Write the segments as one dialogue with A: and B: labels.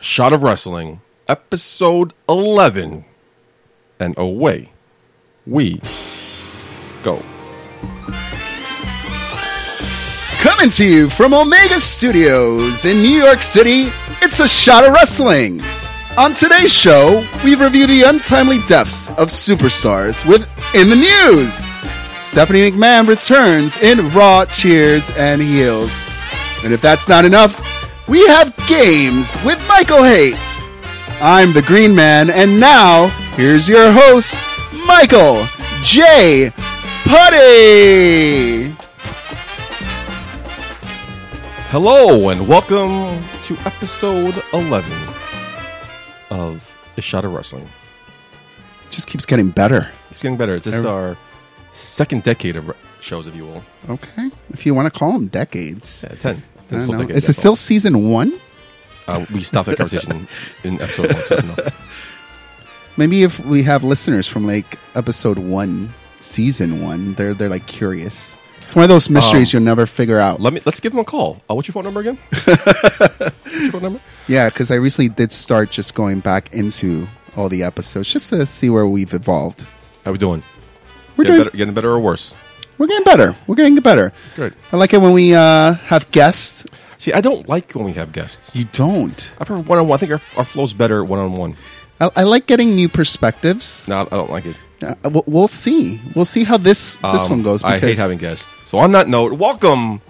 A: Shot of Wrestling, episode 11. And away we go.
B: Coming to you from Omega Studios in New York City, it's a shot of wrestling. On today's show, we review the untimely deaths of superstars with In the News. Stephanie McMahon returns in Raw Cheers and Heels. And if that's not enough, we have games with Michael Hates. I'm the Green Man, and now here's your host, Michael J. Putty.
A: Hello, and welcome to episode 11 of A Shot of Wrestling.
B: Just keeps getting better.
A: It's getting better. This is our second decade of re- shows, if you will.
B: Okay, if you want to call them decades.
A: Yeah, 10.
B: I don't
A: full
B: know.
A: decades,
B: Is it
A: that's all.
B: still season one?
A: Uh, we stopped that conversation in episode 1. So no.
B: Maybe if we have listeners from like episode one, season one, they're they're like curious. It's one of those
A: Oh.
B: mysteries you'll never figure out.
A: Let me, let's give them a call. Uh, what's your phone number again? What's your phone number?
B: yeah, because I recently did start just going back into all the episodes just to see where we've evolved.
A: How we doing?
B: We're
A: getting,
B: doing,
A: better, getting better or worse?
B: we're getting better. We're getting better.
A: Good.
B: I like it when we uh, have guests.
A: See, I don't like when we have guests.
B: You don't.
A: I prefer one on one. I think our, our flow's better one on one.
B: I, I like getting new perspectives.
A: No, I don't like it.
B: Uh, we'll, we'll see. We'll see how this this
A: Um,
B: one goes.
A: I hate
B: because
A: having guests. So on that note, welcome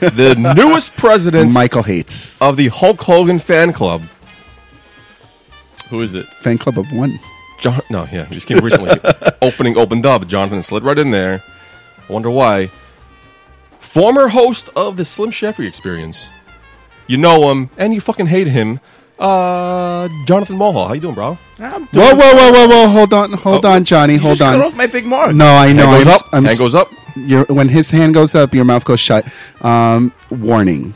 A: the newest president
B: Michael hates
A: of the Hulk Hogan fan club. Who is it?
B: fan club of one.
A: John? No, yeah, he just came recently. Opening opened up. Jonathan slid right in there. I wonder why. Former host of the Slim Sheffrey Experience. You know him and you fucking hate him. Uh, Jonathan Mulhall. How you doing, bro?
C: I'm doing
B: Whoa, whoa, whoa, whoa, whoa! Hold on, hold
A: Oh.
B: on, Johnny,
C: You
B: hold
C: just
B: on.
C: cut off my big mark.
B: No, I know.
A: hand
B: I'm,
A: goes
B: s-
A: up.
B: I'm
A: hand
B: s-
A: goes up.
B: Your, when his hand goes up, your mouth goes shut. Um, warning: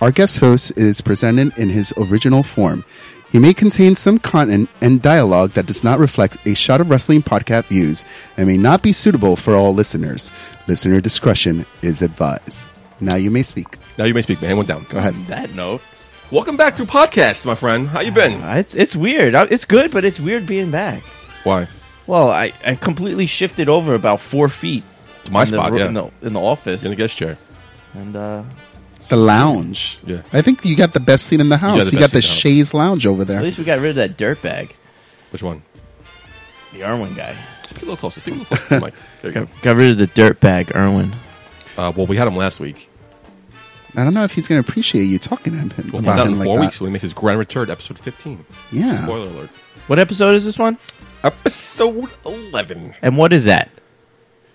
B: Our guest host is presented in his original form. He may contain some content and dialogue that does not reflect a shot of wrestling podcast views and may not be suitable for all listeners. Listener discretion is advised. Now you may speak.
A: Now you may speak, man. Went down.
B: Go ahead.
C: On that note,
A: Welcome back to podcast, my friend. How you been?
C: uh, it's it's weird. I- It's good, but it's weird being back.
A: Why?
C: Well, I, I completely shifted over about four feet.
A: To my
C: in the
A: spot,
C: ro-
A: yeah.
C: In the, in the office,
A: In the guest chair.
C: and uh,
B: The lounge.
A: Yeah.
B: I think you got the best seat in the
A: got
B: house.
A: the
B: You
A: best
B: got the,
A: seat in
B: Shays Lounge over
C: at
B: there.
C: least we got rid of that dirt bag,
A: Which one?
C: the Irwin guy.
A: Speak a little closer. Speak a little closer to the mic. There you
C: Got, got rid of the dirt bag, Irwin.
A: go. Uh, well, we had him last week.
B: I don't know if he's going to appreciate you talking to him
A: We'll find
B: about
A: out
B: him
A: in
B: like
A: four
B: that.
A: weeks when he makes his grand return, to episode 15.
B: Yeah.
A: Spoiler alert.
C: What episode is this one?
A: Episode 11.
C: And what is that?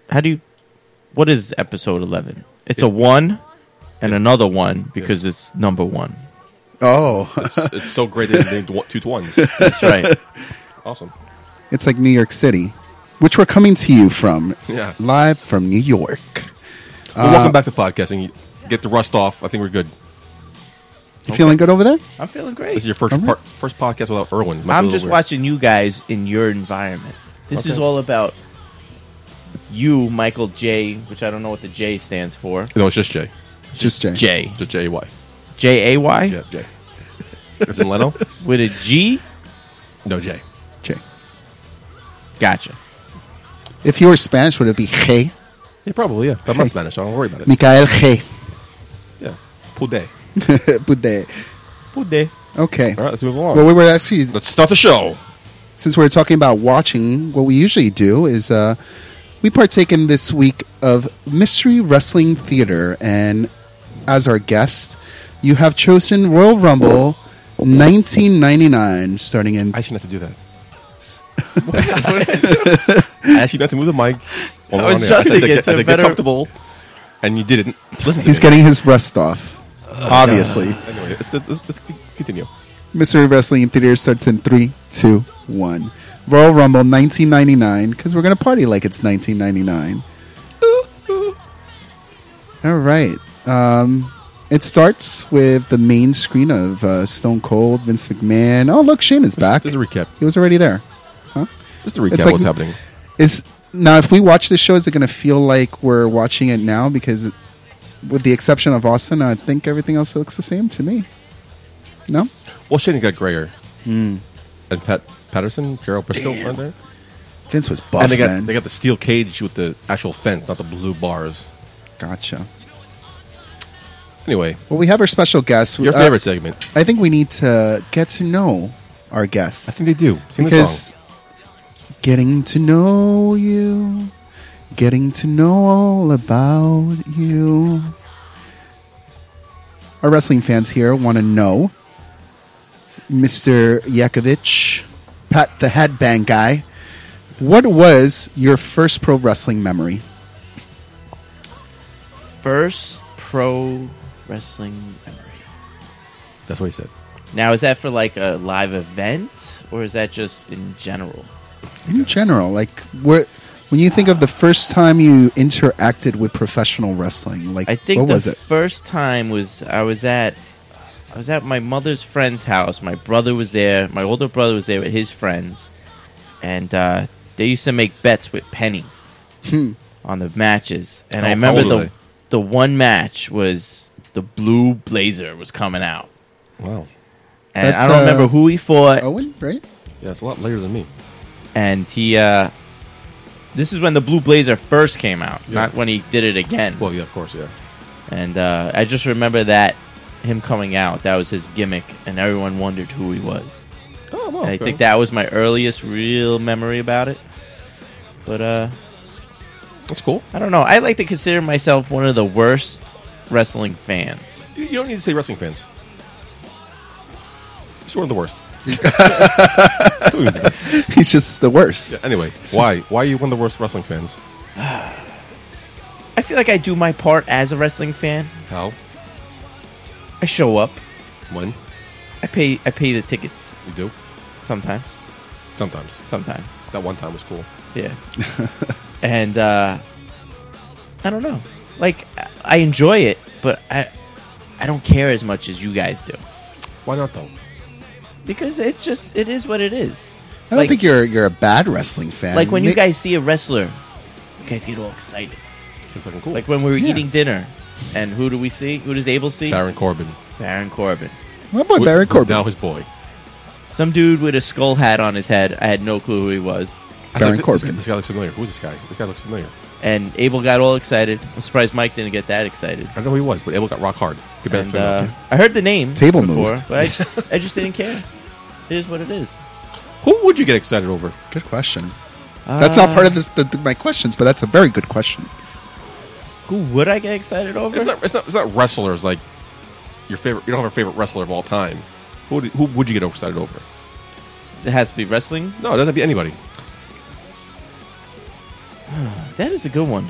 C: How do you? What is episode eleven? It's a one, and another one because it's number one.
B: Oh,
A: It's, it's so great that they named two twins.
C: That's right.
A: Awesome.
B: it's like New York City, which we're coming to you from
A: Yeah.
B: live from New York.
A: Well, welcome back to podcasting. Get the rust off. I think we're good.
B: You feeling good over there?
C: I'm feeling
A: This is
C: great.
A: your first
B: All right.
A: part, first podcast without Irwin. Might be a
C: I'm
A: little
C: just
A: weird.
C: watching you guys in your environment. This is
A: Okay.
C: all about you, Michael J, which I don't know what the J stands for.
A: No, it's just Jay.
B: Just Jay.
C: J.
A: Just J A Y.
C: J A Y?
A: Yeah, Jay. Is it Leno?
C: With a G?
A: No, Jay.
B: Jay.
C: Gotcha.
B: If you were Spanish, would it be G?
A: Yeah, probably, yeah. But I'm not Spanish, so I don't worry about it.
B: Michael G.
A: Yeah. Pude.
B: Bude.
C: Pude.
B: Okay.
A: All right, let's move along.
B: Well, we were actually
A: let's start the show.
B: since we're talking about watching, what we usually do is uh, we partake in this week of Mystery Wrestling Theater. And as our guest, you have chosen Royal Rumble 1999, starting in.
A: I should not have to do that. I actually not to move the mic.
C: I was just
A: as I
C: thinking
A: get-
C: it's a
A: as I get
C: better-
A: comfortable, and you didn't listen. To
B: He's
A: me. Uh,
B: getting his rust off, obviously.
A: Anyway, let's, let's, let's continue.
B: Mystery Wrestling Theater starts in three, two, one. Royal Rumble 1999, because we're going to party like it's 1999. All right. Um, it starts with the main screen of uh, Stone Cold, Vince McMahon. Oh, look, Shane is back.
A: This is a recap.
B: He was already there.
A: Just to recap
B: like-
A: what's happening.
B: Is now if we watch this show, is it going to feel like we're watching it now? Because with the exception of Austin, I think everything else looks the same to me. No,
A: Well, Shane got grayer. And Pat Patterson, Gerald Briscoe,
B: Damn.
A: aren't there?
B: Vince was buff,
A: And they got
B: man.
A: they got the steel cage with the actual fence, not the blue bars.
B: gotcha.
A: Anyway,
B: Well, we have our special guest.
A: your
B: Uh,
A: favorite segment.
B: I think we need to get to know our guests.
A: I think they do. Sing the song.
B: because getting to know you, getting to know all about you. Our wrestling fans here want to know Mr. Yakovich, Pat the Headbang Guy, what was your first pro wrestling memory?
C: First pro wrestling memory.
A: That's what he said.
C: Now, is that for like a live event or is that just in general?
B: In general, like what when you think of the first time you interacted with professional wrestling, like
C: I think
B: what
C: the
B: was it?
C: first time was I was at I was at my mother's friend's house. My brother was there. My older brother was there with his friends, and uh, they used to make bets with pennies
B: Hmm.
C: on the matches. And I
A: How-
C: remember
A: how old was
C: the the one match was the blue blazer was coming out,
A: Wow.
C: and I
B: That's,
C: don't
B: uh,
C: remember who he fought.
B: Owen, right?
A: Yeah, it's a lot later than me.
C: And he uh, this is when the blue blazer first came out, not when he did it again.
A: Well, yeah, of course, yeah.
C: And uh, I just remember that him coming out. That was his gimmick, and everyone wondered who he was.
A: Oh, well,
C: And I think that was my earliest real memory about it. But uh,
A: that's cool.
C: I don't know. I like to consider myself one of the worst wrestling fans.
A: You, you don't need to say wrestling fans. It's one of the worst.
B: He's just the worst.
A: Yeah, anyway, why why are you one of the worst wrestling fans?
C: I feel like I do my part as a wrestling fan.
A: How?
C: I show up.
A: When?
C: I pay. I pay the tickets
A: You do?
C: sometimes.
A: Sometimes.
C: Sometimes.
A: That one time was cool.
C: Yeah. and uh, I don't know. Like I- I enjoy it, but I I don't care as much as you guys do
A: Why not though?
C: because it's just it is what it is.
B: I don't
C: like,
B: think you're you're a bad wrestling fan.
C: like when you
B: Ma-
C: guys see a wrestler, you guys get all excited.
A: It's fucking cool.
C: Like when we were
B: Yeah.
C: eating dinner, and who do we see? Who does Abel see?
A: Baron Corbin.
C: Baron Corbin.
B: what about
A: Who-
B: Baron
A: who
B: Corbin?
A: Now his boy.
C: Some dude with a skull hat on his head. I had no clue who he was.
A: I
B: Baron
A: said, this-
B: Corbin.
A: This, guy looks familiar. Who's this guy? This guy looks familiar.
C: And Abel got all excited. I'm surprised Mike didn't get that excited.
A: I don't know who he was, but Abel got rock hard. Good
C: And,
A: best
C: uh, I heard the name
B: Table
C: before,
B: moved.
C: but I just, I just didn't care. It is what it is.
A: Who would you get excited over?
B: Good question. That's
C: Uh,
B: not part of this, the, the- my questions, but that's a very good question.
C: Who would I get excited over?
A: It's not. It's not. It's not wrestlers like your favorite. You don't have a favorite wrestler of all time. Who would, who would you get excited over?
C: it has to be wrestling.
A: No, it doesn't have to be anybody.
C: That is a good one.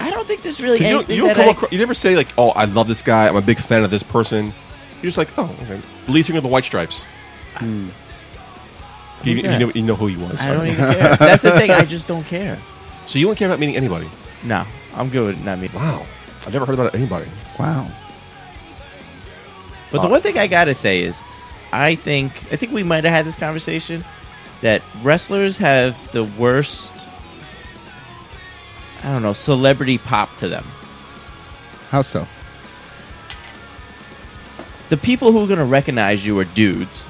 C: I don't think there's really
A: 'Cause You, don't-
C: anything
A: you don't
C: that
A: come
C: I-
A: across, you never say like, "Oh, I love this guy. I'm a big fan of this person." You're just like, "Oh, okay." Lee Singer of the White Stripes. You,
C: Hmm. Who's
A: you
C: that?
A: know, you know who he was.
C: I don't even care. That's the thing. I just don't care.
A: So you don't care about meeting anybody.
C: No, I'm good. with Not me.
A: Wow, I've never heard about anybody.
B: Wow.
C: But the
A: Uh,
C: one thing I gotta say is, I think I think we might have had this conversation that wrestlers have the worst. I don't know celebrity pop to them.
B: How so?
C: The people who are gonna recognize you are dudes.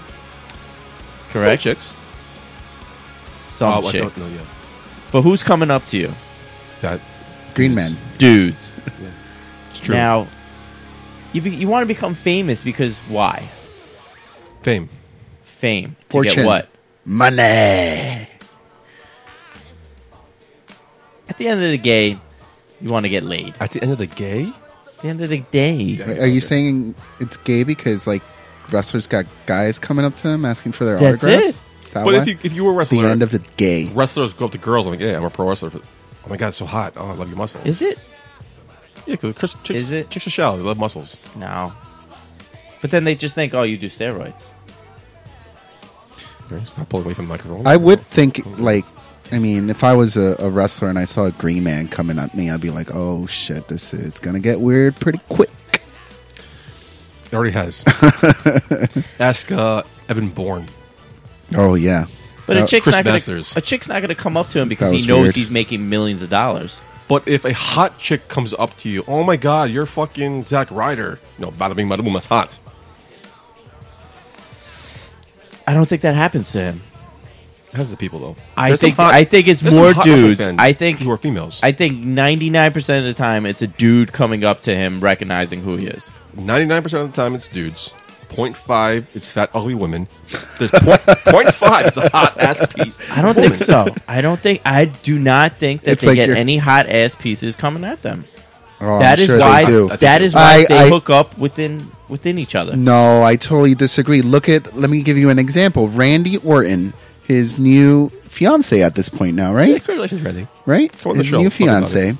C: Correct.
A: Some chicks. Oh,
C: Some
A: I
C: chicks.
A: don't know yet.
C: But who's coming up to you?
A: That,
B: Green Man.
C: Dudes.
A: it's true.
C: Now, you be, you want to become famous because why?
A: Fame.
C: Fame to
B: Fortune.
C: get what?
B: Money.
C: At the end of the day, you want to get laid.
A: At the end of the gay,
C: At the end of the day,
B: Wait, are you saying it's gay because like wrestlers got guys coming up to them asking for their
C: That's
B: autographs?
C: it.
B: Is that
A: but
B: why?
A: if you if you were a
B: the
A: wrestler,
B: end of the gay.
A: wrestlers go up to girls. I'm like, yeah, I'm a pro wrestler. Oh my god, it's so hot. Oh, I love your muscles.
C: is it?
A: yeah, because chicks, chicks,
C: Is it?
A: chicks are shallow. They love muscles.
C: No. But then they just think, oh, you do steroids.
A: Okay, Stop pulling away from the microphone.
B: I would think like. I mean, if I was a, a wrestler and I saw a green man coming at me, I'd be like, "Oh shit, this is gonna get weird pretty quick."
A: It already has. Ask uh, Evan Bourne.
B: Oh yeah,
C: But
B: Uh,
C: a chick's
A: Chris
C: not gonna,
A: Masters.
C: a chick's not going to come up to him because
B: That
C: he
B: was
C: knows
B: weird.
C: he's making millions of dollars.
A: But if a hot chick comes up to you, oh my god, you're fucking Zack Ryder. No, bada bing, bada boom, that's hot.
C: I don't think that happens to him.
A: How's the people though?
C: I
A: There's some
C: think
A: hot-
C: I think it's
A: there's some
C: more
A: hot wrestling
C: dudes.
A: fans
C: I think
A: who are females.
C: I think ninety nine percent of the time it's a dude coming up to him recognizing who he is.
A: Ninety nine percent of the time, it's dudes. 0.5, it's fat, ugly women. There's point, 0.5, it's a hot ass piece.
C: I don't think so. I don't think I do not think that
B: It's
C: they
B: like
C: get
B: you're-
C: any hot ass pieces coming at them.
B: Oh,
C: That
B: I'm
C: is
B: sure they
C: why
B: do.
C: that is why
B: I-
C: they
B: I-
C: hook up within within each other.
B: No, I totally disagree. Look at let me give you an example. Randy Orton, his new fiance at this point now,
A: Yeah,
B: right?
A: congratulations, Randy.
B: Right?
A: Come on the
B: his
A: show.
B: new
A: Tell me about
B: fiance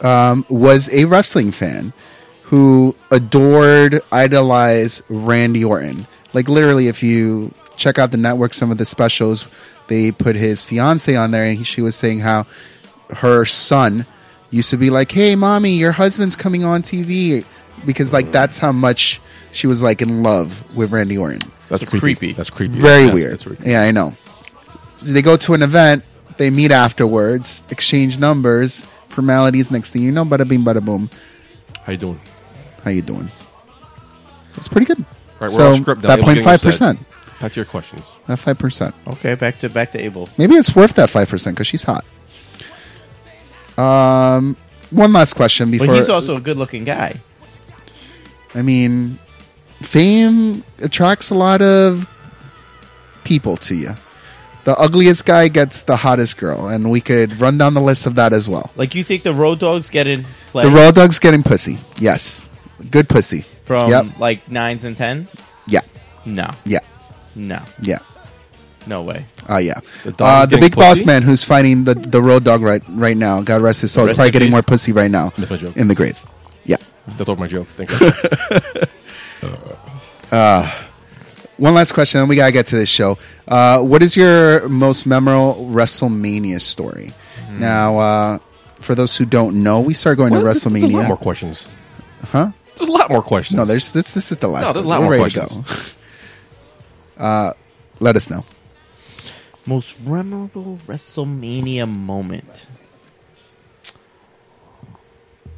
B: um, was a wrestling fan who adored, idolized Randy Orton. Like literally, if you check out the network, some of the specials, they put his fiance on there, and he, she was saying how her son used to be like, "Hey, mommy, your husband's coming on TV," because like that's how much she was like in love with Randy Orton.
A: That's
C: So
A: creepy.
C: creepy.
A: That's creepy.
B: Very
A: Yeah,
B: weird.
A: That's weird.
B: Yeah, I know. They go to an event, they meet afterwards, exchange numbers, formalities. Next thing you know, bada bing, bada boom.
A: How you doing?
B: How you doing? It's pretty good.
A: All right, we're
B: so
A: off script now.
B: that
A: Abel
B: point
A: getting
B: five
A: upset.
B: percent, Uh-huh.
A: Back to your questions.
B: that five percent.
C: Okay, back to back to Abel.
B: Maybe it's worth that five percent because she's hot. Um, one last question before.
C: But he's also a good looking guy.
B: I mean, fame attracts a lot of people to you. The ugliest guy gets the hottest girl, and we could run down the list of that as well.
C: Like you think the road dogs get in play
B: The raw dog's getting pussy. Yes, good pussy.
C: from
B: Yep.
C: like nines and tens?
B: Yeah,
C: No,
B: yeah,
C: no,
B: yeah.
C: no way.
B: Oh yeah.
A: The dog
B: Uh, the
A: getting
B: big boss
A: pussy?
B: man who's fighting the the road dog right right now. God rest his soul. Is
C: Rest
B: probably
C: in
B: getting
C: peace.
B: more pussy right now
A: That's my joke.
B: in the grave. Yeah.
A: Stepped over my joke. Thank you.
B: One last question, then we gotta get to this show. Uh, what is your most memorable WrestleMania story? Now, uh, for those who don't know, we started going
A: Mm-hmm. What? There's-
B: to
A: there's a lot more
B: WrestleMania.
A: questions.
B: Huh?
A: There's a lot more questions.
B: No, there's this. This is the last.
A: No, there's a lot
B: one. We're
A: more
B: ready To go.
A: questions.
B: uh, let us know.
C: Most memorable WrestleMania moment.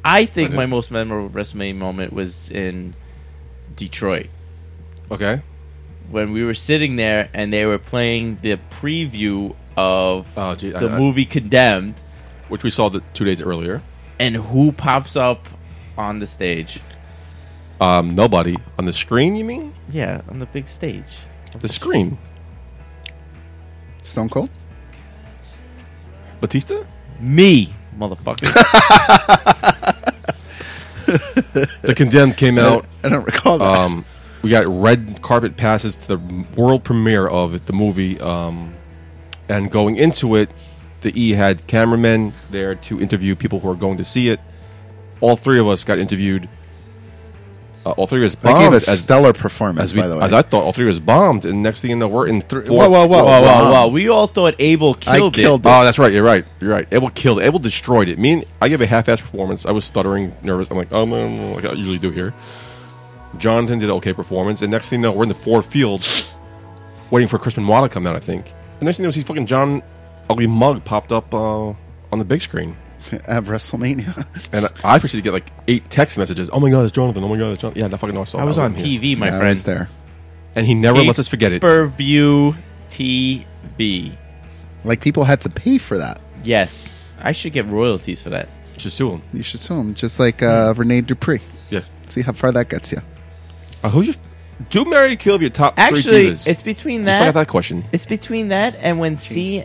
C: I think my most memorable WrestleMania moment was in Detroit
A: Okay.
C: when we were sitting there and they were playing the preview of
A: Oh, gee, I-
C: the
A: I-
C: movie Condemned,
A: Which we saw the, two days earlier.
C: and who pops up on the stage?
A: Um, nobody on the screen. You mean
C: Yeah, on the big stage.
A: the screen?
B: Stone Cold.
A: Batista?
C: Me, motherfucker.
A: The condemned
B: Uh,
A: came out.
B: I don't recall that.
A: Um, we got red carpet passes to the world premiere of it, the movie. Um, and going into it, the E had cameramen there to interview people who are going to see it. All three of us got interviewed. Uh, all three of us
B: They
A: bombed
B: gave a
A: as,
B: stellar performance,
A: as, we,
B: by the way.
A: as I thought. All three of us bombed, and next thing you know, we're in three.
B: whoa, whoa, whoa,
C: whoa, whoa,
B: Wow.
C: whoa. We all thought Abel killed it.
B: killed
A: Oh, that's right. You're right. You're right. Abel killed. it. Abel destroyed it. Me, and, I gave a half-assed performance. I was stuttering, nervous. I'm like, um, um, like I usually do here. Jonathan did an okay performance, and next thing you know, we're in the Ford Field, waiting for Chris Benoit to come out. I think. And next thing you know, see fucking John Ugly Mug popped up uh, on the big screen,
B: at WrestleMania.
A: and I proceeded to get like eight text messages. Oh my god, it's Jonathan. Oh my god, it's Jonathan. Yeah, I fucking know. I saw.
C: I was
A: it.
C: on
A: in here.
C: TV, my
B: Yeah, I
C: friend.
B: was there.
A: and he never lets us forget it.
C: Pay-per-view TV.
B: Like people had to pay for that.
C: Yes. I should get royalties for that.
A: Should sue him.
B: You should sue him, just like uh,
A: Hmm.
B: Rene Dupree.
A: Yeah.
B: See how far that gets you.
A: Uh, who's your? Do Mary kill your top three
C: Actually,
A: divas?
C: it's between
A: I forgot
C: that.
A: that question.
C: It's between that and when C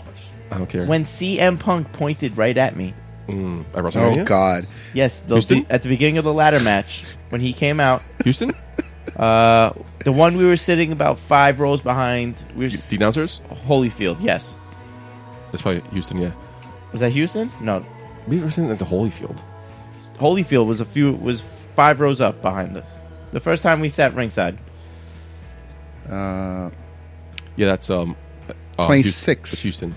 A: I don't care.
C: when CM Punk pointed right at me.
A: Mm, at
B: Oh
A: WrestleMania?
B: God,
C: Yes, the,
A: Houston?
C: at the beginning of the ladder match when he came out,
A: Houston?
C: uh, the one we were sitting about five rows behind. We were
A: The
C: s-
A: announcers?
C: Holyfield. Yes,
A: That's probably Houston, yeah.
C: was that Houston? No,
A: We were sitting at the Holyfield.
C: Holyfield was a few was five rows up behind us. The first time we sat ringside.
B: uh,
A: Yeah, that's um. Uh,
B: 26.
A: That's Houston.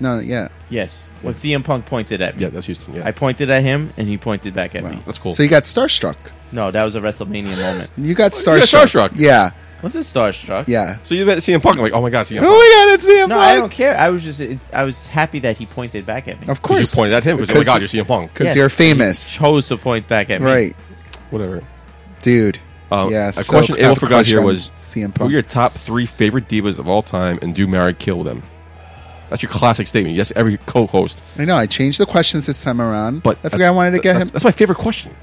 B: no, no, yeah.
C: Yes, when CM Punk pointed at me,
A: Yeah, that's Houston. Yeah,
C: I pointed at him and he pointed back at
B: Wow.
C: me.
A: that's cool.
B: So you got starstruck.
C: No, that was a WrestleMania moment.
B: You got
A: Oh, you got
B: starstruck.
A: starstruck.
B: Yeah,
C: Was it starstruck?
B: yeah.
A: so you met CM Punk. I'm like, oh my god, CM Punk.
B: Oh my God, it's CM
C: No, I don't care. I was just it, I was happy that he pointed back at me.
B: Of
A: 'Cause
B: course,
A: you pointed at him because oh my god, you're CM Punk.
B: because
C: Yes.
B: you're famous,
C: chose to point back at me.
B: right,
A: Whatever.
B: dude?
A: Um,
B: Yeah,
A: a
B: so
A: question
B: I have
A: Abel
B: a
A: forgot here was:
B: question, CM
A: Who are
B: Punk.
A: your top three favorite divas of all time, and do marry kill them? That's your classic statement. Yes, every co-host.
B: I know. I changed the questions this time around,
A: But
B: I figured I wanted to get him.
A: That's my favorite question.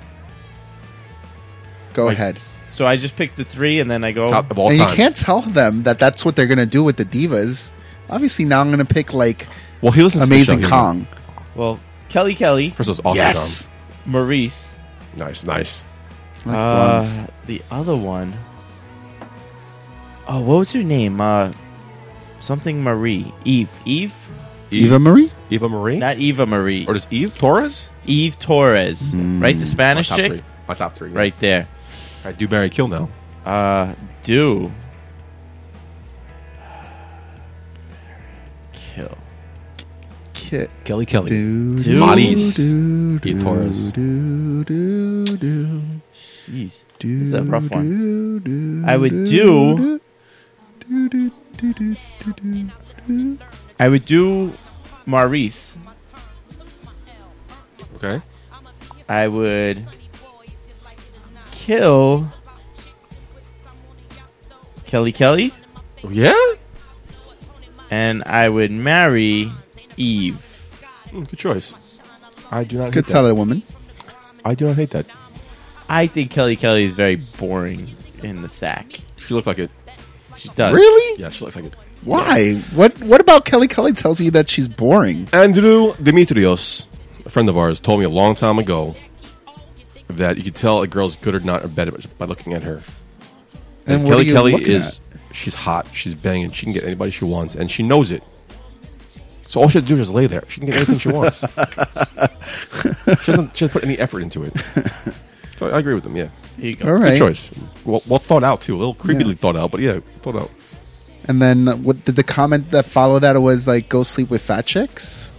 B: Go
A: like-
B: ahead.
C: So I just picked the three, and then I go.
A: Top of all
B: Oh. and
A: time.
B: you can't tell them that that's what they're going to do with the divas. Obviously, now I'm going to pick like
A: Well, he listens
B: Amazing
A: to the show, he-
B: Kong.
C: Well, Kelly Kelly,
A: First of all, it's awesome.
B: yes,
C: Maurice.
A: Tom. Nice, nice.
B: that's
C: uh,
B: blondes.
C: the other one. Oh, what was her name? Uh, something Marie. Eve. Eve.
A: E.
B: Eva Marie.
A: Eva Marie,
C: Not Eva Marie.
A: or does Eve Torres?
C: Eve Torres.
B: Hmm.
C: Right, the
A: My
C: Spanish
A: top
C: chick.
A: three. My top three. yeah.
C: Right there.
A: I do marry kill now.
C: Uh, do. Kill.
B: Kit.
A: Kelly Kelly.
B: Do,
C: Dude.
A: Maris.
B: do,
A: Eve E. Torres.
B: do, do, do,
C: Jeez.
B: do,
C: It's a rough one.
B: do, do,
C: I would do.
B: do, do, do, do, do, do.
C: I would do Maurice.
A: Okay.
C: I would kill Kelly Kelly,
A: Oh, yeah.
C: and I would marry Eve.
A: Hmm, good choice. I do not.
B: Good
A: hate that.
B: solid woman.
A: I do not hate that.
C: I think Kelly Kelly is very boring in the sack.
A: She looks like it.
C: She does.
B: Really?
A: Uh, Yeah, she looks like it.
B: Why? What? What about Kelly Kelly tells you that she's boring?
A: Andrew Dimitrios, a friend of ours, told me a long time ago that you could tell a girl's good or not or bad by looking at her.
B: And, what
A: Kelly
B: are you
A: Kelly
B: looking
A: is she's hot, she's banging, she can get anybody she wants, and she knows it. So all she has to do is just lay there. She can get anything she wants. she, doesn't, she doesn't put any effort into it. So I agree with them. Yeah,
C: Here you
B: at?
C: go.
B: All
A: good
B: right.
A: choice. Well, well thought out too. A little creepily thought out, but yeah, thought out.
B: And then what did the comment that followed that was like go sleep with fat chicks?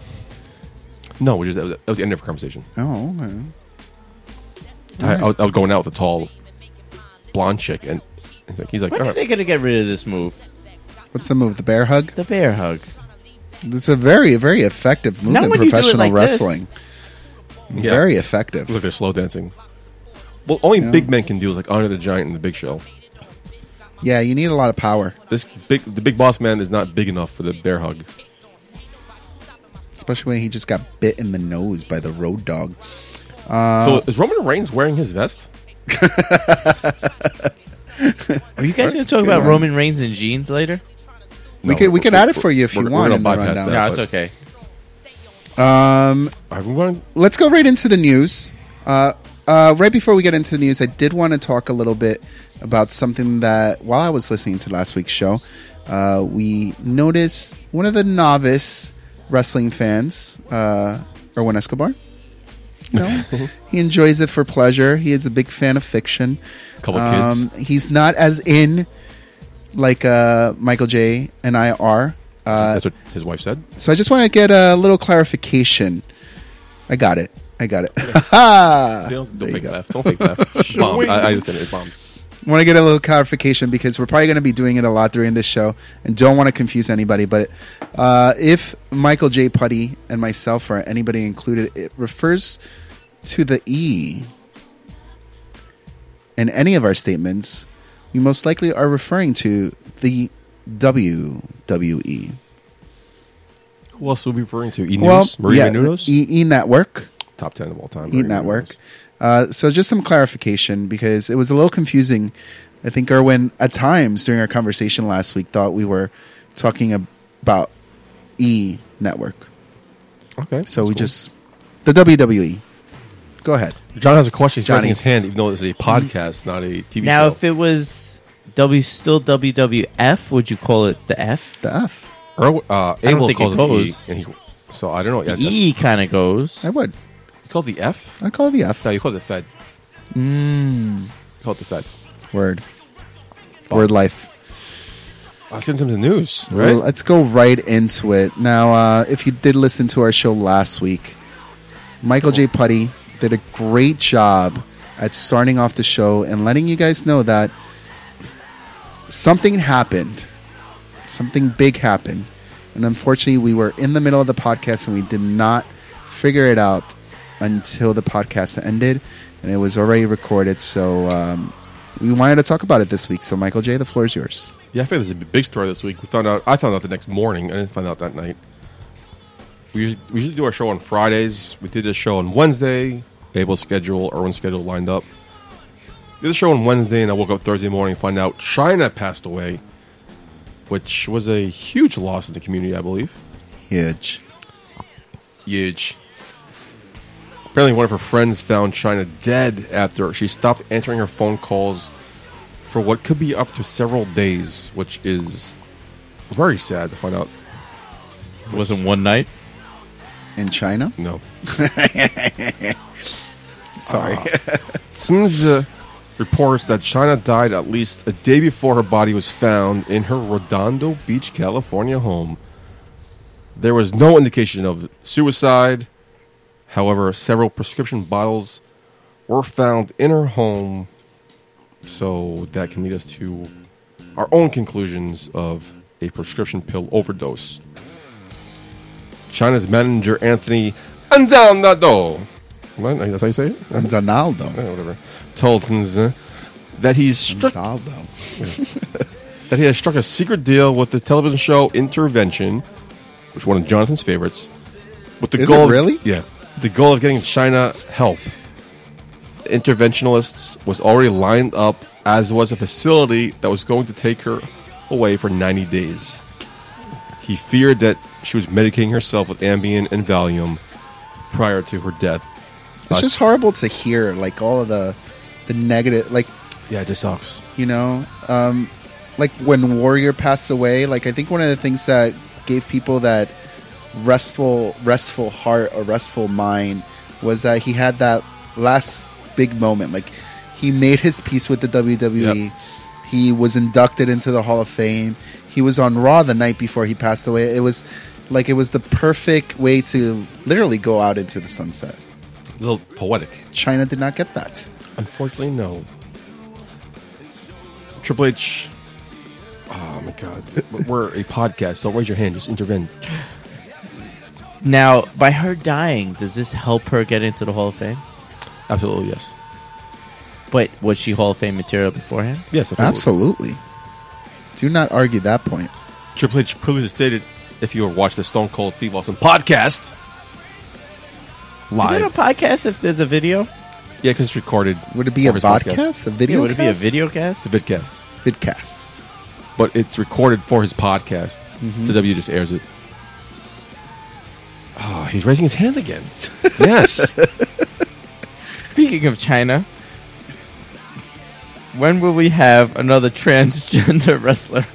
A: No, which is, that was- that was the end of our conversation.
B: Oh, okay.
A: I, I, was, I was going out with a tall blonde chick, and he's like, he's like
C: When
A: all
C: are
A: right.
C: they gonna get rid of this move?
B: what's the move? The bear hug?
C: The bear hug.
B: It's a very, very effective move
C: Not
B: in
C: when you do it
B: professional
C: like this.
B: wrestling.
A: Yeah.
B: Very effective.
A: Look, they're slow dancing. Well, only
B: Yeah.
A: big men can do is like Honor the Giant and the Big Show.
B: Yeah, you need a lot of power,
A: This big, the big boss man is not big enough for the bear hug.
B: especially when he just got bit in the nose by the road dog. Uh,
A: so is Roman Reigns wearing his vest?
C: Are you guys gonna talk
B: Good
C: about
B: one.
C: Roman Reigns and jeans later?
B: We
A: No,
B: could we
A: we're-
B: could add it for you if
A: we're-
B: you
A: we're
B: want
A: gonna
B: in the
A: bypass
B: rundown.
A: that.
C: No, it's
A: but-
C: okay.
B: Um,
A: Are we wearing?
B: let's go right into the news. Uh, uh, right before we get into the news, I did want to talk a little bit about something that while I was listening to last week's show, uh, we noticed one of the novice wrestling fans, uh, Erwin Escobar. You know, he enjoys it for pleasure. He is a big fan of fiction. Um,
A: Couple kids.
B: He's not as in like uh, Michael J. and I are. Uh,
A: That's what his wife said.
B: so I just want to get a little clarification. I got it. I got it. I
A: don't
B: uh, there
A: don't
B: you
A: fake
B: go.
A: laugh. Don't fake laugh. bombed. I, I understand it. Bombed.
B: want to get a little clarification because we're probably going to be doing it a lot during this show and don't want to confuse anybody. But uh, if Michael J. Putty and myself or anybody included, it refers to the E in any of our statements, we most likely are referring to the WWE.
A: Who else would we be referring to? E News,
B: Well,
A: Maria
B: yeah,
A: Menounos,
B: E, e Network.
A: top ten of all time.
B: Eat
A: Maria Menounos.
B: Network. Uh, so just some clarification because it was a little confusing. I think Erwin, at times during our conversation last week, thought we were talking ab- about E Network.
A: Okay, that's
B: So we
A: cool.
B: just the WWE. Go ahead.
A: John has a question. He's raising
B: Johnny. E
A: his hand, even though this is a podcast, not a TV
C: Now,
A: show.
C: if it was W, still WWF, would you call it the F?
B: The F.
A: Erw- uh,
C: don't
A: Abel
C: think
A: calls
C: it
A: it, E,
C: goes.
A: and he, so I don't know. Yes,
C: The E kind of goes.
B: I would.
A: You call it the F?
B: I call it the F
A: No, you call it the Fed. Mm.
B: Mm.
A: You call it the Fed.
B: word. Word life.
A: I've seen some of the news, right?
B: Well, let's go right into it. Now, uh, if you did listen to our show last week, Michael J. Putty did a great job at starting off the show and letting you guys know that something happened. Something big happened. And unfortunately, we were in the middle of the podcast and we did not figure it out until the podcast ended. And it was already recorded. So um, we wanted to talk about it this week. So, Michael J., the floor is yours.
A: Yeah, I feel there's a big story this week. We found out. I found out the next morning. I didn't find out that night. We usually, we usually do our show on Fridays. We did a show on Wednesday. Abel's schedule, Erwin's schedule lined up. Did a show on Wednesday, and I woke up Thursday morning and find out China passed away, which was a huge loss in the community, I believe.
B: Huge.
A: Huge. Apparently, one of her friends found China dead after she stopped answering her phone calls for what could be up to several days, which is very sad to find out.
C: It wasn't one night.
B: In China?
A: No.
B: Sorry.
A: Sinza uh, reports that China died at least a day before her body was found in her Redondo Beach, California home. There was no indication of suicide. However, several prescription bottles were found in her home. So that can lead us to our own conclusions of a prescription pill overdose. China's manager, Anthony Anzanado. What? That's how you say it?
B: Zanaldo.
A: Yeah, Eh, whatever. Told Tunza that he's struck
B: Zanaldo.
A: that he has struck a secret deal with the television show Intervention, which one of Jonathan's favorites, with the
B: Is
A: goal
B: it
A: of-
B: really?
A: yeah, with the goal of getting China help. The interventionalists was already lined up, as was a facility that was going to take her away for 90 days. He feared that she was medicating herself with Ambien and Valium prior to her death. Uh,
B: It's just horrible to hear, like, all of the, the negative, like,
A: yeah, it just sucks.
B: you know um, like when warrior passed away like i think one of the things that gave people that restful restful heart or restful mind was that he had that last big moment like he made his peace with the wwe
A: Yep.
B: he was inducted into the hall of fame he was on raw the night before he passed away it was like it was the perfect way to literally go out into the sunset
A: A little poetic.
B: china did not get that
A: Unfortunately, no. Triple H. Oh my God, we're a podcast. Don't raise your hand. Just intervene.
C: Now, by her dying, does this help her get into the Hall of Fame?
A: Absolutely, yes,
C: But was she Hall of Fame material beforehand?
A: yes,
B: absolutely do not argue that point
A: Triple H clearly stated, if you ever watch the Stone Cold Steve Austin podcast
C: Is
A: live,
C: it a podcast if there's a video?
A: yeah, because it's recorded.
B: Would it be a
A: over his podcast.
B: podcast? A video?
C: yeah, would it be a
B: cast?
C: video
A: It's
C: cast?
A: a vidcast,
B: Vidcast.
A: but it's recorded for his podcast.
B: Mm-hmm.
A: The W just airs it. Oh, he's raising his hand again. yes,
C: Speaking of China, when will we have another transgender wrestler?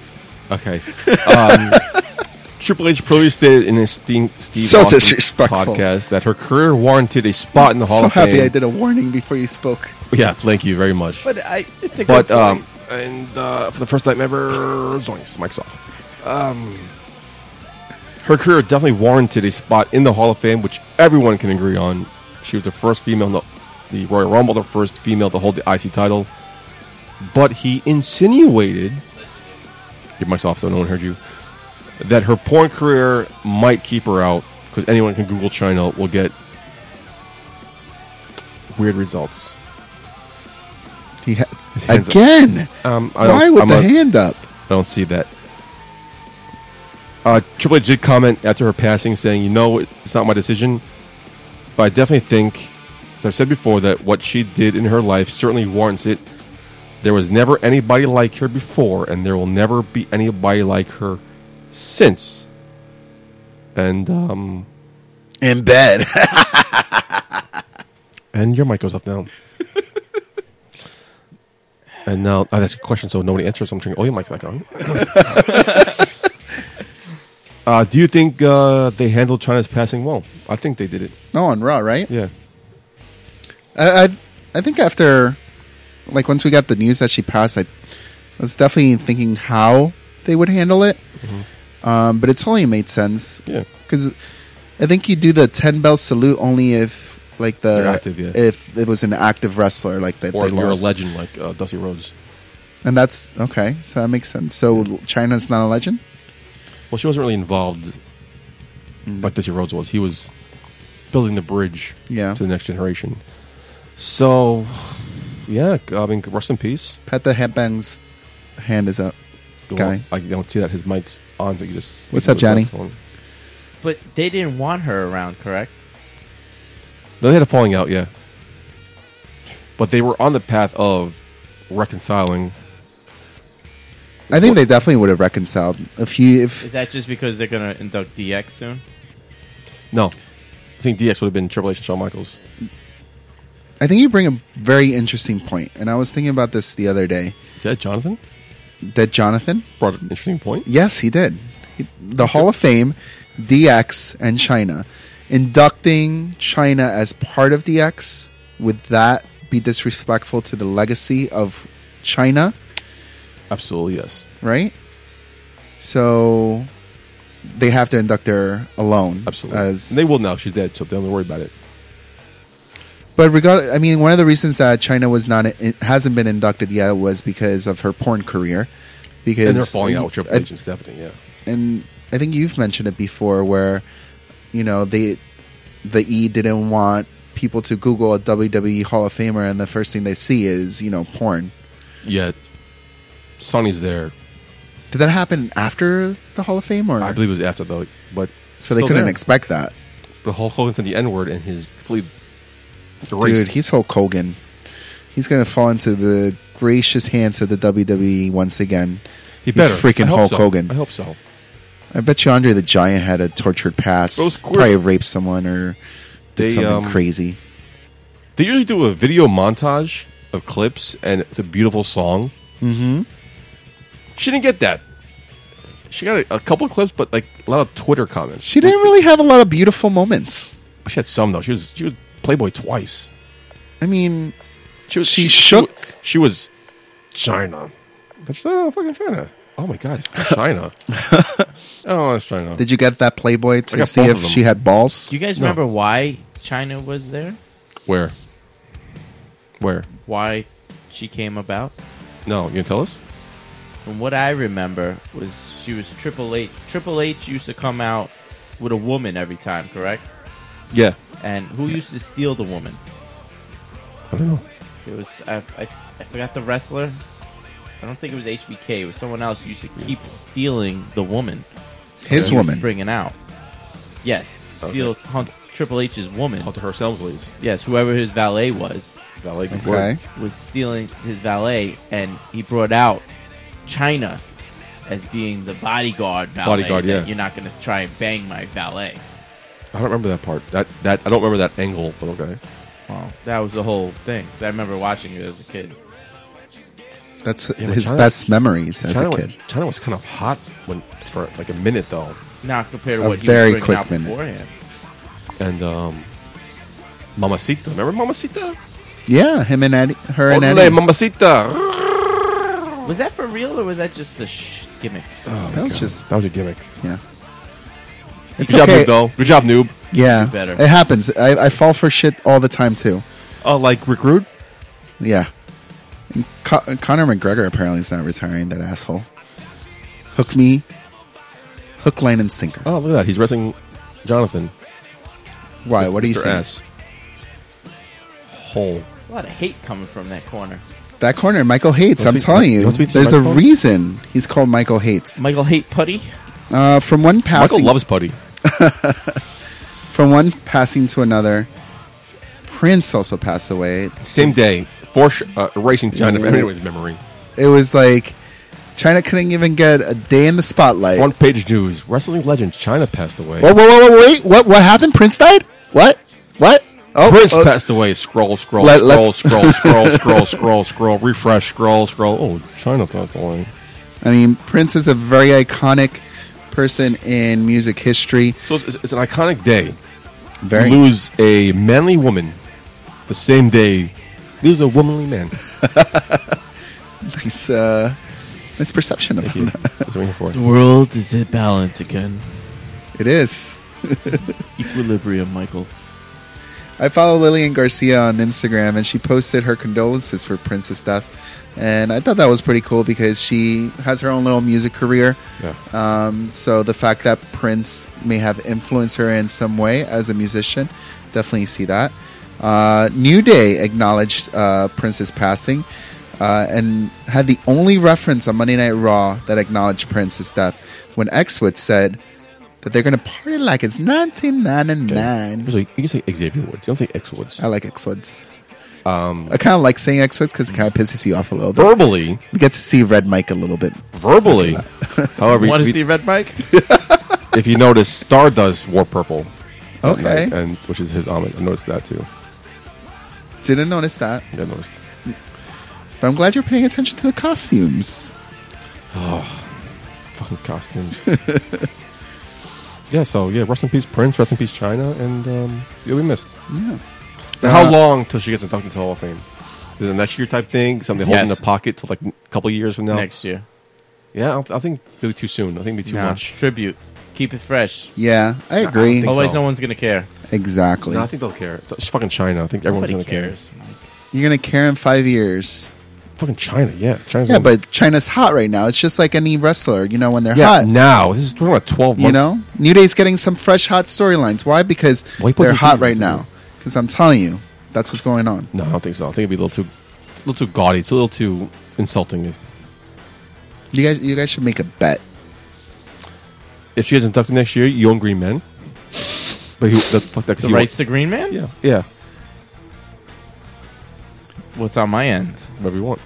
A: Okay. Um, Triple H probably stated in his Steve, Steve
B: So
A: Austin
B: disrespectful.
A: podcast that her career warranted a spot in the Hall
B: so
A: of
B: happy
A: Fame.
B: I did a warning before you spoke.
A: Yeah, thank you very much. But,
C: But I, it's a good
A: um,
C: point.
A: and uh, for the first time ever, zoinks, mic's off. Um, her career definitely warranted a spot in the Hall of Fame, which everyone can agree on. She was the first female in the, the Royal Rumble, the first female to hold the IC title. But he insinuated, give myself so no one heard you, that her porn career might keep her out because anyone can Google China will get weird results.
B: He ha-
A: hands up.
B: again.
A: Um, I
B: Why
A: don't-
B: with
A: I'm
B: the
A: a-
B: hand up?
A: I don't see that. Uh, Triple H did comment after her passing, saying, "You know, it's not my decision, but I definitely think, as I've said before, that what she did in her life certainly warrants it. There was never anybody like her before, and there will never be anybody like her since." And um,
B: In bed.
A: and your mic goes off now. and now I ask a question, so nobody answers. So I'm turning all your mics back on. uh, do you think uh, they handled China's passing well? I think they did it.
B: no, on Raw, right?
A: Yeah.
B: I, I, I think after, like, once we got the news that she passed, I, I was definitely thinking how they would handle it.
A: Mm-hmm.
B: Um, but it's only made sense.
A: Yeah.
B: because I think you do the ten bell salute only if like the
A: You're active, yeah.
B: if it was an active wrestler like that.
A: Or
B: they
A: you're a
B: lost.
A: legend like uh, Dusty Rhodes.
B: and that's okay. So that makes sense. So China's not a legend.
A: Well, she wasn't really involved like Dusty Rhodes was. He was building the bridge
B: Yeah.
A: to the next generation. So, Yeah, I mean, rest in peace.
B: Pat the headbang's hand is
A: Well,
B: up. Okay.
A: I don't see that his mic's on. So you just
B: What's up, Johnny?
C: But they didn't want her around, correct?
A: No, they had a falling out, yeah. But they were on the path of reconciling.
B: I think they definitely would have reconciled if he if
C: Is that just because they're gonna induct DX soon?
A: No, I think DX would have been Triple H and Shawn Michaels.
B: I think you bring a very interesting point, and I was thinking about this the other day
A: Yeah, Jonathan
B: that Jonathan,
A: brought up an interesting point.
B: yes, he did, He- the Hall of Fame, DX and China, inducting China as part of DX would that be disrespectful to the legacy of China?
A: Absolutely, yes.
B: right? So they have to induct her alone.
A: Absolutely.
B: As
A: And they will now. She's dead, so they don't worry about it.
B: But regard, I mean, one of the reasons that China was not it hasn't been inducted yet was because of her porn career. Because
A: and they're falling out with Triple
B: I-
A: H and Stephanie, yeah.
B: and I think you've mentioned it before, where you know they the E didn't want people to Google a WWE Hall of Famer, and the first thing they see is you know porn.
A: Yeah. Sonny's there.
B: Did that happen after the Hall of Fame, or
A: I believe it was after, though. But
B: so they
A: still
B: couldn't
A: there.
B: expect that?
A: But Hulk Hogan said the N word and his complete.
B: Dude, he's Hulk Hogan. He's gonna fall into the gracious hands of the WWE once again.
A: he
B: he's freaking
A: I hope
B: Hulk
A: so.
B: Hogan.
A: I hope so.
B: I bet you Andre the Giant had a tortured past.
A: Those queer-
B: Probably raped someone or
A: They,
B: did
A: um,
B: something crazy.
A: They usually do a video montage of clips, and it's a beautiful song. Mm-hmm. She didn't get that. She got a, a couple of clips, but like a lot of Twitter comments.
B: She didn't really have a lot of beautiful moments.
A: She had some though. She was she was Playboy twice.
B: I mean,
A: She was
B: She
A: She,
B: shook.
A: wa- she was China. That's oh, fucking China. Oh my god, it's China. oh, it's China.
B: did you get that Playboy to
A: got
B: see
A: both
B: if
A: of them.
B: she had balls?
C: Do you guys
A: No.
C: remember why China was there?
A: Where? Where?
C: Why she came about?
A: No, you gonna tell us?
C: From what I remember was she was Triple H. Triple H used to come out with a woman every time, correct?
A: Yeah.
C: And who used to steal the woman?
A: I don't know.
C: It was I, I, I forgot the wrestler. I don't think it was HBK. It was someone else who used to keep stealing the woman.
B: His
C: that he was
B: woman.
C: bringing out. Yes, steal Hunt, Triple H's woman.
A: Out to her Selmsley's.
C: Yes, whoever his valet was
A: That like
B: Okay.
A: work.
C: was stealing his valet, and he brought out China as being the bodyguard valet.
A: Bodyguard,
C: that
A: yeah.
C: You're not going to try and bang my valet.
A: I don't remember that part. That that I don't remember that angle, but okay.
C: Wow, that was the whole thing. 'cause I remember watching it as a kid.
B: That's
A: Yeah, but
B: his
A: China-
B: best memories as
A: China,
B: a
A: was-
B: kid.
A: China was kind of hot when for like a minute though,
C: Not compared to
B: A
C: what he
B: very
C: was bringing
B: quick
C: out
B: minute.
C: beforehand.
A: and um, Mamacita. Remember Mamacita?
B: Yeah, him and Eddie, her and
A: Ole,
B: Eddie.
A: Mamacita.
C: Was that for real or was that just a sh- gimmick?
B: that was just
A: That was a gimmick.
B: yeah.
A: Good
B: It's
A: job,
B: okay.
A: noob. Though. Good job, noob.
B: Yeah,
C: Do better.
B: it happens. I, I fall for shit all the time too.
A: Oh, like Rick Rude.
B: Yeah. And Co- Conor McGregor apparently is not retiring, that asshole. Hook me. Hook, line, and sinker.
A: Oh, look at that. He's wrestling Jonathan.
B: Why? What are you
A: Mr.
B: saying?
A: S. Hole.
C: A lot of hate coming from that corner.
B: That corner, Michael Hates.
A: You
B: I'm
A: want to speak-
B: telling
A: you
B: you.
A: want to speak to
B: There's a
A: Michael?
B: reason he's called Michael Hates.
C: Michael Hate Putty.
B: Uh, from one
A: Michael
B: passing,
A: loves putty.
B: from one passing to another. Prince also passed away.
A: Same day, for sh- uh, erasing China from everyone's memory.
B: It was like China couldn't even get a day in the spotlight.
A: Front page news: Wrestling legend China passed away.
B: Whoa, whoa, whoa, whoa, wait! What? What happened? Prince died? What? What? Oh,
A: Prince
B: oh,
A: passed away. Scroll, scroll,
B: Let-
A: scroll,
B: let's-
A: scroll, scroll, scroll, scroll, scroll. Refresh, scroll, scroll. Oh, China passed away.
B: I mean, Prince is a very iconic person in music history.
A: So it's, it's an iconic day.
B: Very.
A: You lose a manly woman the same day. Lose a womanly man.
B: nice, uh, nice perception of
A: Yeah,
B: that.
A: that's what I'm here for.
B: Oh,
C: world is at balance again.
B: It is.
C: Equilibrium, Michael.
B: I follow Lillian Garcia on Instagram, and she posted her condolences for Prince's death, and I thought that was pretty cool because she has her own little music career.
A: Yeah.
B: Um, so the fact that Prince may have influenced her in some way as a musician, definitely see that. Uh, New Day acknowledged uh, Prince's passing uh, and had the only reference on Monday Night Raw that acknowledged Prince's death when Exwood said that they're going to party like it's 1999.
A: You can say Xavier Woods. You don't say X Woods.
B: I like Exwoods. Um, Oh. I kind of like saying Exwoods because it kind of pisses you off a little bit.
A: Verbally,
B: We get to see Red Mike a little bit.
A: verbally. However,
C: Want to
A: we-
C: see Red Mike?
A: if you notice, Stardust wore purple,
B: Okay.
A: and, and which is his homage. I noticed that too.
B: Didn't notice that.
A: I noticed.
B: But I'm glad you're paying attention to the costumes.
A: fucking costumes. yeah, so yeah, rest in peace Prince, rest in peace China, and um, you'll be missed.
B: Yeah.
A: Now, how
B: Uh,
A: long till she gets inducted into the Hall of Fame? Is it a next year type thing? Something holding
C: Yes.
A: in the pocket till like a couple of years from now?
C: Next year.
A: Yeah, I, don't, I think it'll be too soon. I think it'll be too
C: Nah,
A: much.
C: Tribute. Keep it fresh.
B: Yeah, I agree.
A: think
C: Otherwise,
A: so.
C: no one's gonna care.
B: Exactly.
A: No, I think they'll care. It's, it's fucking China. I think everyone's
C: Nobody
A: going to care.
C: cares.
B: You're going to care in five years.
A: Fucking China, yeah. China's
B: Yeah,
A: gonna-
B: but China's hot right now. It's just like any wrestler, you know, when they're
A: yeah,
B: hot.
A: now. This is talking about 12 months.
B: You know, New Day's getting some fresh hot storylines. Why? Because
A: White boys
B: they're
A: and
B: hot
A: titties,
B: right
A: isn't
B: now. Because I'm telling you, that's what's going on.
A: No, I don't think so. I think it'd be a little too, a little too gaudy. It's a little too insulting.
B: You guys, you guys should make a bet.
A: If she gets inducted next year, you own Green Men. But he, that, fuck that, 'cause
C: The
A: he won't-
C: rights to Green Man?
A: Yeah, yeah.
C: What's on my end?
A: Whatever you want.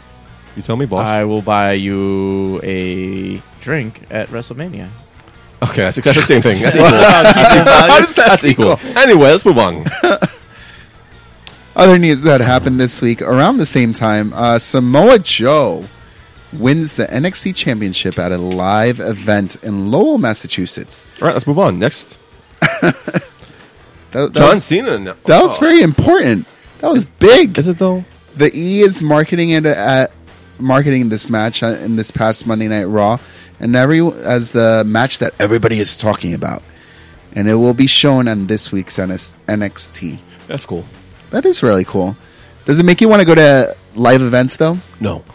A: You tell me, boss.
C: I will buy you a drink at WrestleMania.
A: okay, that's, that's the same thing. That's equal.
B: How does that
A: That's equal. Anyway, let's move on.
B: Other news that happened this week around the same time uh, Samoa Joe wins the NXT Championship at a live event in Lowell, Massachusetts.
A: All right, let's move on. Next,
B: That, that
A: John
B: was,
A: Cena. Oh. No-
B: that was
A: oh.
B: very important. That was big.
A: Is it though?
B: The E is marketing it at marketing this match uh, in this past Monday Night Raw, and every as the match that everybody is talking about, and it will be shown on this week's NS NXT.
A: That's cool.
B: That is really cool. Does it make you want to go to live events though?
A: No.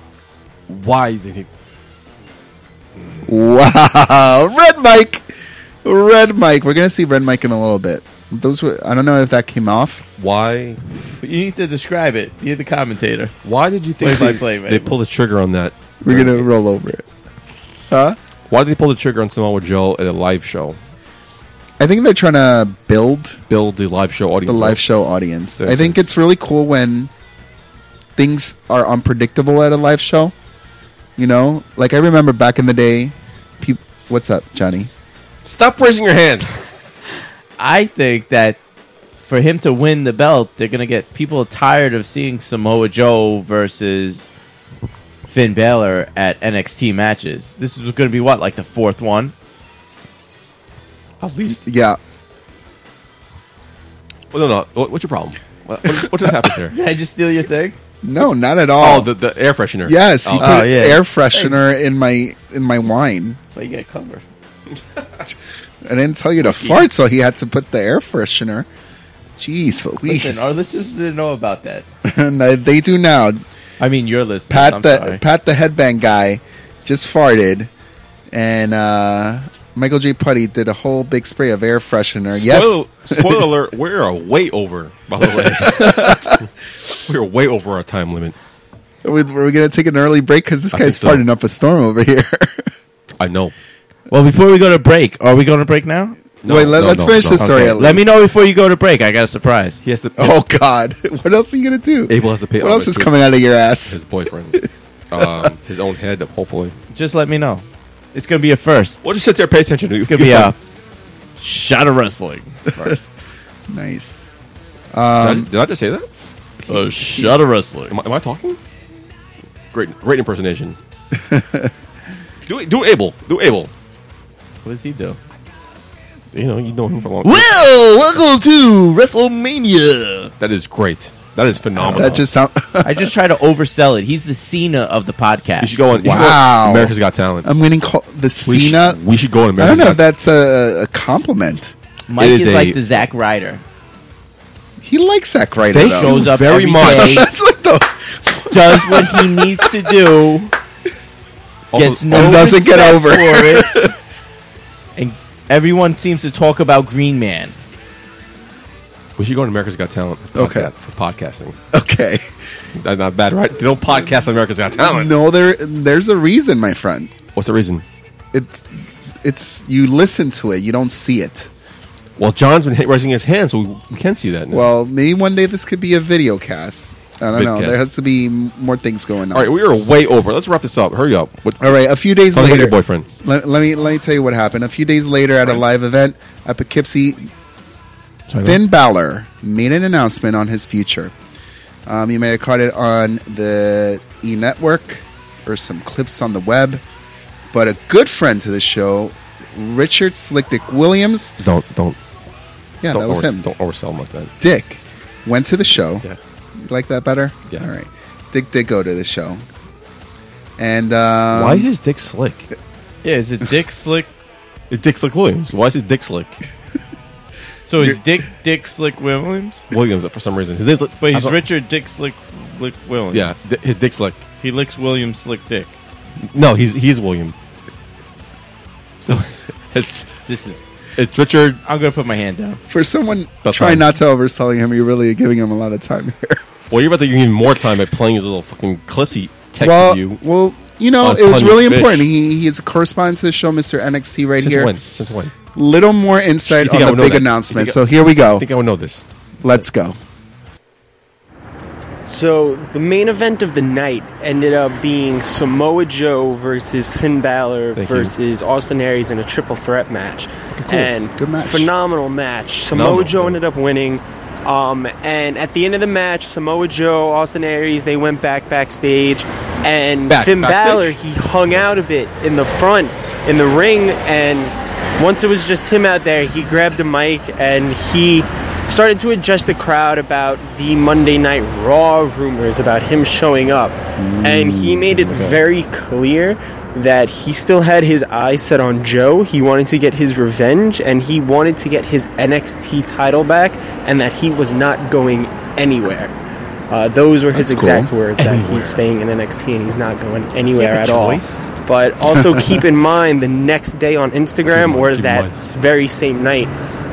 A: Why did he?
B: Wow, Red Mike, Red Mike. We're gonna see Red Mike in a little bit. Those were I don't know if that came off.
A: Why?
C: But you need to describe it. You're the commentator.
A: Why did you think
C: Play
A: they,
C: by play,
A: they
C: babe.
A: pulled the trigger on that?
B: We're gonna roll over it, huh?
A: Why did they pull the trigger on Samoa Joe at a live show?
B: I think they're trying to build
A: Build the live show audience.
B: the live show audience.
A: Yes,
B: I think
A: yes.
B: it's really cool when things are unpredictable at a live show. You know, like I remember back in the day, peop- what's up, Johnny?
A: Stop raising your hand.
C: I think that for him to win the belt, they're gonna get people tired of seeing Samoa Joe versus Finn Balor at NXT matches. This is gonna be what, like the fourth one?
A: At least.
B: Yeah,
A: Well, no, no. What, what's your problem? What, what, what just happened there?
C: Did I just steal your thing?
B: no, not at
A: Oh,
B: all.
A: the, the air freshener.
B: yes, he
A: Oh,
B: put
C: oh, yeah.
B: air freshener in my in my wine.
C: That's why you get covered.
B: I didn't tell you to fart, so he had to put the air freshener. Jeez,
C: Listen, our
B: Louise.
C: listeners didn't know about that.
B: And, uh, they do now.
C: I mean, your listeners.
B: Pat
C: I'm
B: the
C: sorry.
B: Pat the headband guy just farted, and uh, Michael J. Putty did a whole big spray of air freshener. yes,
A: Spoil- spoiler alert, we are way over, by the way. we are way over our time limit.
B: we, we're gonna take an early break because this
A: I
B: guy's
A: think so.
B: farting up a storm over here.
A: I know.
C: Well, before we go to break, are we going to break now?
A: No,
B: Wait, let,
A: no,
B: us
A: no,
B: finish
A: no.
B: this story.
A: Okay,
B: at
C: Let me
B: least.
C: know before you go to break. I got a surprise.
A: He has to.
B: Oh God, what else are you gonna do?
A: Abel has to pay.
B: Oh. what else
A: homage
B: is
A: to
B: coming out of your ass?
A: His boyfriend, um, his own head. Hopefully,
C: Just let me know. It's going to be a first.
A: we'll just sit there, pay attention.
C: It's going to be a shot of wrestling first.
B: Nice.
A: uh,
B: um,
A: did, I, did I just say that?
C: a shot of wrestling.
A: Am I, am I talking? Great, great impersonation. do it- do Abel, do Abel.
C: What does he do?
A: You know, you know him for a long. time.
C: Well, welcome to WrestleMania.
A: That is great. That is phenomenal.
B: That just sound.
C: I just try to oversell it. He's the Cena of the podcast.
A: you should go on. you should go on
B: Wow.
A: America's Got Talent.
B: I'm getting called the
A: we
B: Cena.
A: Should, we should go on
B: I
A: America's
B: don't know
A: Got
B: if that's a, a compliment.
C: Mike
A: It
C: is,
A: is a-
C: like the Zack Ryder.
B: He likes Zack Ryder.
A: Thank
B: though.
A: you
C: Shows up
A: very
C: every
A: much.
C: day,
B: that's like the
C: does what he needs to do.
A: All
C: gets
A: the-
C: no
B: And doesn't get
C: respect
B: over
C: for it. and everyone seems to talk about Green Man.
A: We should go on America's Got Talent. For
B: Okay.
A: podca- For podcasting.
B: Okay.
A: That's not bad, right? They don't podcast on America's Got Talent.
B: No, there there's a reason, my friend.
A: What's the reason?
B: It's it's you listen to it, you don't see it.
A: Well, John's been hit- raising his hand, so we, we can see that now.
B: Well, maybe one day this could be a video cast. I don't know.
A: Vidcast.
B: There has to be m- more things going on.
A: All right, we are way over. Let's wrap this up. Hurry up. What,
B: All right, a few days
A: Tell me about
B: later,
A: your boyfriend.
B: Let, let me let me tell you what happened. A few days later, at a live event at Poughkeepsie,
A: Sorry,
B: Finn Balor made an announcement on his future. Um, you may have caught it on the E Network or some clips on the web. But a good friend to the show, Richard Slickdick Williams,
A: Don't don't
B: yeah,
A: don't,
B: that was
A: overs-
B: him.
A: don't oversell him like that.
B: Dick went to the show.
A: Yeah.
B: You like that better?
A: Yeah.
B: All right. Dick did go to the show. And um,
A: Why is his dick slick?
C: Yeah, is it Dick Slick?
A: It's Dick Slick Williams. Why is his dick slick?
C: So is Dick Dick Slick Williams?
A: Williams for some reason. His name's li-
C: But
A: I
C: he's
A: thought-
C: Richard Dick Slick Lick Williams.
A: Yeah, di- his dick slick.
C: He licks Williams Slick Dick.
A: No, he's he's William. So it's
C: This is.
A: it's Richard.
C: I'm gonna put my hand down.
B: for someone
A: About
B: trying
A: time.
B: not to overselling him, you're really giving him a lot of time here.
A: Well, you're about to give him more time by playing his little fucking clips he texted
B: well,
A: you.
B: well, you know,
A: on
B: it was
A: Plenty
B: really
A: of Fish.
B: important. He, he is a correspondent to the show, Mr. NXT, right
A: Since
B: here.
A: when? Since when? I
B: Little more insight
A: You think
B: on
A: I
B: the
A: would know
B: big
A: that?
B: announcement.
A: You
B: So
A: think
B: here we go.
A: think I would know this.
B: Let's go.
D: So the main event of the night ended up being Samoa Joe versus Finn Balor
A: Thank you.
D: versus Austin Aries in a triple threat match, and
B: Good match.
D: phenomenal match.
A: Phenomenal,
D: Samoa Joe
A: yeah.
D: ended up winning. Um, and at the end of the match, Samoa Joe, Austin Aries, they went back backstage, and
A: Back-
D: Finn Balor
A: backstage?
D: he hung out a bit in the front in the ring, and once it was just him out there, he grabbed the mic and he started to address the crowd about the Monday Night Raw rumors about him showing up, and
A: Mm,
D: he made it very clear that he still had his eyes set on Joe. He wanted to get his revenge and he wanted to get his NXT title back, and that he was not going anywhere. Uh, those were his
B: That's cool.
D: exact words that he's staying in NXT and he's not going anywhere
C: have
D: at
C: a
D: all.
C: choice?
D: But also keep in mind the next day on Instagram or
A: Keep in
D: that
A: mind.
D: very same night,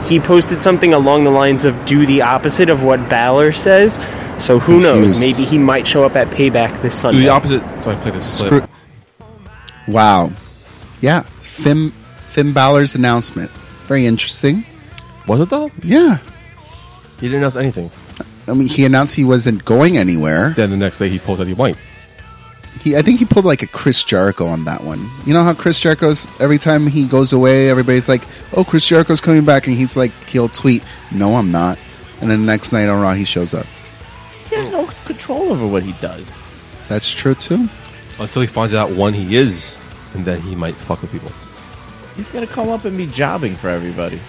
D: he posted something along the lines of do the opposite of what Balor says. So who
B: Confused.
D: knows? Maybe he might show up at Payback this
A: Do
D: Sunday.
A: the opposite. So I play this clip.
B: Screw- Wow. Yeah. Finn, Finn Balor's announcement. Very interesting.
A: Was it though?
B: Yeah.
A: He didn't announce anything.
B: I mean, he announced he wasn't going anywhere.
A: Then the next day he posted he might.
B: He, I think he pulled like a Chris Jericho on that one. You know how Chris Jericho's every time he goes away, everybody's like, "Oh, Chris Jericho's coming back," and he's like, he'll tweet, "No, I'm not," and then the next night on Raw he shows up.
C: He has no control over what he does.
B: That's true too.
A: Until he finds out one he is, and then he might fuck with people.
C: He's gonna come up and be jobbing for everybody.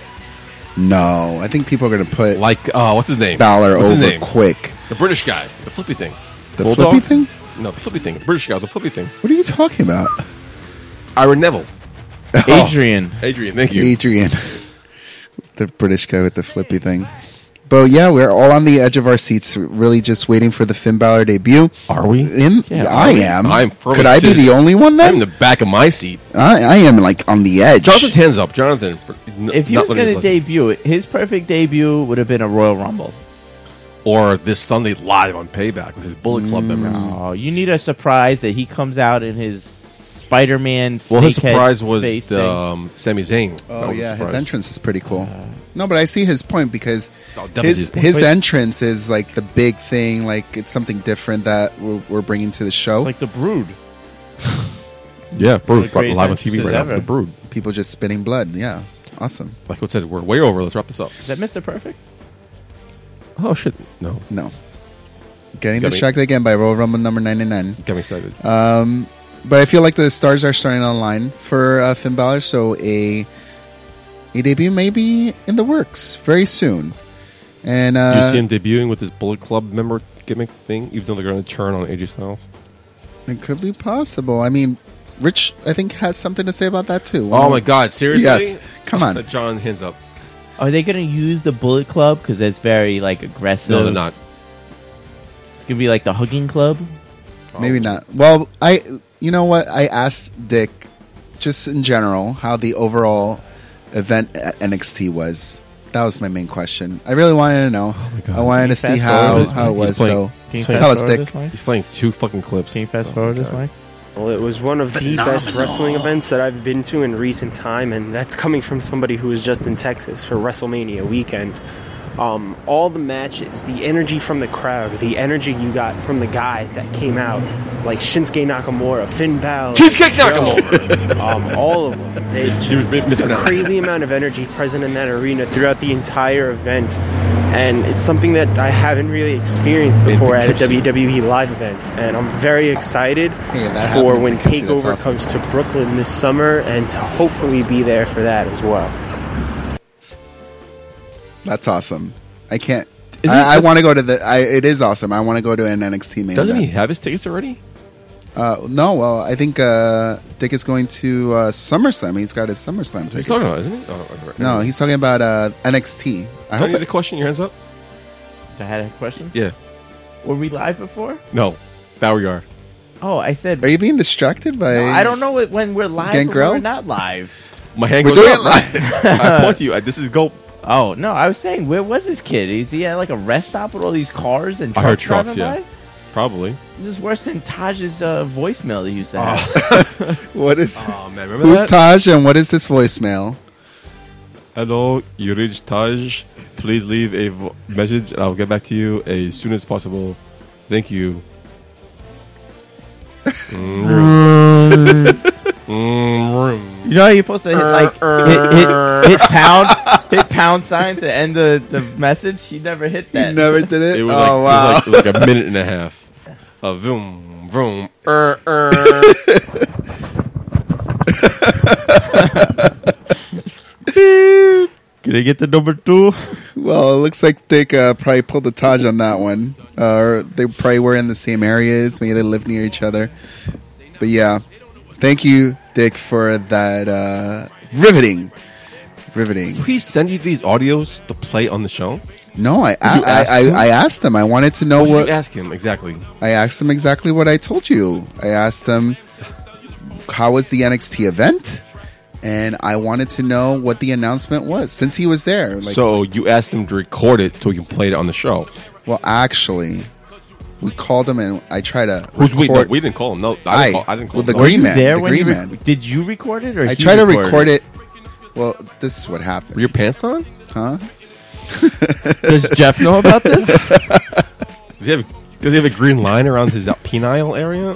B: No, I think people are gonna put
A: Like uh, what's his name?
B: Balor
A: what's
B: over
A: his name?
B: quick.
A: The British guy, the flippy thing.
B: The
A: Bulldog?
B: flippy thing?
A: No, the flippy thing. The British guy, the flippy thing.
B: What are you talking about,
A: Aaron Neville.
C: Adrian,
A: Adrian, thank you.
B: Adrian? the British guy with the flippy thing. But yeah, we're all on the edge of our seats, really just waiting for the Finn Balor debut.
A: Are we?
B: In,
C: Yeah,
B: I am.
A: I'm firmly
B: Could I be
A: seated.
B: the only one
A: I'm
B: then?
A: in the back of my seat.
B: I, I am like on the edge.
A: Jonathan's hands up. Jonathan. For n-
C: if he
A: not
C: was
A: letting us
C: gonna
A: listen.
C: debut, his perfect debut would have been a Royal Rumble.
A: Or this Sunday live on Payback with his Bullet Club members.
C: Oh, you need a surprise that he comes out in his Spider-Man.
A: Well, his
C: snakehead
A: surprise was
C: face
A: the, um, Sami Zayn. That
B: Oh
A: was a
B: yeah, his
A: surprise.
B: entrance is pretty cool. no, but I see his point because
A: Oh, definitely
B: his
A: his point.
B: his
C: But-
B: entrance is like the big thing. Like it's something different that we're, we're bringing to the show.
C: It's like the Brood.
A: Yeah, Brood.
C: the
A: Brought
C: greatest
A: live on TV
C: entrances
A: right now.
C: ever.
A: The Brood.
B: People just spitting blood. Yeah, awesome.
A: Like what said, we're way over. Let's wrap this up.
C: Is that Mister Perfect?
A: Oh, shit. No.
B: No, getting
A: Got me.
B: distracted again by Royal Rumble number ninety nine.
A: Got me excited.
B: Uh, But I feel like the stars are starting online for uh, Finn Balor, so a a debut may be in the works very soon. And uh,
A: Do you see him debuting with this Bullet Club member gimmick thing, even though they're going to turn on AJ Styles?
B: It could be possible. I mean, Rich, I think has something to say about that too.
A: Oh my God! Seriously?
B: Yes. Come on.
A: John hands up.
C: Are they gonna use the Bullet Club because that's very like aggressive?
A: No, they're not.
C: It's gonna be like the Hugging Club.
B: Maybe not. Well, I, you know what? I asked Dick, just in general, how the overall event at NXT was, That was my main question. I really wanted to know.
A: Oh, my God.
B: I wanted
C: Can
B: to
C: you
B: see
C: fast
B: how,
C: forward this?
B: how it
A: He's
B: was.
A: playing-
B: So
C: Can you
B: Tell
C: fast
B: us,
C: forward
B: Dick.
C: this, Mike?
A: He's playing two fucking clips. Oh
C: Can you fast forward this, Mike?
D: Well, it was one of the best wrestling events that I've been to in recent time, and that's coming from somebody who was just in Texas for WrestleMania weekend. Um, all the matches, the energy from the crowd, the energy you got from the guys that came out, like Shinsuke Nakamura, Finn Balor,
A: Cheesecake
D: Joe,
A: Nakamura.
D: um, all of them. They
A: was
D: just
A: mi- mispronounced.
D: a crazy amount of energy present in that arena throughout the entire event, and it's something that I haven't really experienced before at a
A: Poughkeepsie.
D: WWE live event, and I'm very excited
B: Hey, that
D: for
B: happened.
D: when
B: I can see that's
D: Takeover
B: awesome.
D: comes to Brooklyn this summer, and to hopefully be there for that as well.
B: that's awesome. I can't.
A: Isn't
B: I, I
A: it-
B: want to go to the. I, it is awesome. I want to go to an NXT main
A: Doesn't
B: event.
A: he have his tickets already?
B: Uh, no, well, I think uh, Dick is going to uh, SummerSlam. He's got his SummerSlam tickets.
A: He's talking about, it, isn't he? Oh, right.
B: no, he's talking about uh, NXT.
A: I
B: I
A: don't
B: hope.
A: need
B: It,
A: to question your hands up.
C: I had a question.
A: Yeah.
C: Were we live before?
A: No. Now we are.
C: Oh, I said.
B: are you being distracted by?
C: I don't know it- when we're live. or
B: Gangrel?
C: We're not live.
A: My hand
B: We're
A: goes
B: doing
A: up.
B: it live.
A: I point to you. I, this is go.
C: Oh no, I was saying, where was this kid? Is he at like a rest stop with all these cars and
A: I
C: trucks
A: heard trucks, yeah.
C: driving by?
A: Probably.
C: This is worse than Taj's uh, voicemail that he used to
A: Ah.
C: have.
B: what is?
A: Oh, man. Remember
B: Who's Taj and what is this voicemail?
A: Hello, you reached Taj. Please leave a vo- message. I'll get back to you as soon as possible. Thank you.
C: you know, how you're supposed to hit, like hit, hit, hit pound, hit pound sign to end the, the message. He never hit
B: You
C: that.
B: never did it.
A: It was,
B: oh wow!
A: like, it was like, like a minute and a half. Uh, vroom, vroom. Er, er.
C: Can I get the number two?
B: well, it looks like Dick uh, probably pulled the Taj on that one. Uh, or they probably were in the same areas. Maybe they live near each other. But yeah, thank you, Dick, for that uh, riveting, riveting.
A: Did he send you these audios to play on the show?
B: No, I I,
A: you ask
B: I,
A: him?
B: I asked him. I wanted to know
A: What
B: what
A: did you ask him exactly?
B: I asked him exactly what I told you. I asked him how was the NXT event, and I wanted to know what the announcement was since he was there. Like,
A: so you asked him to record it so we can play it on the show.
B: well, actually, we called him and I tried to.
A: Who's we? No,
B: record-
A: we didn't call him. No, I,
B: I,
A: didn't, call, I didn't call
B: with the
A: him.
B: green man.
C: there
B: the
C: when
B: green
C: you
B: man.
C: rec- did you record it or
B: I
C: he
B: tried to
C: recorded
B: record it. Well, this is what happened,
A: Were your pants on?
B: huh?
C: Does Jeff know about this?
A: Does he have Does he have a green line around his uh, penile area?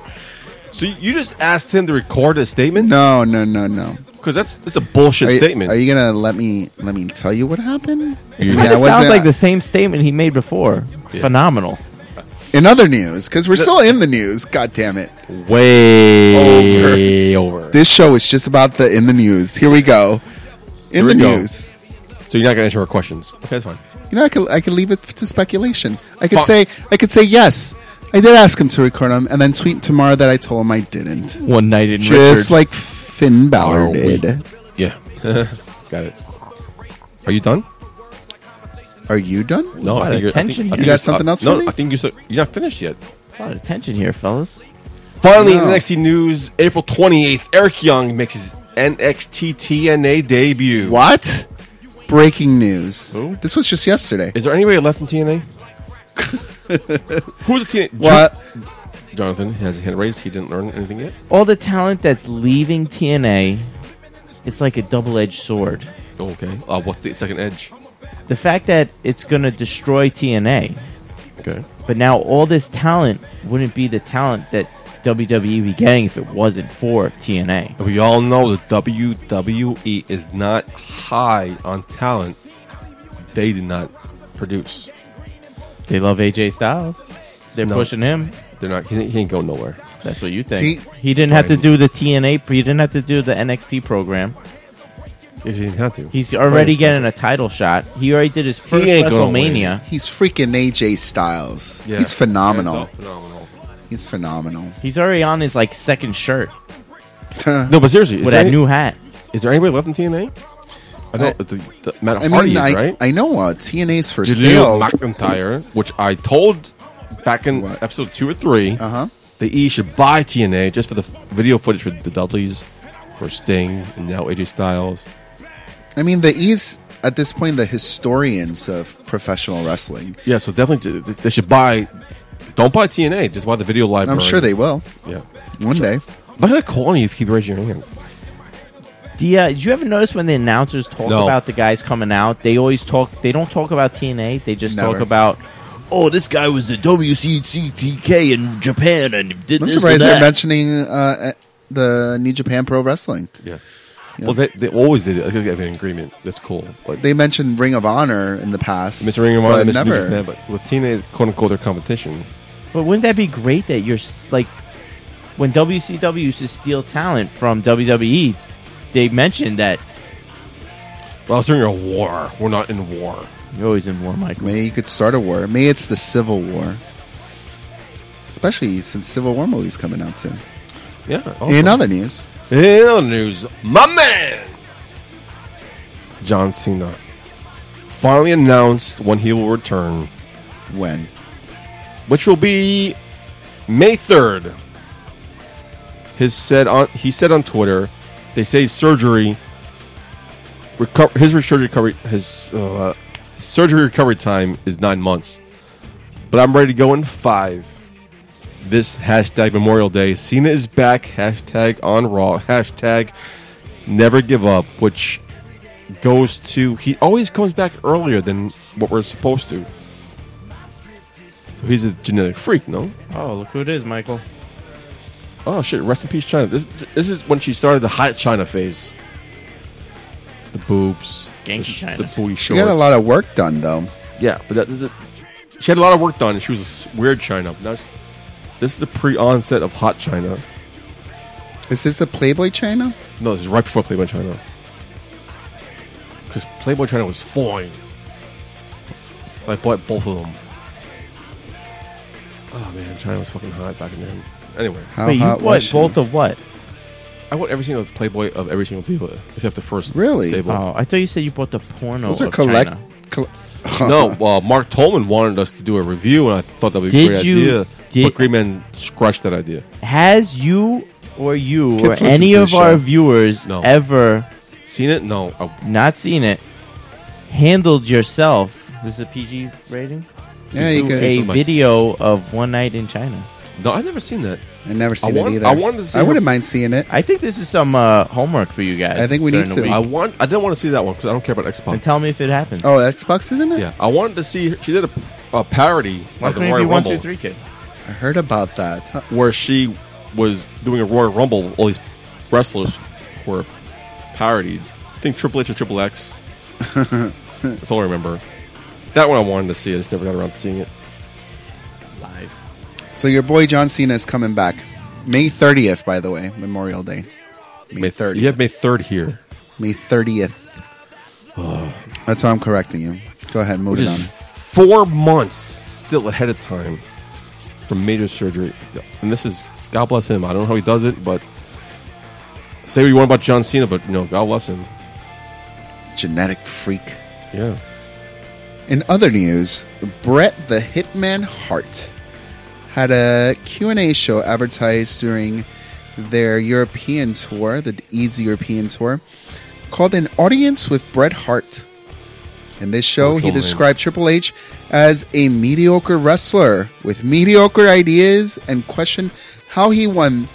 A: so you just asked him to record a statement?
B: No, no, no, no.
A: because that's that's a bullshit
B: Are you,
A: statement.
B: are you gonna let me let me tell you what happened?
A: You-
B: I mean,
A: Kinda
B: I
C: It sounds
B: wasn't-
C: like the same statement he made before. It's
A: Yeah.
C: phenomenal.
B: In other news, because we're still in the news. God damn it!
A: Way over.
B: This show is just about the in the news. Here we go. In
A: Here we
B: the
A: go.
B: news.
A: So you're not gonna answer our questions? Okay, that's fine.
B: You know, I could I could leave it to speculation. I could
A: Fuck.
B: say I could say yes. I did ask him to record him, and then tweet tomorrow that I told him I didn't.
C: One night in
B: Just like Finn Balor
A: Are we-
B: did.
A: Yeah, got it. Are you done?
B: Are you done?
A: No,
C: a lot
A: I
C: of
A: think you're. I think-
C: tension
A: I think
C: here. You
B: got
A: you're-
B: something
A: uh,
B: else for
A: No,
B: me?
A: I think you're. Still, you're not finished yet.
C: There's a lot of tension here, fellas.
A: Finally,
B: No.
A: in NXT news, April 28th, Eric Young makes his NXT TNA debut.
B: What? Breaking news.
A: Who?
B: This was just yesterday.
A: Is there anybody left in TNA? Who's a TNA?
B: What?
A: Jonathan has his hand raised. He didn't learn anything yet.
C: All the talent that's leaving TNA, it's like a double-edged sword.
A: Oh, okay. Uh, what's the second edge?
C: The fact that it's going to destroy TNA,
A: Okay.
C: but now all this talent wouldn't be the talent that WWE be getting if it wasn't for TNA.
A: We all know the WWE is not high on talent. They did not produce.
C: They love AJ Styles. They're
A: No.
C: pushing him.
A: They're not. He, he ain't go nowhere.
C: That's what you think.
B: T-
C: he didn't have to do the TNA. He didn't have to do the NXT program.
A: He didn't have to.
C: He's already
A: Right.
C: getting a title shot. He already did his first
A: ain't gonna win.
C: WrestleMania.
B: He's freaking AJ Styles.
A: Yeah.
B: He's
A: Yeah,
B: phenomenal.
A: it's all phenomenal.
B: He's phenomenal.
C: He's already on his like second shirt
A: No, but seriously, is
C: with
A: there,
C: that
A: any,
C: new hat.
A: is there anybody left in TNA? I know
B: I-
A: the, the, Matt
B: I
A: Hardy is,
B: mean, I,
A: right?
B: I know uh, TNA's for
A: Jaleel
B: sale.
A: McIntyre, which I told back in
B: What?
A: episode two or three,
B: uh huh.
A: the E should buy TNA just for the f- video footage for the Dudleys, for Sting, and now AJ Styles.
B: I mean, the E's at this point the historians of professional wrestling.
A: Yeah, so definitely th- they should buy. Don't buy TNA. Just buy the video library.
B: I'm sure they will
A: Yeah.
B: one day.
A: But I call on you if you keep raising your hand.
C: The uh, did you ever notice when the announcers talk
A: No.
C: about the guys coming out? They always talk. They don't talk about TNA. They just
B: Never.
C: talk about. Oh, this guy was the WCCTK in Japan and did
B: I'm
C: this
B: surprised
C: and
B: they're
C: that.
B: mentioning uh, the New Japan Pro Wrestling.
A: Yeah. Well, they, they always did. it. I think they have an agreement. That's cool. But
B: They mentioned Ring of Honor in the past.
A: Mr. Ring of Honor,
B: but
A: Mr. New
B: never.
A: Japan, but with TNA, quote unquote, their competition.
C: but wouldn't that be great that you're s- like when WCW used to steal talent from WWE? They mentioned that
A: Well, I was during a war. We're not in war.
C: you're always in war, Michael.
B: Maybe you could start a war. Maybe it's the Civil War. Especially since Civil War movie's coming out soon.
A: Yeah. also-
B: In other news,
A: In other Oh. news, my man John Cena finally announced when he will return,
B: when?
A: which will be May third. His said on he said on Twitter, they say his surgery reco- his surgery recovery his uh, surgery recovery time is nine months, but I'm ready to go in five. This hashtag Memorial Day, Cena is back. Hashtag on Raw. Hashtag never give up, which goes to he always comes back earlier than what we're supposed to. So he's a genetic freak, no?
C: Oh, look who it is, Michael.
A: Oh shit! Rest in peace, China. This this is when she started the hot China phase. The boobs,
C: Skanky
A: the, sh-
C: China.
A: the booty shorts.
B: She got a lot of work done, though.
A: yeah, but that, that- she had a lot of work done, and she was a s- weird China. Now she- this is the pre-onset of hot China.
B: Is this the Playboy China?
A: No, this is right before Playboy China. Because Playboy China was fine. I bought both of them. Oh man, China was fucking hot back in then. Anyway,
B: How
C: Wait, you
B: hot was
C: what?
B: she?
C: Both of what?
A: I bought every single Playboy of every single diva except the first.
B: Really?
A: Sable.
C: Oh, I thought you said you bought the porno
B: Those are
C: of
B: collect.
C: China.
B: coll-
A: no, uh, Mark Tolman wanted us to do a review, and I thought that would be a
C: Did
A: great
C: you-
A: idea.
C: did-
A: but Green Man scratched that idea.
C: Has you or you
B: Kids
C: or
B: listen
C: any
B: to the
C: of our
B: show.
C: viewers
A: No.
C: ever
A: Seen it? No. Oh,
C: not seen it handled yourself? This is a PG rating.
B: Yeah, you
A: It's
B: could.
A: Hey.
C: A
A: so much.
C: video of one night in China.
A: no, I've never seen that.
B: I never seen
A: want-
B: it either.
A: I wanted to see
B: I
A: her-
B: wouldn't mind seeing it.
C: I think this is some uh, homework for you guys.
B: I think we
C: during
B: need to.
C: the week.
A: I want. I didn't want to see that one because I don't care about
C: and
A: Xbox.
C: tell me if it happens.
B: Oh, Xbox, isn't it?
A: Yeah, I wanted to see. She did a, a parody
C: Why
A: of the
C: can't it
A: Royal
C: be one,
A: Rumble.
C: two, three, kid?
B: I heard about that. Huh.
A: where she was doing a Royal Rumble. All these wrestlers were parodied. I think Triple H or Triple X. That's all I remember. That one I wanted to see. I just never got around to seeing it.
C: Lies.
B: So your boy John Cena is coming back. May 30th, by the way, Memorial Day. May 30th.
A: You have May third here,
B: May 30th. That's why I'm correcting you. Go ahead, move
A: which
B: it
A: Oh. is
B: on.
A: four months still ahead of time from major surgery. And this is God bless him. I don't know how he does it, but say what you want about John Cena, but you know, God bless him.
B: Genetic freak.
A: Yeah.
B: In other news, Brett the Hitman Hart had a Q&A show advertised during their European tour, the Easy European tour, called An Audience with Bret Hart. In this show, he
A: Virtual name.
B: described Triple H as a mediocre wrestler with mediocre ideas and questioned how he won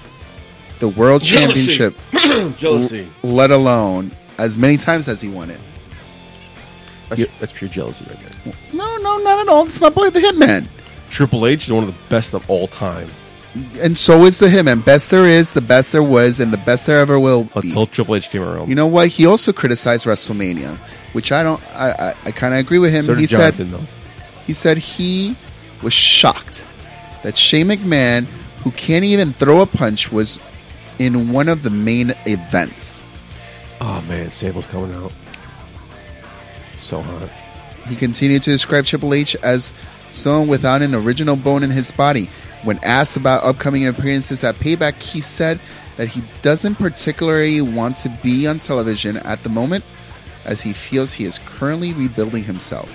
B: the world championship,
A: Jealousy.
B: let alone as many times as he won it.
A: That's, that's pure jealousy right there.
B: No, no, not at all. It's my boy the Hitman.
A: Triple H is one of the best of all time.
B: and so is the him and best there is the best there was and the best there ever will be
A: Until Triple H came around.
B: you know what he also criticized wrestlemania which i don't i i, I kind of agree with him
A: so did
B: he
A: Jonathan,
B: said
A: though.
B: he said he was shocked that shane mcmahon who can't even throw a punch was in one of the main events
A: Oh man, Sable's coming out. So hot.
B: He continued to describe Triple H as someone without an original bone in his body. When asked about upcoming appearances at Payback, he said that he doesn't particularly want to be on television at the moment, as he feels he is currently rebuilding himself.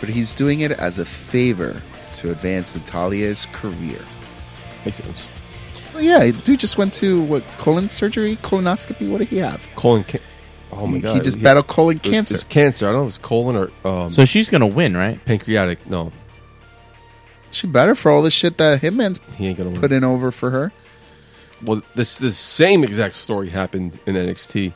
B: But he's doing it as a favor to advance Natalia's career.
A: Makes sense.
B: Oh yeah, dude just went to what colon surgery, colonoscopy. What did he have?
A: Colon ca- Oh my
B: He-
A: god!
B: He just
A: It-
B: battled colon
A: it-
B: cancer.
A: It's cancer. I don't know if it's colon or um,
C: So she's gonna win, right?
A: pancreatic. No,
B: She better for all the shit that Hitman's
A: he ain't gonna win.
B: put in over for her.
A: Well, this this same exact story happened in NXT,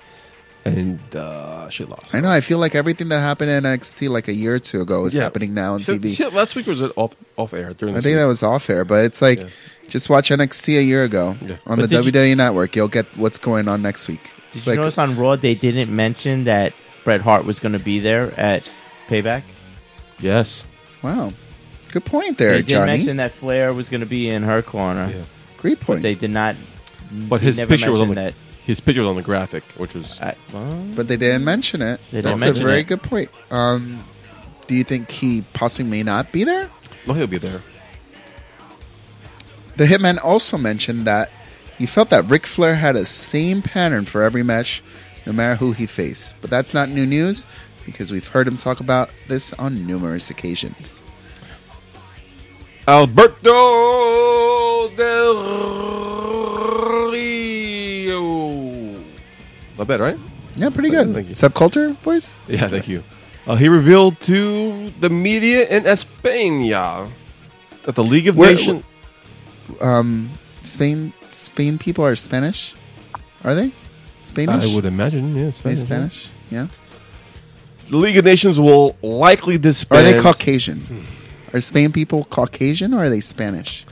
A: and uh, she lost.
B: I know. I feel like everything that happened in NXT like a year or two ago is
A: Yeah.
B: happening now on
A: She-
B: TV.
A: she- last week was off off air during.
B: I
A: The
B: think that was off air, but it's like just watch NXT a year ago
A: Yeah.
B: on
C: But
B: the
C: did you-
B: WWE Network. You'll get what's going on next week.
C: Did
B: It's
C: you
B: like
C: notice on Raw they didn't mention that Bret Hart was gonna be there at Payback?
A: yes.
B: wow, good point there,
C: they did
B: Johnny.
C: mention that Flair was gonna be in her corner.
A: Yeah.
B: Great point.
C: They did not.
A: But
C: they
A: his
C: never
A: picture was on the
C: mentioned
A: his picture was on the graphic, which was
C: that. I, well,
B: but they didn't mention it.
C: They
B: That's
C: didn't
B: a
C: mention
B: very
C: it.
B: good point. Um, do you think he possibly may not be there?
A: no, he'll be there.
B: The Hitman also mentioned that he felt that Ric Flair had a same pattern for every match, no matter who he faced. But that's not new news because we've heard him talk about this on numerous occasions.
A: Alberto Del Rio. Not bad, right?
B: Yeah, pretty
A: Thank
B: good.
A: you.
B: Subculture boys.
A: Yeah, thank you. Uh, he revealed to the media in España that the League of
B: Where-
A: Nations.
B: Um, Spain, Spain people are Spanish. Are they Spanish?
A: I would imagine, yeah,
B: Are they
A: Spanish.
B: Spanish. Yeah.
A: The League of Nations will likely
B: Are
A: disband.
B: they Caucasian?
A: Hmm.
B: Are Spain people Caucasian or are they Spanish?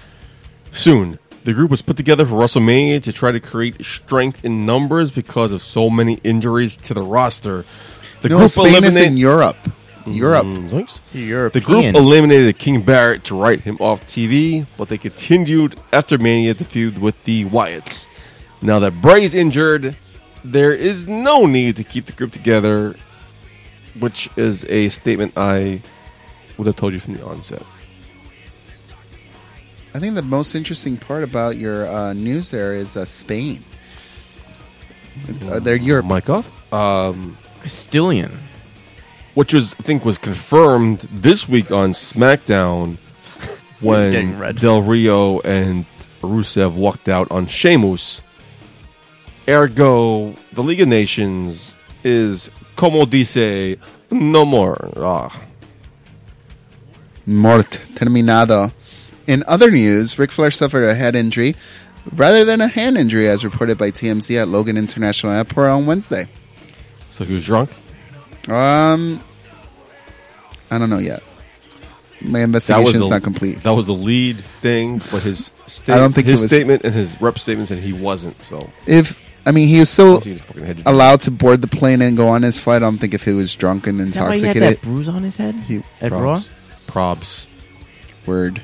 A: Soon, the group was put together for WrestleMania to try to create strength in numbers because of so many injuries to the roster. The
B: No,
A: group
B: Spain is
A: eliminate-
B: in Europe. Europe.
A: Mm, thanks. The
C: European.
A: group eliminated King Barrett to write him off TV, but they continued after Mania to feud with the Wyatts. Now that Bray's injured, there is no need to keep the group together, which is a statement I would have told you from the onset.
B: I think the most interesting part about your uh, news there is uh, Spain. It's- uh, they're Europe.
A: Mike off. Um,
C: Castilian.
A: which was I think was confirmed this week on SmackDown
C: getting
A: when
C: red.
A: Del Rio and Rusev walked out on Sheamus. Ergo, the League of Nations is como dice no more. Ah,
B: Mort terminado. In other news, Ric Flair suffered a head injury rather than a hand injury, as reported by TMZ at Logan International Airport on Wednesday.
A: so he was drunk.
B: Um, I don't know yet. My investigation's not complete.
A: That was the lead thing, but his sta-
B: I don't think
A: his
B: it was-
A: statement and his rep statement said he wasn't. So
B: If I mean, he was still
A: he just fucking had to do
B: allowed to board the plane and go on his flight. I don't think if he was drunk and
C: Is that why he had
B: intoxicated.
C: that bruise on his head
B: He-
C: at Raw?
A: probs. Probs.
B: Word.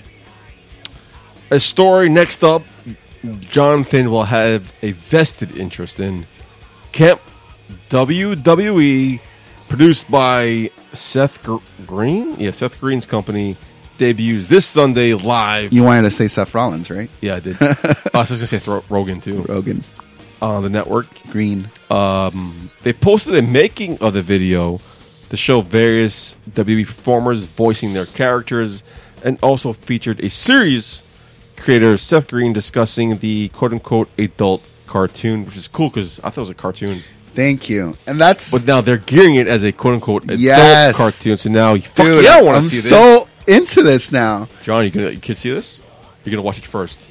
A: a story next up Jonathan will have a vested interest in Camp WWE, produced by Seth Gr- Green. Yeah, Seth Green's company debuts this Sunday live.
B: You wanted to say Seth Rollins, right?
A: Yeah, I did. Oh, I was just going to say Thro- Rogan, too,
B: Rogan
A: on the network.
B: Green.
A: Um, they posted a making of the video to show various WWE performers voicing their characters and also featured a series creator, Seth Green, discussing the quote unquote adult cartoon, which is cool because I thought it was a cartoon.
B: Thank you. And that's
A: But now they're gearing it as a quote unquote adult
B: Yes.
A: cartoon. So now, fuck
B: dude.
A: yeah, I
B: I'm
A: want to see this.
B: so into this now.
A: John, you, gonna, you kids see this? You're going to watch it first.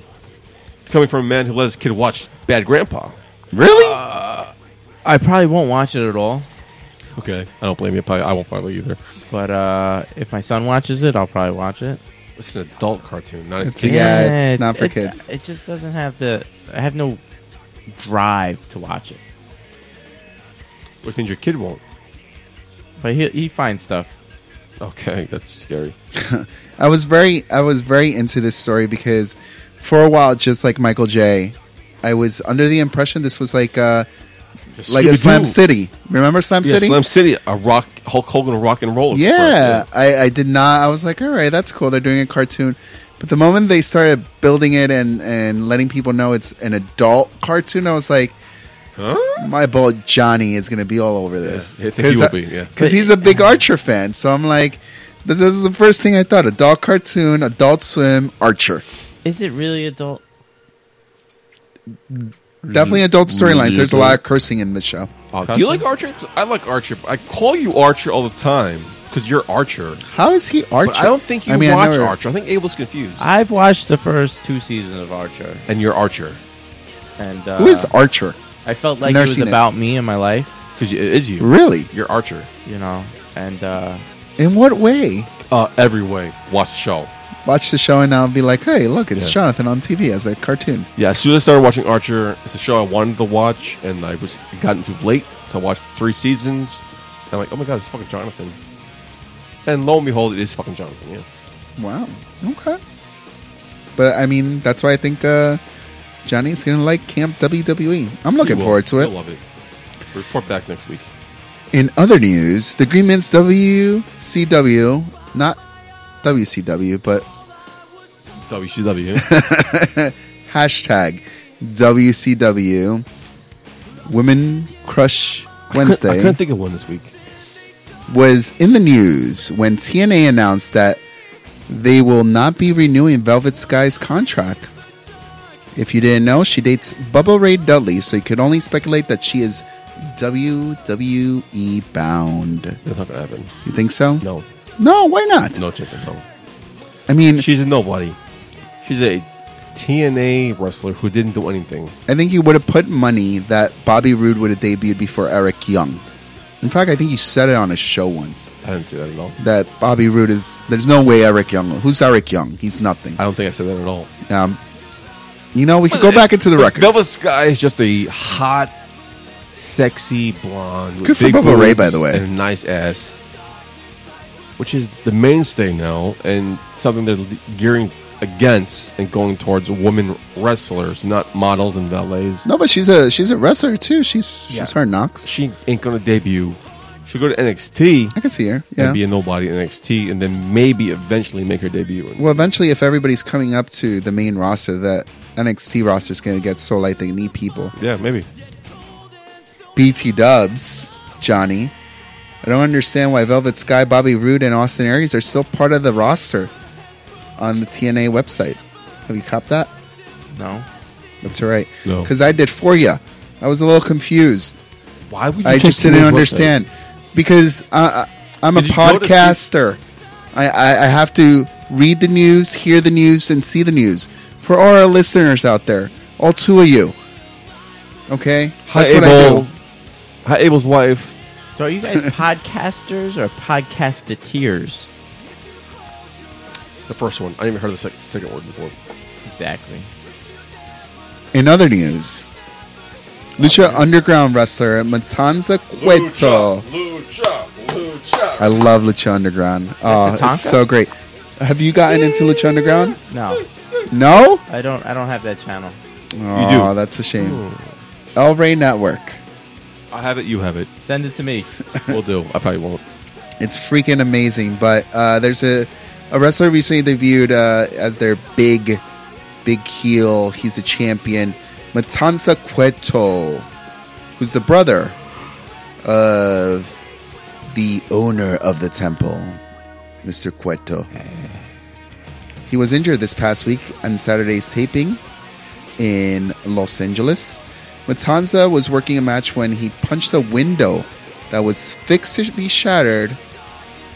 A: Coming from a man who let his kid watch Bad Grandpa.
B: Really?
C: I probably won't watch it at all,
A: Okay. I don't blame you. Probably, I won't probably either.
C: but uh, if my son watches it, I'll probably watch it.
A: It's an adult cartoon, not a
B: It's-
A: kid.
B: Yeah, it's
C: it-
B: not for
C: it-
B: kids.
C: It just doesn't have the. I have no drive to watch it,
A: Which means your kid won't.
C: but he he finds stuff.
A: Okay, that's scary.
B: I was very I was very into this story because for a while, just like Michael J, I was under the impression this was like uh like a Slam City. Remember Slam
A: Yeah,
B: City?
A: Slam City, a rock Hulk Hogan rock and roll. expert,
B: yeah, I, I did not. I was like, all right, that's cool. They're doing a cartoon, but the moment they started building it and and letting people know it's an adult cartoon, I was like,
A: Huh?
B: my boy Johnny is going to be all over this.
A: Yeah, I think he will be, yeah.
B: because he's a big Archer fan. So I'm like, th- this is the first thing I thought: adult cartoon, Adult Swim, Archer.
C: Is it really adult?
B: Definitely adult storylines.
A: Yeah,
B: There's a
A: yeah. Mm-hmm.
B: lot of cursing in the show.
A: Uh, do you
C: Cussing?
A: like Archer? I like Archer. I call you Archer all the time because you're Archer.
B: How is he Archer?
A: But I don't think you
B: I mean, I
A: watch
B: never-
A: Archer. I think Abel's confused.
C: I've watched the first two seasons of Archer,
A: and you're Archer
C: and uh,
B: Who is Archer?
C: I felt like it
B: Never
C: was
B: seen it.
C: about me and my life,
A: because it is you.
B: Really?
A: You're Archer.
C: you know. And uh,
B: In what way?
A: Uh, every way. Watch the show.
B: Watch the show and I'll be like, hey, look, it's
A: Yeah.
B: Jonathan on TV as a cartoon.
A: Yeah, as soon as I started watching Archer, it's a show I wanted to watch, and I was it gotten too late, so I watched three seasons. And I'm like, oh my god, it's fucking Jonathan. And lo and behold, it is fucking Jonathan. Yeah,
B: Wow. Okay. But I mean, that's why I think uh, Johnny's gonna like Camp WWE. I'm looking
A: He will.
B: forward to
A: He'll
B: it.
A: love it. Report back next week.
B: In other news, the Green Man's WCW, not WCW, but
A: WCW.
B: hashtag WCW Women Crush Wednesday.
A: I couldn't think of one this week.
B: was in the news when TNA announced that they will not be renewing Velvet Sky's contract. If you didn't know, she dates Bubba Ray Dudley, so you could only speculate that she is WWE bound.
A: That's not gonna happen.
B: You think so?
A: No,
B: No, why not?
A: no chance. No.
B: I mean,
A: She's a nobody. She's a TNA wrestler who didn't do anything.
B: I think you would have put money that Bobby Roode would have debuted before Eric Young. In fact, I think you said it on a show once
A: I didn't say that at all.
B: that Bobby Roode is. There's no way Eric Young. Who's Eric Young? He's nothing.
A: I don't think I said that at all.
B: Um, you know, we could go back into the
A: This
B: record.
A: Velvet Sky is just a hot, sexy blonde. with
B: Good for
A: big
B: Bubba Ray,
A: boobs
B: by the way.
A: and a nice ass, which is the mainstay now, and something they're le- gearing against and going towards women wrestlers, not models and valets.
B: No, but she's a she's a wrestler too. She's she's
A: Yeah.
B: hard knocks.
A: She ain't gonna debut. She'll go to NXT
B: I can see her.
A: and be
B: Yeah.
A: a nobody in NXT, and then maybe eventually make her debut.
B: Well, eventually, if everybody's coming up to the main roster, that NXT roster is going to get so light they need people.
A: yeah, maybe.
B: BT Dubs, Johnny. I don't understand why Velvet Sky, Bobby Roode, and Austin Aries are still part of the roster on the TNA website. Have you copped that?
C: no,
B: That's all right.
A: No.
B: Because I did for you. I was a little confused.
A: Why would you
B: I
A: check
B: just didn't
A: TNA's website?
B: understand because I, I, I'm
A: Did
B: a
A: you go to see-
B: podcaster. I, I, I have to read the news, hear the news, and see the news. For all our listeners out there, all two of you. Okay,
A: Hi,
B: that's what I
A: Abel.
B: do.
A: Hi, Abel's wife.
C: So are you guys podcasters or podcasteteers?
A: The first one. I didn't even heard the sec- second word before.
C: Exactly.
B: In other news, Lucha Underground wrestler Matanza Cueto.
A: Lucha, Lucha.
B: I love Lucha Underground. Oh,
C: Tatanka?
B: it's so great. Have you gotten into Lucha Underground?
C: No,
B: No.
C: I don't. I don't have that channel.
B: Oh, that's a shame. El Rey Network.
A: I have it. You have it.
C: Send it to me.
A: We'll do. I probably won't.
B: It's freaking amazing. But uh, there's a, a wrestler recently debuted uh, as their big, big heel. He's a champion, Matanza Cueto, who's the brother of the owner of the temple, Mr. Cueto. He was injured this past week on Saturday's taping in Los Angeles. Matanza was working a match when he punched a window that was fixed to be shattered,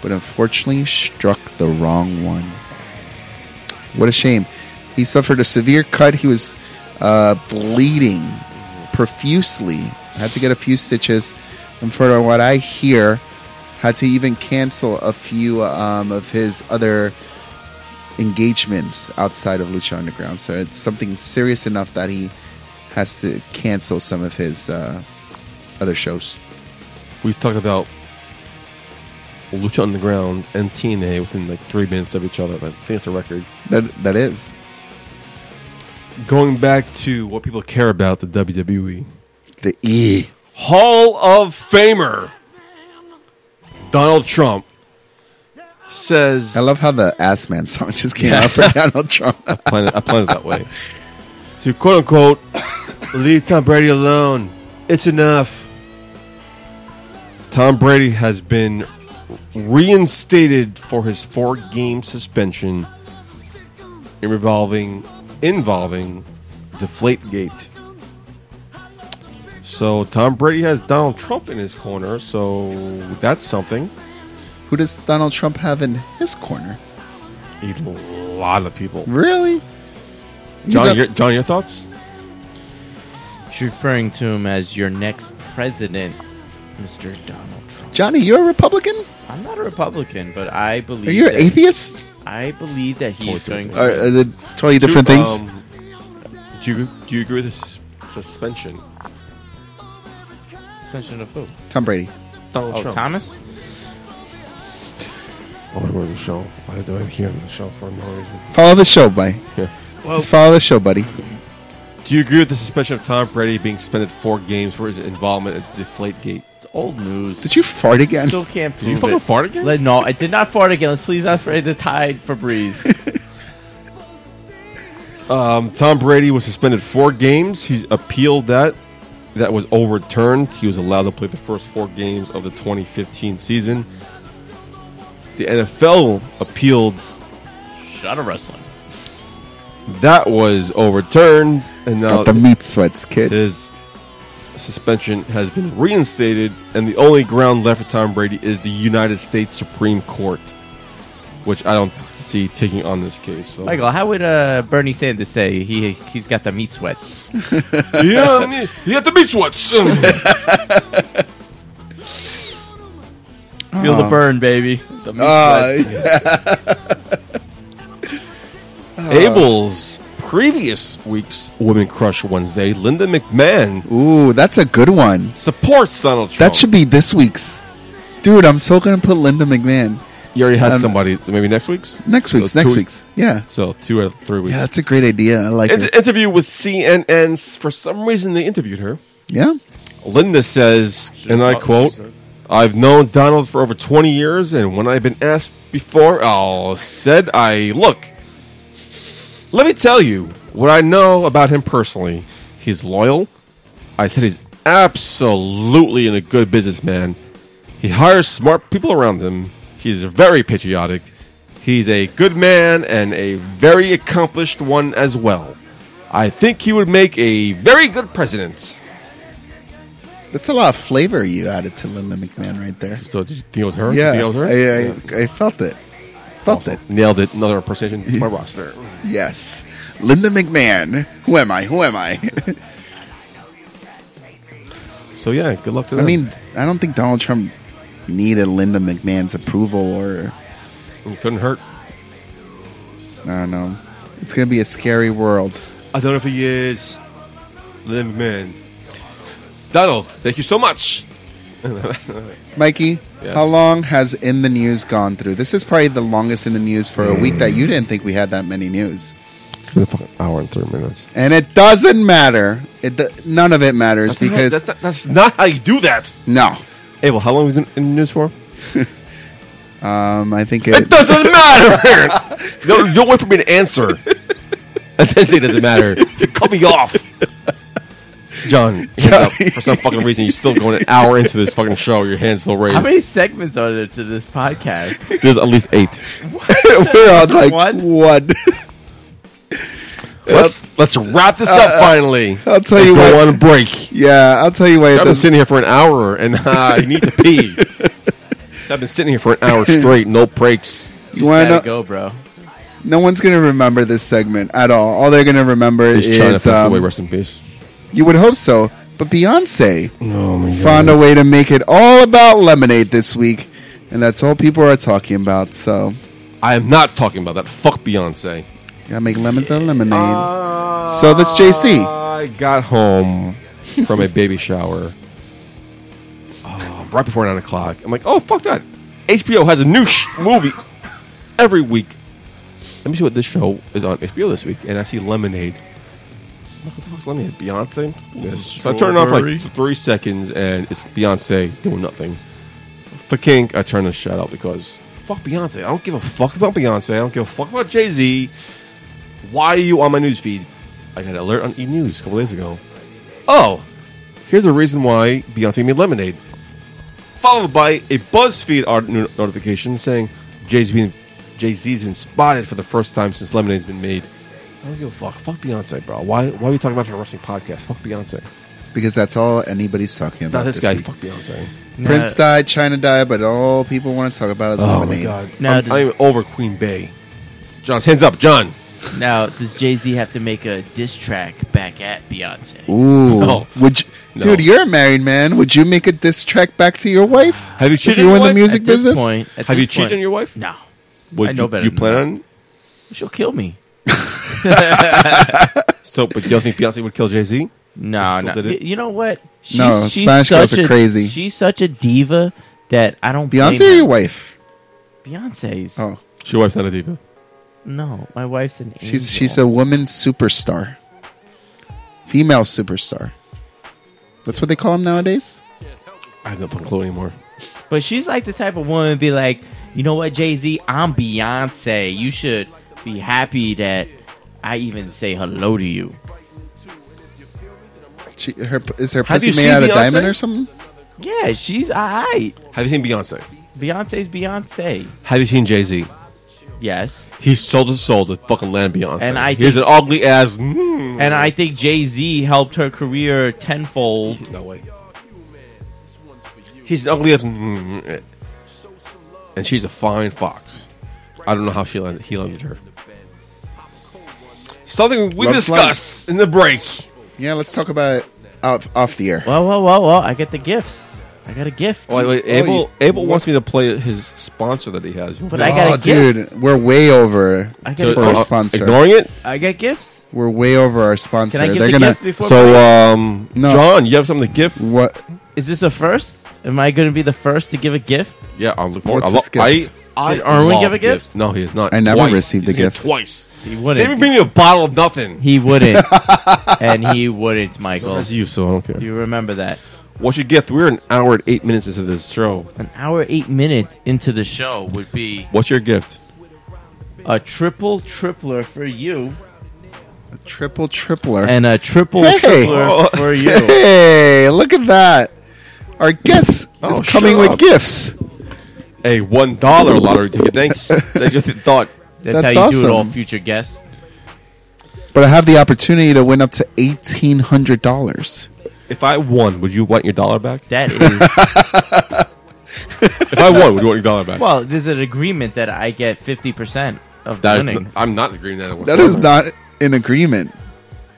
B: but unfortunately struck the wrong one. What a shame. He suffered a severe cut. He was uh, bleeding profusely. Had to get a few stitches. And for what I hear, had to even cancel a few um, of his other engagements outside of Lucha Underground. So it's something serious enough that he has to cancel some of his uh, other shows.
A: We've talked about Lucha Underground and TNA within like three minutes of each other. I think it's a record.
B: That that is
A: Going back to what people care about, the WWE
B: the E.
A: Hall of Famer Donald Trump says,
B: I love how the Ass Man song just came out for Donald Trump.
A: I planned it, I planned it that way. To quote unquote, leave Tom Brady alone. It's enough. Tom Brady has been reinstated for his four game suspension in revolving involving Deflategate. So Tom Brady has Donald Trump in his corner, so that's something.
B: Who does Donald Trump have in his corner?
A: A lot of people.
B: Really? You
A: John,
B: got-
A: your, John, your thoughts?
C: She's referring to him as your next president, Mr. Donald Trump.
B: Johnny, you're a Republican?
C: I'm not a Republican, but I believe
B: Are you an
C: that,
B: atheist?
C: I believe that he's
A: Totally
C: going to.
B: Are, are they totally different
A: Do-
B: things?
A: um, do you do you agree with this suspension?
B: uh,
C: suspension of who?
B: Tom Brady.
A: Donald
C: Oh, Thomas.
A: Oh, we're on the show. Why do I hear the show for no reason?
B: Follow the show, buddy.
C: Well,
B: Just follow the show, buddy.
A: Do you agree with the suspension of Tom Brady being suspended four games for his involvement at Deflategate?
C: it's old news.
B: Did you fart again?
C: Still can't prove
A: Did you fucking
C: it.
A: fart again?
C: Let- no, I did not fart again. Let's please not fray the tide, Febreze.
A: Um, Tom Brady was suspended four games. He's appealed that. That was overturned. He was allowed to play the first four games of the 2015 season. The NFL appealed.
C: Shut up, wrestling.
A: That was overturned, and now
B: Got the meat sweats, kid.
A: his suspension has been reinstated, and the only ground left for Tom Brady is the United States Supreme Court, which I don't see taking on this case. So.
C: Michael, how would uh, Bernie Sanders say he he's got the meat sweats?
A: yeah, I mean, he had the beach what's
B: Uh.
C: Feel the burn, baby. The meat
B: Uh-huh. Uh,
C: sweats.
A: Abel's previous week's Women Crush Wednesday, Linda McMahon
B: Ooh, that's a good one.
A: supports Donald Trump.
B: That should be this week's. Dude, I'm so gonna put Linda McMahon
A: you already had
B: um,
A: somebody, so maybe next week's.
B: next week's.
A: So
B: next
A: Oh, two-
B: week's, yeah.
A: So two out of three weeks.
B: Yeah, that's a great idea. I like
A: In-
B: it.
A: interview with CNN. For some reason, they interviewed her.
B: Yeah,
A: Linda says, and I
C: thought-
A: quote,
C: she said-
A: I've known Donald for over 20 years, and when I've been asked before, I'll said I look. Let me tell you what I know about him personally. He's loyal. I said he's absolutely in a good businessman. He hires smart people around him. He's very patriotic. He's a good man and a very accomplished one as well. I think he would make a very good president.
B: that's a lot of flavor you added to Linda McMahon right there.
A: So did you think it was her?
B: Yeah,
A: You think it was her?
B: I, I, I felt it. Felt it.
A: Nailed it. Another impersonation to my roster.
B: Yes, Linda McMahon. Who am I? Who am I?
A: So yeah, good luck to
B: I
A: them.
B: mean, I don't think Donald Trump needed Linda McMahon's approval, or
A: it couldn't hurt.
B: I don't know. It's gonna be a scary world.
A: I don't know if he is Lin McMahon. Donald, thank you so much.
B: Mikey,
A: Yes.
B: how long has in the news gone through? This is probably the longest in the news for a week that you didn't think we had that many news.
A: It's been a fucking hour and three minutes.
B: And it doesn't matter. It do- none of it matters
A: That's
B: because
A: not, that's, not, that's not how you do that.
B: no.
A: Hey, well, how long have you been in the news for?
B: Um, I think
A: It
B: it,
A: doesn't matter. you, don't, you don't wait for me to answer. I didn't say it doesn't matter. You cut me off. John, hands up. for some fucking reason, you're still going an hour into this fucking show. Your hands still raised.
C: How many segments are there to this podcast?
A: There's at least eight.
B: we're on like
C: One?
B: one.
A: Let's let's wrap this up finally.
B: I'll tell you
A: go
B: what.
A: on break.
B: Yeah, I'll tell you why. It
A: I've been
B: doesn't,
A: sitting here for an hour and uh, I need to pee. I've been sitting here for an hour straight, no breaks.
B: you
C: Just gotta
B: want to?
C: go, bro.
B: No one's gonna remember this segment at all. All they're gonna remember
A: He's trying to
B: is
A: pass away.
B: um,
A: Rest in peace.
B: you would hope so. But Beyonce
A: Oh my
B: found a way to make it all about lemonade this week, and that's all people are talking about. So
A: I am not talking about that. Fuck Beyonce.
B: gotta make lemons out of lemonade.
A: Uh,
B: so that's JC.
A: I got home from a baby shower oh, right before nine o'clock. I'm like, oh fuck that! HBO has a new sh- movie every week. Let me see what this show is on HBO this week, and I see Lemonade. I'm like, what the fuck's Lemonade? Beyonce. Yes. So I turn it off for
C: Strawberry.
A: like three seconds, and it's Beyonce doing nothing. For Kink, I turn the shit out because fuck Beyonce. I don't give a fuck about Beyonce. I don't give a fuck about Jay Z. Why are you on my news feed? I got an alert on E News a couple days ago. Oh, here's the reason why Beyonce made lemonade. Followed by a BuzzFeed art- no- notification saying Jay-Z been, Jay-Z's been spotted for the first time since lemonade's been made. I don't give a fuck. Fuck Beyonce, bro. Why, why are we talking about her wrestling podcast? Fuck Beyonce.
B: because that's all anybody's talking about.
A: Now this guy
B: week.
A: fucked Beyonce.
B: Prince died, China died, but all people want to talk about is
A: Oh
B: lemonade.
C: Now
A: I'm,
C: this-
A: I'm over Queen Bay. John's hands up, John.
C: Now, does Jay Z have to make a diss track back at Beyonce?
B: Ooh,
A: No.
B: would you,
A: No.
B: dude? You're a married man. Would you make a diss track back to your wife?
A: Have you
B: If
A: cheated
B: you
A: on your
B: were in the
A: wife?
B: music
C: At this
B: business,
C: point, at
A: Have
C: this
A: you cheated
C: point-
A: on your wife?
C: No,
A: Would
C: I know
A: you,
C: better
A: You
C: than
A: plan
C: that.
A: on
C: she'll kill me.
A: so, but you don't think Beyonce would kill Jay Z?
C: No,
A: Still
C: no.
A: did it?
C: You know what? She's,
B: No, Spanish girls
C: such
B: are
C: a-
B: crazy.
C: She's such a diva that I don't. blame
B: Beyonce or
C: her.
B: your wife?
C: Beyonce's.
B: Oh,
A: Your wife's not a diva.
C: No, my wife's an.
B: she's
C: angel.
B: she's a woman superstar, female superstar. That's what they call them nowadays.
A: I have no fucking clue anymore.
C: But she's like the type of woman to be like, you know what, Jay Z, I'm Beyonce. You should be happy that I even say hello to you.
B: She, her, is her
A: Have
B: pussy
A: you
B: made
A: seen
B: out of
A: Beyonce?
B: diamond or something?
C: Yeah, she's alright.
A: Have you seen Beyonce?
C: Beyonce's Beyonce.
A: Have you seen Jay Z?
C: Yes,
A: He sold his soul to fucking land Beyonce.
C: And I
A: here's an
C: think-
A: ugly ass. Mm.
C: and I think Jay Z helped her career tenfold.
A: No way. He's an ugly ass. Mm. And she's a fine fox. I don't know how she landed. He landed her. Something we
B: Love
A: discuss in the break.
B: Yeah, let's talk about it off, off the air.
C: Well, well, well, well. I get the gifts. I got a gift.
A: Wait, wait,
B: you-
A: Abel. Abel wants
B: what's-
A: me to play his sponsor that he has.
C: But I got
B: oh,
C: a gift.
B: dude, we're way over
C: I got
A: So,
C: a
B: for
A: uh,
B: our
C: gift.
B: sponsor.
A: Ignoring it.
C: I got gifts.
B: We're way over our sponsor.
C: Can I give
B: They're
C: the
B: gonna
C: gift before?
A: So,
C: break?
A: um,
B: No.
A: John, you have something to gift?
B: what?
C: is this a first? Am I going to be the first to give a gift?
A: Yeah, I'm looking forward.
B: What's
A: I lo-
B: his gift?
A: I, I
C: Did Erwin
A: love
C: give a gift?
A: gifts. No, he is not.
B: I never
A: Twice.
B: received a
A: He did
B: gift.
A: twice.
C: He
A: They didn't
C: wouldn't.
A: bring me a bottle of nothing.
C: He wouldn't. and he wouldn't, Michael.
A: That's you, so I don't care.
C: You remember that.
A: What's your gift? We're an hour and eight minutes into this show.
C: An hour, eight minutes into the show would be
A: What's your gift?
C: a triple tripler for you
B: A triple tripler.
C: and a triple
B: Hey!
C: tripler for you.
B: Hey, look at that. Our guest
A: Oh,
B: is
A: shut
B: coming with
A: up.
B: gifts.
A: A one dollar lottery ticket. Thanks. That's just a thought.
C: That's,
B: That's
C: how you do it, all
B: awesome.
C: future guests.
B: But I have the opportunity to win up to eighteen hundred dollars.
A: If I won, would you want your dollar back?
C: That is.
A: If I won, would you want your dollar back?
C: well, there's an agreement that I get 50% of the
A: That-
C: winnings.
A: I'm not agreeing with that.
B: That is
A: whatsoever.
B: not in agreement.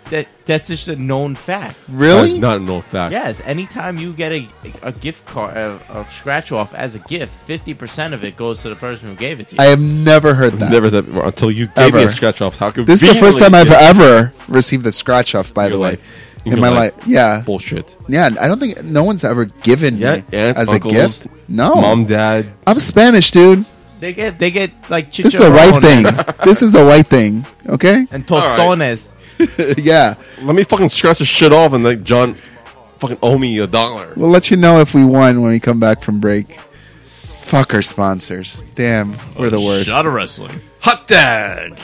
C: That, that's just a known fact.
A: That is
B: Really?
A: not a known fact.
C: Yes, anytime you get a, a gift card, a, a scratch off as a gift, 50% of it goes to the person who gave it to you.
B: I have never heard that.
A: Never that before, until you gave me a
B: Ever.
A: scratch off. How could
B: this is the first time I've ever received a scratch off. By
A: Your
B: the way,
A: life.
B: in,
A: In your
B: my
A: life.
B: life, yeah,
A: bullshit?
B: yeah. I don't think no one's ever given
A: Yeah,
B: me
A: aunt,
B: as
A: uncles,
B: a gift. No,
A: mom, dad.
B: I'm Spanish, dude.
C: They get they get like chicharrones
B: This is a white thing. this is a white thing. Okay.
C: and tostones.
B: yeah.
A: Let me fucking scratch this shit off and like John, fucking owe me a dollar.
B: We'll let you know if we won when we come back from break. Fuck our sponsors. Damn, we're the worst.
C: wrestling.
A: Hot dog.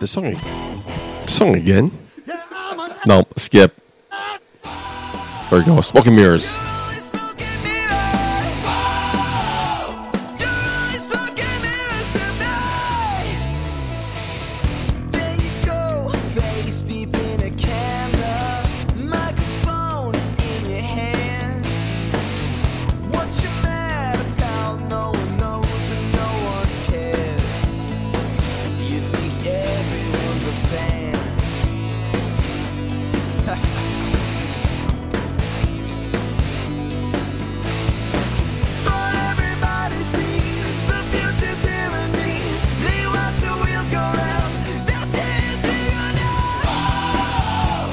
A: This song, this song again? No, skip. There you go. Smoking mirrors.
E: Deep in a camera, microphone in your hand. What you mad about? No one knows and no one cares. You think everyone's a fan. but everybody sees the future's here and me. They watch the wheels go round. Their tears in your eyes.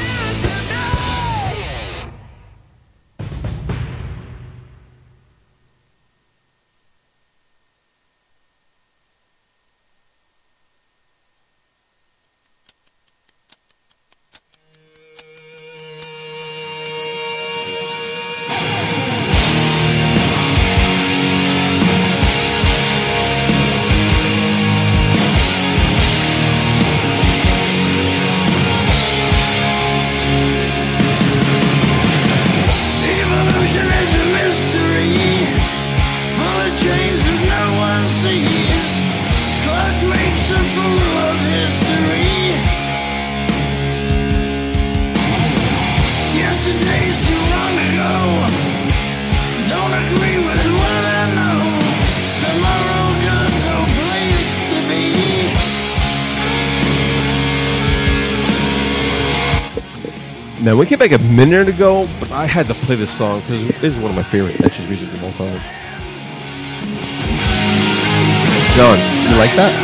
E: Oh,
A: Now we came back a minute ago, but I had to play this song because it is one of my favorite Etches music of all time.
B: John, you like that?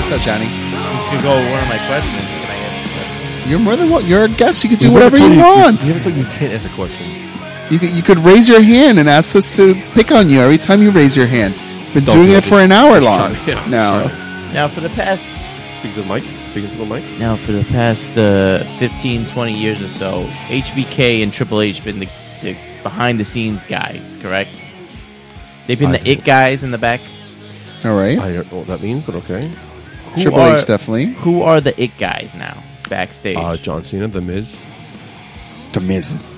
B: What's up, Johnny?
C: This could go with one of my questions. Can I ask a question?
B: You're more than what you're a guest. You could do whatever you want.
A: You never told you can't ask a question.
B: You could, you could raise your hand and ask us to pick on you every time you raise your hand. Been
A: Don't
B: doing
A: do
B: it
A: it.
B: for an hour long.
A: Sorry, yeah,
B: now,
A: sorry.
C: Now, for the past
A: Speak to the mic. Speaking to the mic.
C: now for the past uh, 15, 20 years or so, HBK and Triple H been the, the behind the scenes guys, correct? They've been
A: I
C: the
A: think-
C: it guys in the back.
B: all right.
A: I don't know what that means, but okay.
C: Who
B: Triple
C: are,
B: H definitely.
C: Who are the it guys now backstage?
A: Uh, John Cena, The Miz.
B: The Miz is,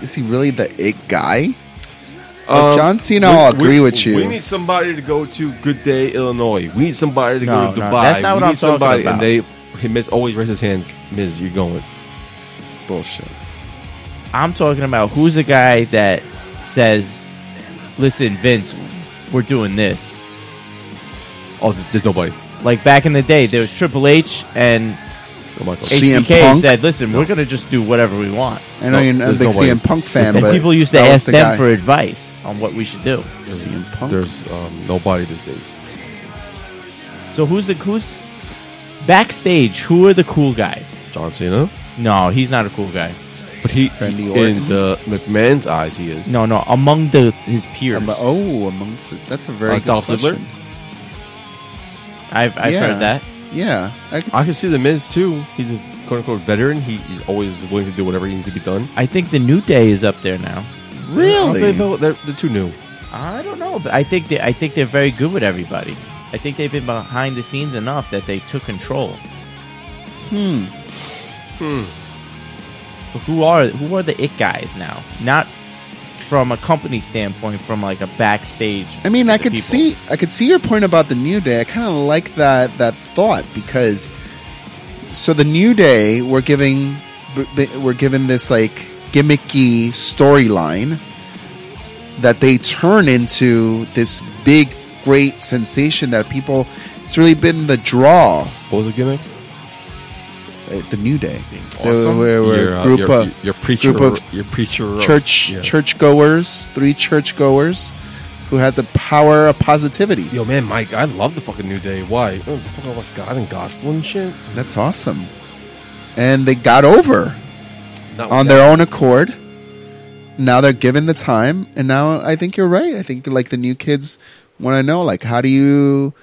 B: is he really the it guy?
A: Um,
B: John Cena, I'll agree with you.
A: We need somebody to go to Good Day, Illinois. We need somebody to
C: No,
A: go to
C: no,
A: Dubai.
C: that's not
A: we
C: what I'm
A: need somebody,
C: talking
A: and they he Miz always raises his hands. Miz, you're going.
B: Bullshit.
C: I'm talking about who's the guy that says, "Listen, Vince, we're doing this."
A: Oh, th- there's nobody.
C: Like back in the day, there was Triple H and
A: No, Michael.
B: See- CM
C: HBK
B: Punk?
C: said, "Listen, we're going to just do whatever we want."
B: I know
A: No,
B: you're not a
A: there's
B: big
A: nobody.
B: CM Punk fan,
C: and
B: but
C: people used to
B: that was
C: ask
B: the
C: them
B: guy.
C: for advice on what we should do.
B: CM Punk.
A: There's um, nobody these days.
C: So who's the who's backstage? Who are the cool guys?
A: John Cena,
C: No, he's not a cool guy.
A: but he
B: Randy
A: in
B: Orton.
A: the McMahon's eyes, he is.
C: No, no, among the his peers,
B: Um, oh, amongst the, that's a very
A: Uh,
B: good
A: Dolph Ziggler?
B: question.
C: I've I've
B: yeah.
C: heard that.
B: Yeah, I could
A: I can see The Miz too. He's a quote unquote veteran. He, he's always willing to do whatever needs to be done.
C: I think the New Day is up there now.
A: They're,
B: really.
A: they're, they're too new.
C: I don't know, but I think they, I think they're very good with everybody. I think they've been behind the scenes enough that they took control.
B: Hmm.
C: But who are who are the it guys now? Not from a company standpoint, from like a backstage.
B: I mean, I
C: the
B: could
C: people.
B: see, I could see your point about the New Day. I kind of like that that thought because, so the New Day we're giving, b- b- we're given this like gimmicky storyline that they turn into this big, great sensation that people. It's really been the draw,
A: What was the gimmick?
B: uh, the New Day.
A: Awesome.
B: We're, we're
A: Your,
B: a
A: uh,
B: group
A: your,
B: of
A: your preacher,
B: group of
A: your preacher,
B: church
A: yeah.
B: churchgoers, three churchgoers, who had the power of positivity.
A: Yo, man, Mike, I love the fucking New Day. Why? Oh, the fucking like God and gospel and shit.
B: That's awesome. And they got over
A: Not
B: on
A: with
B: their own accord. Now they're given the time, and now I think you're right. I think like the new kids want to know, like, how do you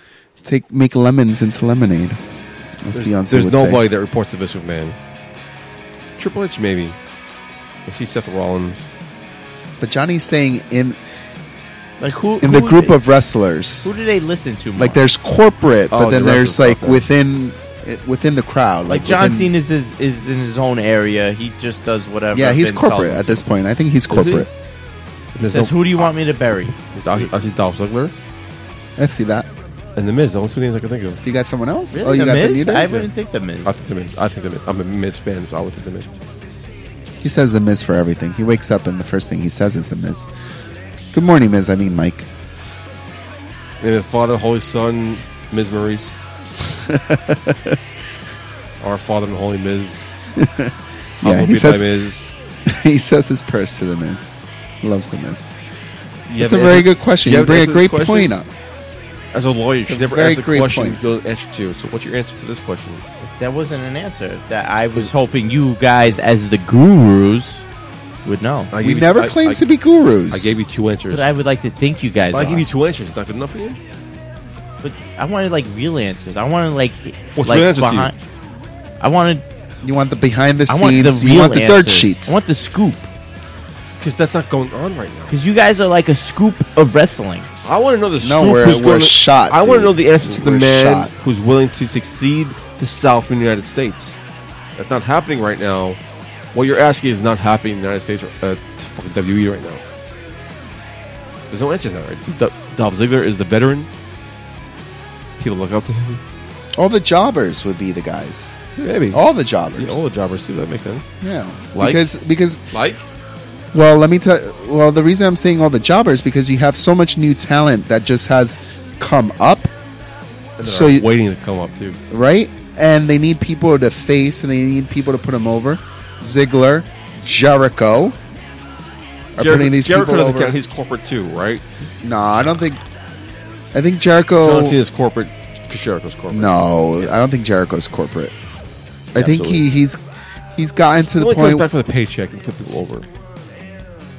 B: take make lemons into lemonade?
A: that.
B: As
A: there's,
B: Beyonce
A: there's
B: would say.
A: nobody that reports to Vince McMahon. Triple H, maybe. I see Seth Rollins.
B: But Johnny's saying in
C: like who
B: in the
C: who-
B: group of wrestlers,
C: who do they listen to? More?
B: like there's corporate, but
A: Oh,
B: then
A: the
B: there's
A: wrestlers,
B: like
A: okay.
B: within within within the crowd,
C: like
B: like,
C: John
B: within-
C: Cena is, is is in his own area. He just does whatever.
B: Yeah, he's
C: Vince tells
B: corporate
C: him
B: at
C: to.
B: this point. I think he's
A: Is he?
B: corporate.
A: And There's
C: Says,
A: no,
C: who do you want me to bury?
A: I, I see Dolph Ziggler
B: Let's see that.
A: and The Miz. The only two names I can think of.
B: Do you got someone else?
C: Really?
B: Oh, you
C: the
B: got
C: Miz?
B: the new
C: I
B: Day?
C: wouldn't think the Miz.
A: I think The Miz. I think The Miz. I'm a Miz fan, so I would think The Miz.
B: He says the Miz for everything. He wakes up and the first thing he says is the Miz. Good morning, Miz. I mean, Mike.
A: Name of the Father, Holy Son, Miz Maurice. Our Father and Holy Miz.
B: Yeah,
A: Humble
B: he
A: be thy
B: says-
A: Miz.
B: he says his prayers to the Miz. Loves the Miz.
A: You
B: It's
A: have
B: a
A: an
B: very
A: answer-
B: good question.
A: you
B: You
A: have an
B: bring a
A: answer to this
B: great
A: question?
B: point up.
A: As a lawyer, you should
B: a
A: never
B: very
A: ask a
B: great
A: question
B: point.
A: you don't answer to. So, what's your answer to this question?
C: That wasn't an answer that I was hoping you guys, as the gurus, would know.
A: I
B: We
A: gave you-
B: never
A: I-
B: claimed
A: I-
B: to be gurus.
A: I gave you two answers.
C: But I would like to think you guys.
A: But I
C: are.
A: gave you two answers. It's not good enough for you.
C: But I wanted like real answers. I wanted like
A: What's
C: like
A: real answers to you?
C: behind. I wanted.
B: You want the behind the
C: I
B: scenes.
C: want the real
B: you want the dirt
C: answers.
B: sheets.
C: I want the scoop
A: Because that's not going on right now.
C: because you guys are like a scoop of wrestling.
A: I want to know the
B: No,
A: scoop
B: we're-
A: who's
B: we're
A: going to-
B: shot,
A: I want
B: dude.
A: to know the answer to the
B: We're
A: man
B: shot.
A: who's willing to succeed the South in the United States. That's not happening right now. What you're asking is not happening in the United States, uh, fucking WWE right now. There's no answer to that, right? Do- Dolph Ziggler is the veteran. People look up to him.
B: All the jobbers would be the guys.
A: Yeah, maybe.
B: All the jobbers.
A: Yeah, all the jobbers, too. That makes sense.
B: yeah.
A: Like?
B: Because because
A: Like?
B: Well, let me tell. Well, the reason I'm saying all the jobbers because you have so much new talent that just has come up, So
A: So
B: you-
A: waiting to come up, too.
B: right? And they need people to face, and they need people to put them over. Ziggler, Jericho. Are putting these
A: Jericho
B: people
A: doesn't
B: over.
A: count. He's corporate too, right?
B: no, I don't think. I think Jericho.
A: John Cena's corporate. 'cause Jericho's corporate.
B: No, I don't think Jericho's corporate. I think
A: Absolutely.
B: he, he's he's gotten to
A: He
B: the
A: only comes
B: point.
A: back for the paycheck and put people over.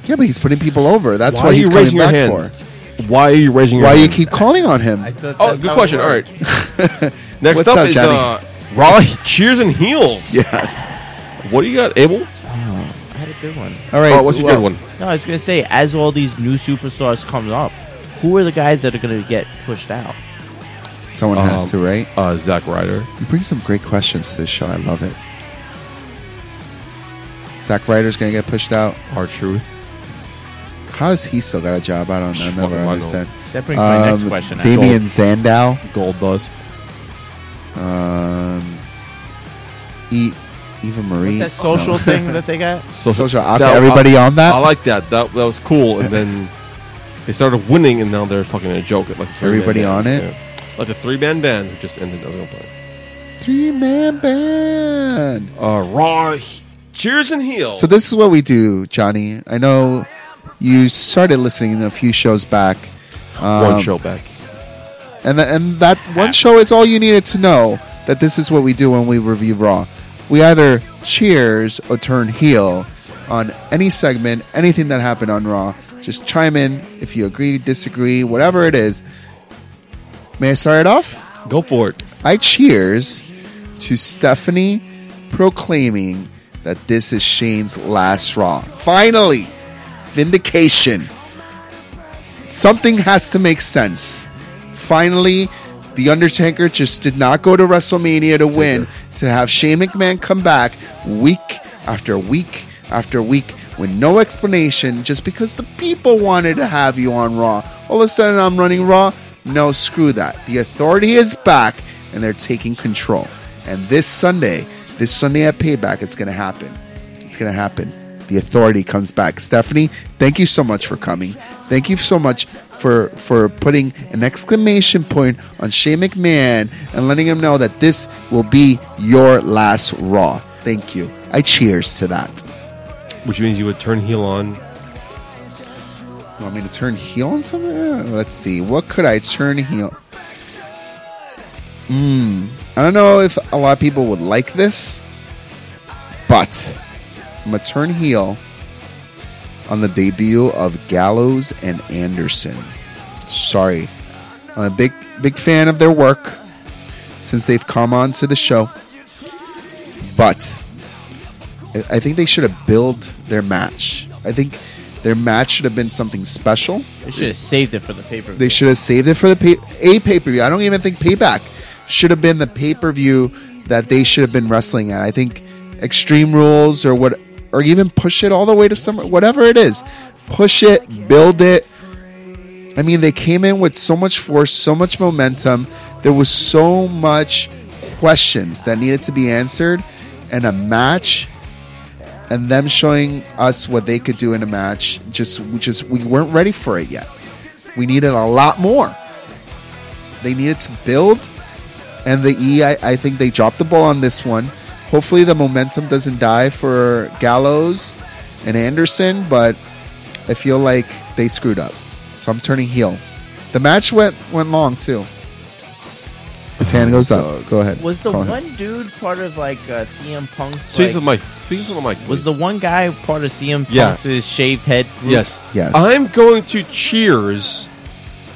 B: yeah, but he's putting people over. That's
A: Why
B: what
A: are
B: he's
A: you
B: coming
A: raising your
B: back
A: hand?
B: for.
A: Why are you raising your
B: Why do you
A: hand?
B: keep calling on him?
A: Oh, good question. All right. Next
B: What's
A: up,
B: up,
A: is
B: Johnny?
A: uh, Raw Cheers and Heels.
B: Yes.
A: What do you got, Abel?
C: I had a good one.
B: All right.
A: Oh, what's your
B: well,
A: good one?
C: No, I was gonna say, as all these new superstars come up, who are the guys that are gonna get pushed out?
B: Someone
A: Um,
B: has to, right?
A: Uh, Zack Ryder.
B: You bring some great questions to this show. I love it. Zack Ryder's going to get pushed out.
A: Our Truth.
B: How is he still got a job? I don't know. I
A: Fucking
B: never
A: why not?
B: understand.
C: That brings my next
B: Um,
C: question. out.
B: Damian Sandow.
A: Gold Dust.
B: Um, e- Eva Marie.
C: What's that social
B: No.
C: thing that they got?
A: Social.
B: Social. Okay,
A: That- uh,
B: everybody on that?
A: I like that. That that was cool. And then they started winning, and now they're fucking a joke. Like the three-man
B: Everybody
A: band.
B: on it?
A: Yeah. Like the three man band who just ended. I was gonna play.
B: Three man band.
A: Uh, Raw He- Cheers and Heels.
B: So this is what we do, Johnny. I know you started listening a few shows back,
A: one
B: Um,
A: show back.
B: and tha- and that one show is all you needed to know that this is what we do when we review Raw. We either cheers or turn heel on any segment, anything that happened on Raw. Just chime in if you agree, disagree, whatever it is. May I start it off?
A: Go for it.
B: I cheers to Stephanie proclaiming that this is Shane's last Raw. Finally, vindication. Something has to make sense. Finally, The Undertaker just did not go to WrestleMania to win, to have Shane McMahon come back week after week after week with no explanation just because the people wanted to have you on Raw. All of a sudden, I'm running Raw. No, screw that. The authority is back and they're taking control. And this Sunday, this Sunday at Payback, it's going to happen. It's going to happen. The authority comes back. Stephanie, thank you so much for coming. Thank you so much for for putting an exclamation point on Shane McMahon and letting him know that this will be your last Raw. Thank you. I cheers to that.
A: Which means you would turn heel on.
B: You want me to turn heel on something? Uh, Let's see. What could I turn heel? Hmm. I don't know if a lot of people would like this, but I'm gonna turn heel on the debut of Gallows and Anderson. Sorry, I'm a big big fan of their work since they've come on to the show, but I- I think they should have billed their match. I think their match should have been something special.
C: They should have saved it for the paper.
B: They should have saved it for the pay- a pay per view. I don't even think payback should have been the pay per view that they should have been wrestling at. I think Extreme Rules or what, or even push it all the way to summer, whatever it is, push it, build it. I mean, they came in with so much force, so much momentum. There was so much questions that needed to be answered, and a match and them showing us what they could do in a match just we just we weren't ready for it yet we needed a lot more they needed to build and the e i, I think they dropped the ball on this one hopefully the momentum doesn't die for gallows and anderson but i feel like they screwed up so i'm turning heel the match went went long too his hand goes up go ahead
C: was the
B: Call him.
C: one dude part of like uh, CM Punk's?
A: Speak to the
C: like-
A: mic. Speak to the mic.
C: was
A: please.
C: the one guy part of CM
A: Yeah.
C: Punk's uh, shaved head? Group?
A: Yes.
B: Yes.
A: I'm going to cheers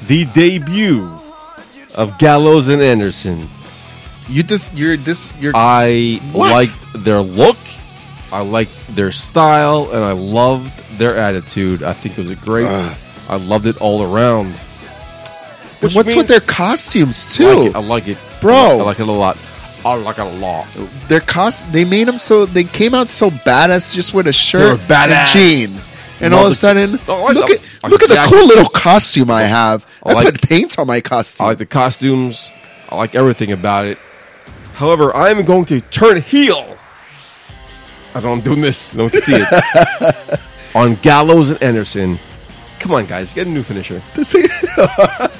A: the debut of Gallows and Anderson.
B: you just you're this you're
A: I
B: What?
A: liked their look, I liked their style, and I loved their attitude. I think it was a great.
B: Uh.
A: I loved it all around.
B: what's
A: which means-
B: with their costumes
A: I
B: too
A: like it. I like it.
B: Bro.
A: I like it a lot. I like it a lot.
B: their cost they made them so they came out so badass just with a shirt
A: They were badass.
B: and jeans and
A: Love
B: all of
A: the-
B: a
A: Oh,
B: sudden
A: I like
B: look
A: the-
B: at
A: I like
B: look at
A: the
B: the cool
A: jackets.
B: little costume i have
A: Oh, I
B: i,
A: like-
B: put paint on my
A: I
B: costume
A: like the costumes. I like everything about it. However, I'm going to turn heel. I don't. I'm doing this. No one can see it. On Gallows and Anderson. Come on, guys, get a new finisher.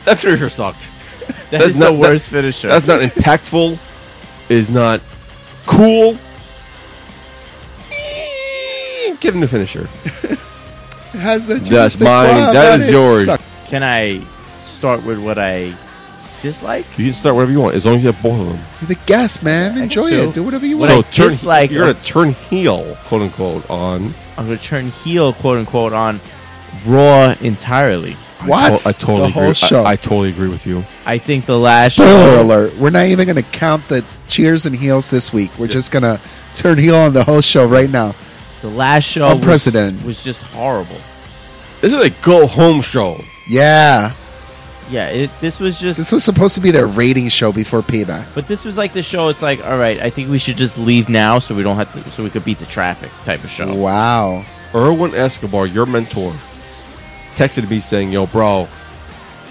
A: That finisher sucked.
C: that's
A: not-
C: the worst finisher.
A: That's not impactful. Is not cool. Give him the finisher.
B: Has that
A: That's
B: joystick
A: mine.
B: bob
A: That
B: on
A: is
B: it?
A: yours.
B: Suck.
C: Can I start with what I dislike?
A: You can start whatever you want, as long as you have both of them.
B: You're the guest, man. Enjoy
C: so.
B: it. Do whatever you
C: What
B: want.
C: I dislike-
A: you're gonna turn heel, quote unquote, on.
C: I'm going to turn heel, quote unquote, on Raw entirely.
A: I,
B: what?
A: to- I totally
B: the whole
A: agree.
B: show.
A: I, I totally agree with you.
C: I think the last
B: Spoiler
C: show-
B: alert. We're not even going to count the cheers and heels this week. We're just going to turn heel on the whole show right now.
C: the last show
B: On
C: was,
B: precedent.
C: was just horrible.
A: This is a go home show.
B: Yeah.
C: Yeah, it, this was just
B: This was supposed to be their rating show before payback.
C: But this was like the show. It's like, all right, I think we should just leave now, so we don't have to, so we could beat the traffic type of show.
B: Wow.
A: Erwin Escobar, your mentor, texted me saying, "Yo, bro,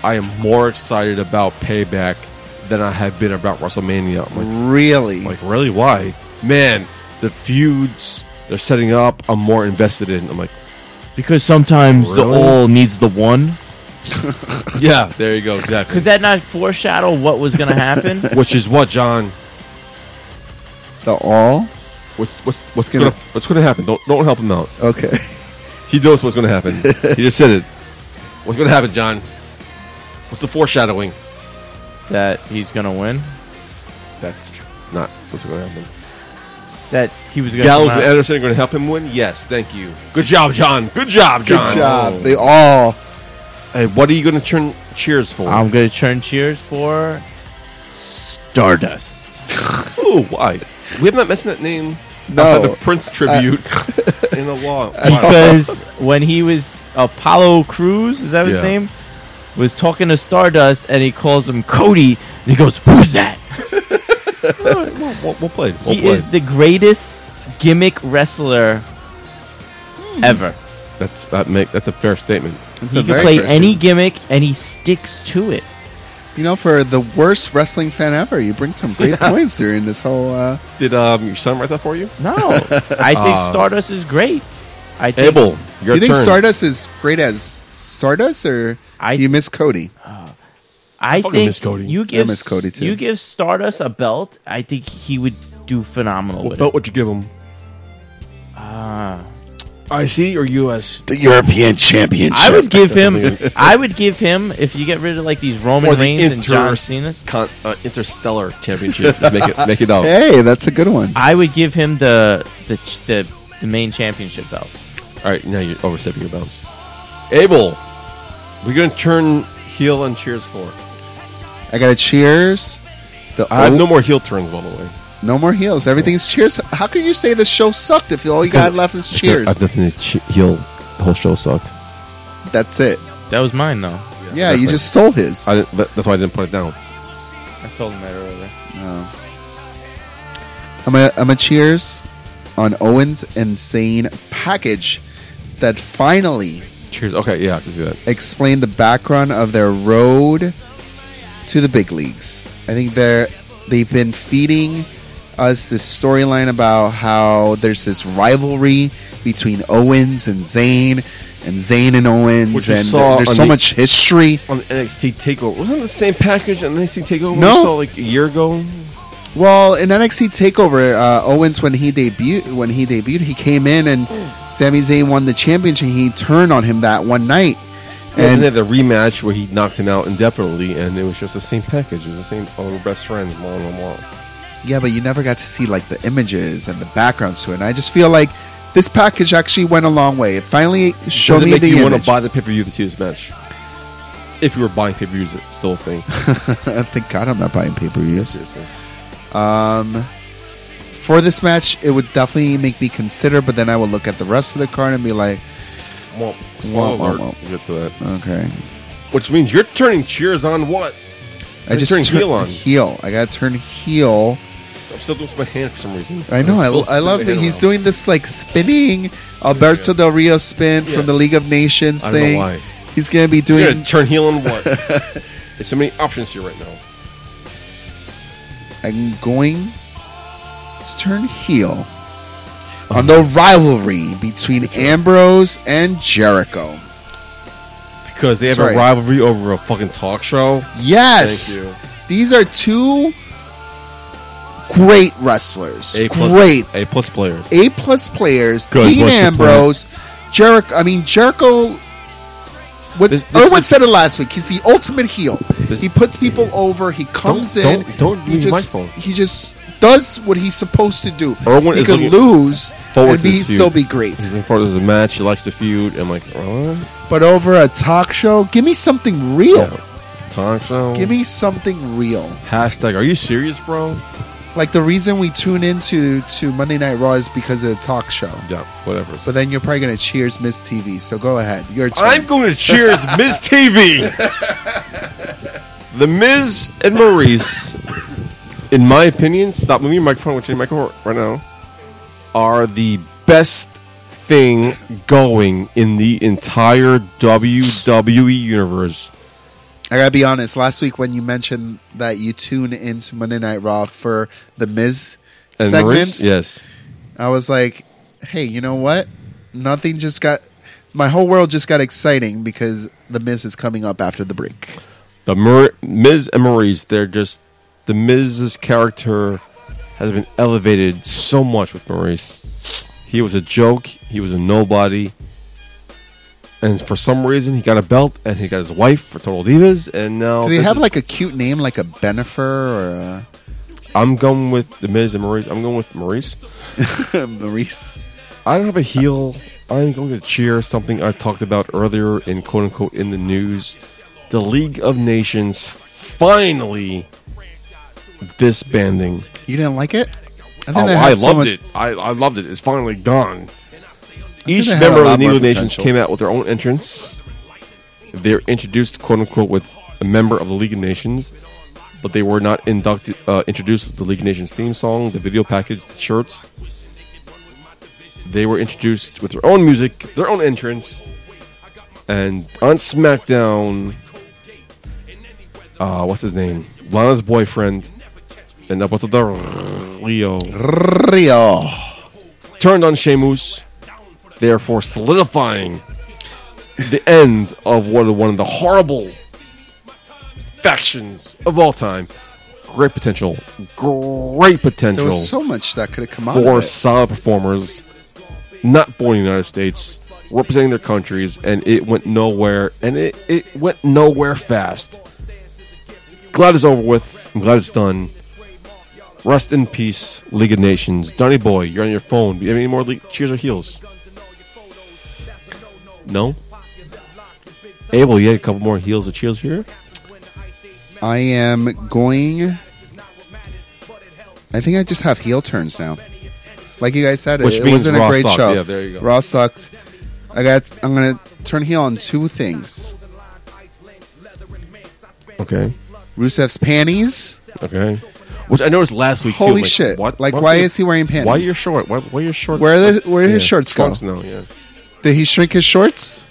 A: I am more excited about Payback than I have been about WrestleMania." I'm like,
B: Really?
A: I'm like, really? Why? Man, the feuds they're setting up, I'm more invested in. I'm like,
C: Because sometimes the
A: Really?
C: all needs the one.
A: yeah, there you go, exactly.
C: Could that not foreshadow what was going to happen?
A: Which is what, John?
B: the all?
A: What's what's what's
B: Gonna-
A: gonna what's gonna happen? Don't don't help him out.
B: Okay.
A: He knows what's gonna happen. he just said it. What's gonna happen, John? What's the foreshadowing?
C: that he's going to win.
A: That's not what's gonna happen.
C: That he was going
A: Gallows and
C: to.
A: Anderson are going to help him win? Yes, thank you. Good job, John. Good job,
B: Good
A: John.
B: job. The all.
A: Hey, what are you going to turn cheers for?
C: I'm going to turn cheers for Stardust.
A: Ooh, why? We have not mentioned that name
B: No. Uh,
A: outside the Prince tribute in a while.
C: because when he was Apollo Cruz, is that his
A: Yeah.
C: name? Was talking to Stardust and he calls him Cody and he goes, Who's that?
A: Well, well, well played. Well
C: He
A: played.
C: is the greatest gimmick wrestler
A: Hmm.
C: ever.
A: that's that make that's a fair statement.
B: It's
C: He
B: a
C: can
B: very
C: play
B: first
C: any
B: one.
C: gimmick and he sticks to it.
B: You know, for the worst wrestling fan ever, you bring some great points during this whole. Uh,
A: Did um, your son write that for you?
C: No, I think
A: Uh,
C: Stardust is great. I think
A: Abel,
B: do
A: your
B: you think
A: turn.
B: Stardust is great as Stardust, or
C: I-
B: do you miss Cody?
C: I
A: fucking
C: think
A: miss Cody.
C: you give
B: miss Cody, too.
C: you give Stardust a belt. I think he would do phenomenal
A: What
C: with
A: belt
C: it.
A: would you give him? Ah, IC or US?
B: The European Championship.
C: I would give him.
A: Definitely.
C: I would give him if you get rid of like these Roman
A: Or the
C: Reigns and John
A: Inter-
C: Cena's.
A: Con- uh, Interstellar Championship. Just make it make it out.
B: Hey, that's a good one.
C: I would give him the the ch- the, the main championship belt.
A: All right, now you're overstepping your bounds. Abel, we're going to turn heel and cheers for.
B: I got a cheers. The
A: I have
B: all-
A: no more heel turns, by the way.
B: no more heels. Everything's cheers. How can you say this show sucked if all you got left is cheers?
A: definitely heel. The whole show sucked.
B: That's it.
C: That was mine though.
B: Yeah, you
A: definitely.
B: just stole his.
A: I didn't, that- that's why I didn't put it down.
C: I told him that earlier.
B: I'm a, I'm a cheers on Owen's insane package that finally
A: Cheers. Okay, yeah, I can see that.
B: explained the background of their road to the big leagues. I think they're they've been feeding us this storyline about how there's this rivalry between Owens and Zayn and Zayn and Owens
A: Which you
B: and
A: saw
B: there's
A: on
B: so
A: the-
B: much history.
A: On the NXT Takeover, wasn't it the same package on NXT Takeover?
B: No.
A: we saw like a year ago.
B: Well, in NXT Takeover, uh, Owens when he debuted when he debuted, he came in and Sami Zayn won the championship. He turned on him that one night,
A: And
B: and
A: then the rematch where he knocked him out indefinitely, and it was just the same package. It was the same. Oh, we're best friends. Blah, blah, blah.
B: yeah, but you never got to see like the images and the backgrounds to it. And I just feel like this package actually went a long way. It finally showed
A: Does it
B: me
A: make
B: the
A: you want
B: image.
A: to buy the pay per view to see this match? If you were buying pay per views, it's still a thing.
B: Thank God I'm not buying pay per views.
A: Seriously.
B: For this match, it would definitely make me consider. But then I would look at the rest of the card and be like,
A: Womp,
B: Womp,
A: spoiler
B: womp,
A: alert.
B: womp. Uh.
A: We'll get to that.
B: okay,
A: Which means you're turning cheers on what?
B: I
A: You're
B: just
A: turning
B: turn-
A: heel on.
B: heel. I got to turn heel.
A: I'm still doing this with my hand for some reason.
B: I know.
A: I'm
B: I,
A: still
B: I love
A: spinning
B: it.
A: my
B: He's
A: hand
B: doing this like spinning Alberto Del Rio spin
A: Yeah.
B: from the League of Nations
A: I don't know
B: thing.
A: why.
B: He's gonna be
A: around. You're
B: doing.
A: gonna turn heel on what? There's so many options here right now.
B: I'm going to turn heel
A: Uh-huh.
B: on the rivalry between Ambrose and Jericho.
A: Because they have
B: Sorry.
A: a rivalry over a fucking talk show.
B: Yes,
A: Thank you.
B: these are two great wrestlers,
A: A plus,
B: great
A: A plus players.
B: A plus players,
A: Good,
B: Dean
A: what's the
B: Ambrose, Jericho. I mean Jericho. What
A: This- this
B: Erwin
A: is-
B: said it last week. He's the ultimate heel.
A: This-
B: he puts people over. He comes in.
A: don't- don't
B: he
A: use
B: just,
A: my phone.
B: He just does what he's supposed to do.
A: Erwin
B: he
A: is
B: could
A: looking
B: lose
A: forward
B: and
A: to
B: be,
A: this feud.
B: still be great.
A: He's in front of the match. He likes to feud. I'm like, oh,
B: But over a talk show, give me something real.
A: talk show.
B: Give me something real.
A: hashtag. Are you serious, bro?
B: Like the reason we tune into to Monday Night Raw is because of the talk show.
A: Yeah, whatever.
B: But then you're probably gonna cheers Miss TV. So go ahead. Your turn.
A: I'm going to cheers Miz TV. the Miz and Maurice, in my opinion, stop moving your microphone. Which your microphone right now are the best thing going in the entire WWE universe.
B: I gotta be honest. Last week when you mentioned that you tune into Monday Night Raw for the Miz
A: And
B: segments,
A: Maurice, yes,
B: I was like, "Hey, you know what? Nothing just got my whole world just got exciting because the Miz is coming up after the break."
A: the Mur- Miz and Maurice. They're just the Miz's character has been elevated so much with Maurice. He was a joke. He was a nobody. And for some reason, he got a belt, and he got his wife for Total Divas, and now
B: Do they
A: Oh, this
B: have
A: is-
B: like a cute name, like a Benifer or a
A: I'm going with the Miz and Maurice. I'm going with Maurice.
B: Maurice?
A: I don't have a heel. I'm going to cheer something I talked about earlier in quote unquote in the news. The League of Nations finally disbanding.
B: You didn't like it? I, think
A: Oh,
B: they
A: I loved
B: had so much-
A: it. I, I loved it. It's finally gone. Each
B: they had
A: member
B: a
A: of the
B: lot more
A: League of Nations
B: potential.
A: came out with their own entrance. They're introduced, quote unquote, with a member of the League of Nations, but they were not inducted, uh, introduced with the League of Nations theme song, the video package, the shirts. They were introduced with their own music, their own entrance, and on SmackDown, uh, what's his name? Lana's boyfriend, and Alberto Del Rio
B: Rio.
A: turned on Sheamus, therefore solidifying the end of what one of the horrible factions of all time. Great potential, great
B: There
A: potential
B: was so much that could have come out.
A: for
B: Of it.
A: solid performers, not born in the United States, representing their countries, and it went nowhere, and it, it went nowhere fast. Glad it's over with. I'm glad it's done. Rest in peace, League of Nations. Donny Boy, you're on your phone. Do you have any more le- cheers or heels? No? Abel, you had a couple more heels or cheers here?
B: I am going. I think I just have heel turns now. Like you guys said, it-
A: Which
B: it,
A: means
B: wasn't
A: Raw
B: a great
A: sucked.
B: show.
A: Yeah, there you go.
B: Raw sucked. I got. I'm gonna turn heel on two things:
A: Okay.
B: Rusev's panties.
A: Okay. Which I noticed last week too.
B: Holy shit!
A: what-
B: like,
A: what-
B: why is he wearing panties?
A: Why your short? Why, why your shorts?
B: Where are the- where are his
A: Yeah,
B: shorts go?
A: Trunks now, yeah.
B: Did he shrink his shorts?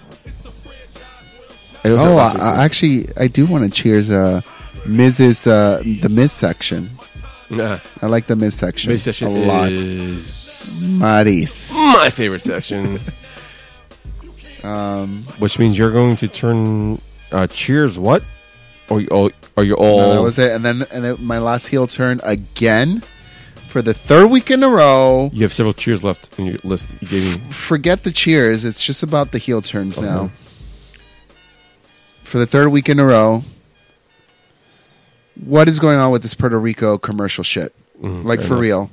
A: It was
B: Oh,
A: that
B: I,
A: last
B: I
A: week.
B: actually, I do want to cheers uh, Miz's uh, the Miz section.
A: Nah.
B: I like the Miz section
A: Mid section
B: a lot.
A: is
B: Maris.
A: my favorite section. Um, Which means you're going to turn uh, Cheers. What? Or you all? Are you all?
B: No, that was it. And then, and then my last heel turn again for the third week in a row.
A: You have several cheers left in your list. You gave me.
B: Forget the cheers. It's just about the heel turns now.
A: Okay.
B: For the third week in a row, what is going on with this Puerto Rico commercial shit? like
A: Mm-hmm. fair
B: for
A: enough.
B: real.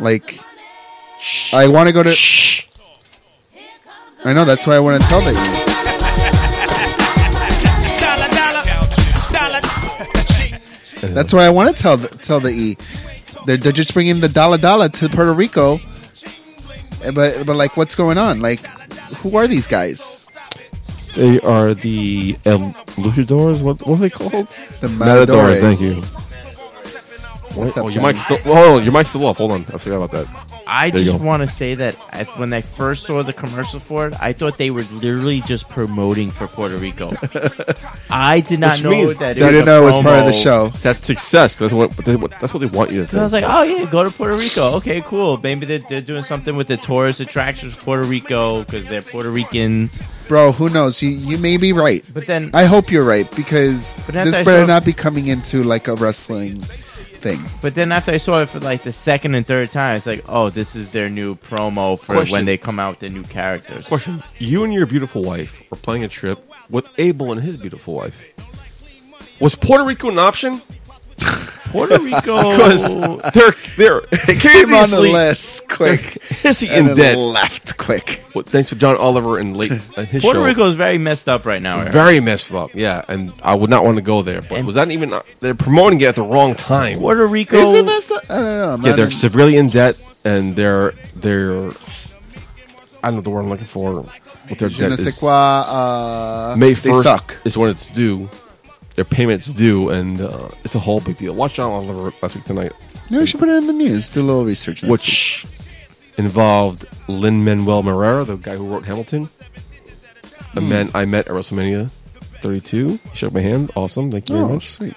B: Like, I want to go to.
A: Shh.
B: I know that's why I want to tell that.
F: dollar, dollar, dollar.
B: That's why I want to tell the, tell the E. They're, they're just bringing the dollar dollar to Puerto Rico, Eh, but but like, what's going on? Like, who are these guys?
A: They are the El Luchadors. What? What are they called?
B: The
A: Matadores.
B: Matadores.
A: Thank you.
B: What's
A: oh,
B: up,
A: your
B: Johnny?
A: mic's still. Oh, your mic's still off. Hold on. I forgot about that.
C: I
A: There you
C: just
A: go.
C: want to say that I, when I first saw the commercial for it, I thought they were literally just promoting for Puerto Rico. I did not
A: Which
C: know
A: means
C: that. It
B: You
C: was
B: didn't
C: a
B: know it was part of the
C: promo.
B: show.
A: That's success. 'cause That's what, that's what- that's what they want you to
C: And I was
A: think.
C: like, oh yeah, go to Puerto Rico. Okay, cool. Maybe they're, they're doing something with the tourist attractions of Puerto Rico because they're Puerto Ricans.
B: Bro, who knows? You you may be right.
C: But then
B: I hope you're right because
C: But at
B: this
C: that
B: better
C: show-
B: not be coming into like a wrestling thing.
C: But then after I saw it for like the second and third time, it's like, oh, this is their new promo for
A: Question.
C: when they come out with their new characters.
A: Question: You and your beautiful wife are playing a trip with Abel and his beautiful wife. Was Puerto Rico an option?
C: Puerto Rico.
A: Because
B: Oh.
A: they're they're
B: It came on the
A: obviously
B: list quick
A: hissy and
B: and then
A: dead.
B: left quick.
A: Well, thanks to John Oliver and late and his
C: Puerto
A: show.
C: Rico is very messed up right now. Eric.
A: Very messed up, yeah, and I would not want to go there. But
C: And-
A: was that even? uh, They're promoting it at the wrong time.
C: Puerto Rico.
B: Is it messed up? I don't know. I'm
A: Yeah,
B: not
A: they're
B: in-
A: severely in debt, and they're they're. I don't know the word I'm looking for. What their
B: Je
A: debt
B: ne sais
A: is.
B: quoi, uh,
A: May
B: they
A: first
B: suck.
A: is when it's due. Their payments due, and uh, it's a whole big deal. Watch John Oliver last week tonight,
B: Maybe we should put it in the news. Do a little research. next week.
A: which involved Lin Manuel Herrera, the guy who wrote Hamilton, the man I met at WrestleMania 32. He shook my hand. Awesome, thank you very
B: Oh,
A: much.
B: sweet.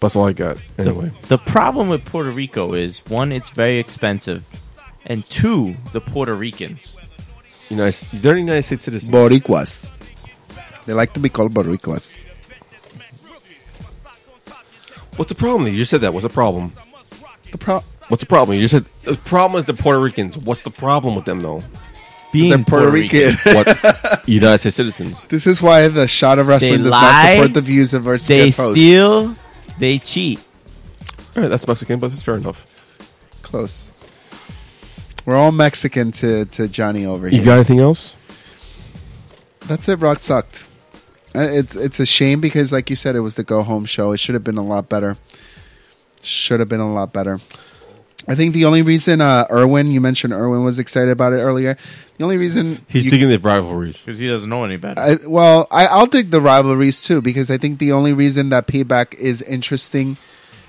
A: That's all I got. Anyway,
C: The problem with Puerto Rico is one, it's very expensive, and two, the Puerto Ricans.
A: United, they're United States citizens.
B: Boricuas. They like to be called Boricuas.
A: What's the problem? You just said that. What's the problem?
B: The pro-
A: What's the problem? You said the problem is the Puerto Ricans. What's the problem with them though?
C: Being
B: they're Puerto Rican.
A: What United States citizens?
B: this is why the shot of wrestling
C: They
B: does not
C: lie.
B: support the views of our
C: they
B: guest host.
C: steal, they cheat.
A: All right, that's Mexican, but it's fair enough.
B: Close. We're all Mexican to, to Johnny over here.
A: You got anything else?
B: That's it. Rock sucked. Uh, It's it's a shame because, like you said, it was the go home show. It should have been a lot better. Should have been a lot better. I think the only reason uh, Irwin, you mentioned Irwin was excited about it earlier. The only reason
A: He's
B: you-
A: digging the rivalries.
C: Because he doesn't know any better.
B: I, well, I, I'll dig the rivalries too because I think the only reason that payback is interesting,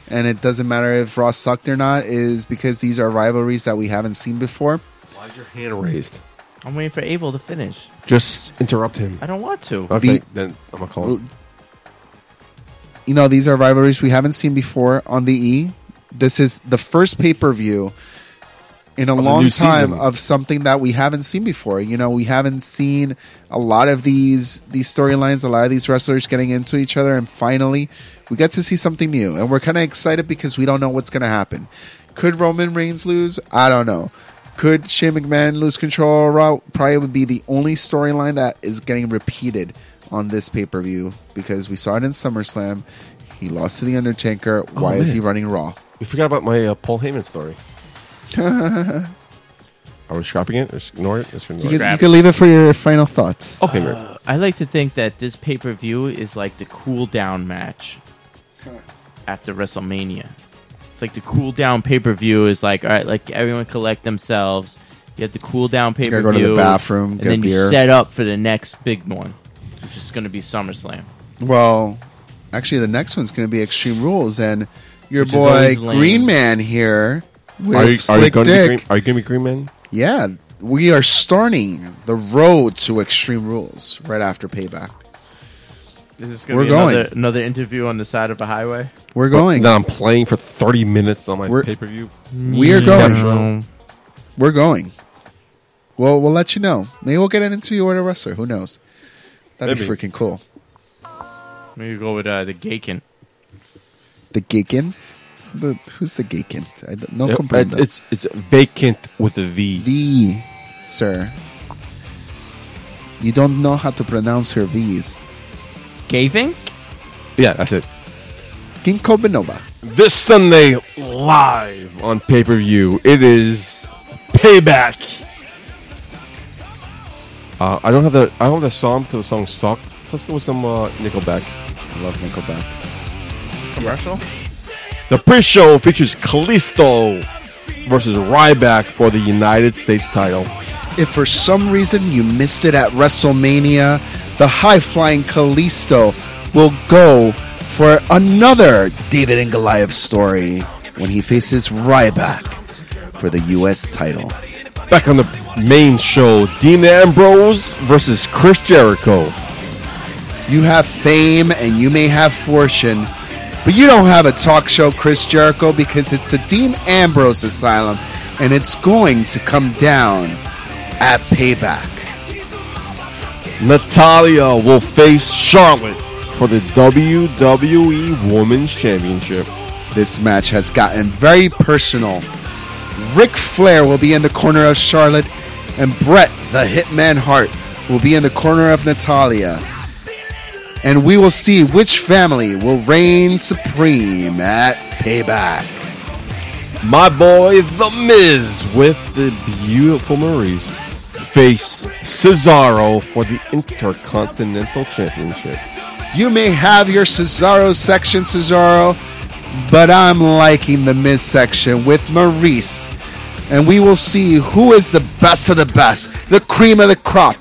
B: and it doesn't matter if Raw sucked or not, is because these are rivalries that we haven't seen before.
A: Why is your hand raised?
C: I'm waiting for Abel to finish.
A: Just interrupt him.
C: I don't want to.
A: Okay,
B: The-
A: then I'm gonna call. Him.
B: you know, these are rivalries we haven't seen before on the E. This is the first pay per view in a
A: the
B: long
A: new
B: time
A: season.
B: of something that we haven't seen before. You know, we haven't seen a lot of these these storylines, a lot of these wrestlers getting into each other, and finally we get to see something new. And we're kind of excited because we don't know what's going to happen. Could Roman Reigns lose? I don't know. Could Shane McMahon lose control? Raw probably would be the only storyline that is getting repeated on this pay per view because we saw it in SummerSlam. He lost to the Undertaker. Why is
A: man.
B: he running Raw?
A: We forgot about my uh, Paul Heyman story. Are we scrapping it? Just ignore it. Just ignore
B: You
A: it.
B: can, you can leave it for your final thoughts.
A: Okay, great.
C: Uh, I like to think that this pay per view is like the cool down match after WrestleMania. It's like the cool down pay per view is like, all right, like everyone collect themselves. You have the cool down pay per
B: gotta
C: view.
B: go to the bathroom,
C: and
B: get a
C: then
B: beer.
C: you set up for the next big one, which is going to be SummerSlam.
B: Well, actually, the next one's going to be Extreme Rules, and your
C: Which is
B: boy
C: always lame.
B: Green Man here with
A: Are you, are you
B: Slick
A: going to be
B: Dick.
A: green? Are you going to be green man?
B: Yeah, we are starting the road to Extreme Rules right after Payback.
C: Is this
B: We're be another- going.
C: another interview on the side of a highway?
B: We're going.
A: No, I'm playing for 30 minutes on my
B: We're-
A: pay per view.
B: We are going. We're going. Well, we'll let you know. Maybe we'll get an interview with a wrestler. Who knows? That'd
A: Maybe.
B: be freaking cool.
C: Maybe go with uh, the Gaken.
B: The Gigant? The, who's the Gigant? I don't, no
A: Yep.
B: comprendo.
A: It's, it's it's vacant with a V.
B: V, sir. You don't know how to pronounce your V's.
C: Gaving?
A: yeah, that's it.
B: Ginkgo Benova.
A: This Sunday, live on pay per view, it is Payback. Uh, I don't have the I don't have the song because the song sucked. So let's go with some uh, Nickelback.
B: I love Nickelback.
C: Commercial?
A: The pre-show features Kalisto versus Ryback for the United States title.
B: If for some reason you missed it at WrestleMania, the high flying Kalisto will go for another David and Goliath story when he faces Ryback for the U.S. title.
A: Back on the main show, Dean Ambrose versus Chris Jericho.
B: You have fame and you may have fortune, but you don't have a talk show, Chris Jericho, because it's the Dean Ambrose Asylum and it's going to come down at payback.
A: Natalia will face Charlotte for the WWE Women's E Championship.
B: This match has gotten very personal. Ric Flair will be in the corner of Charlotte, and Brett, the Hitman Hart, will be in the corner of Natalia. And we will see which family will reign supreme at Payback.
A: My boy, The Miz, with the beautiful Maurice, face Cesaro for the Intercontinental Championship.
B: You may have your Cesaro section, Cesaro, but I'm liking the Miz section with Maurice. And we will see who is the best of the best, the cream of the crop.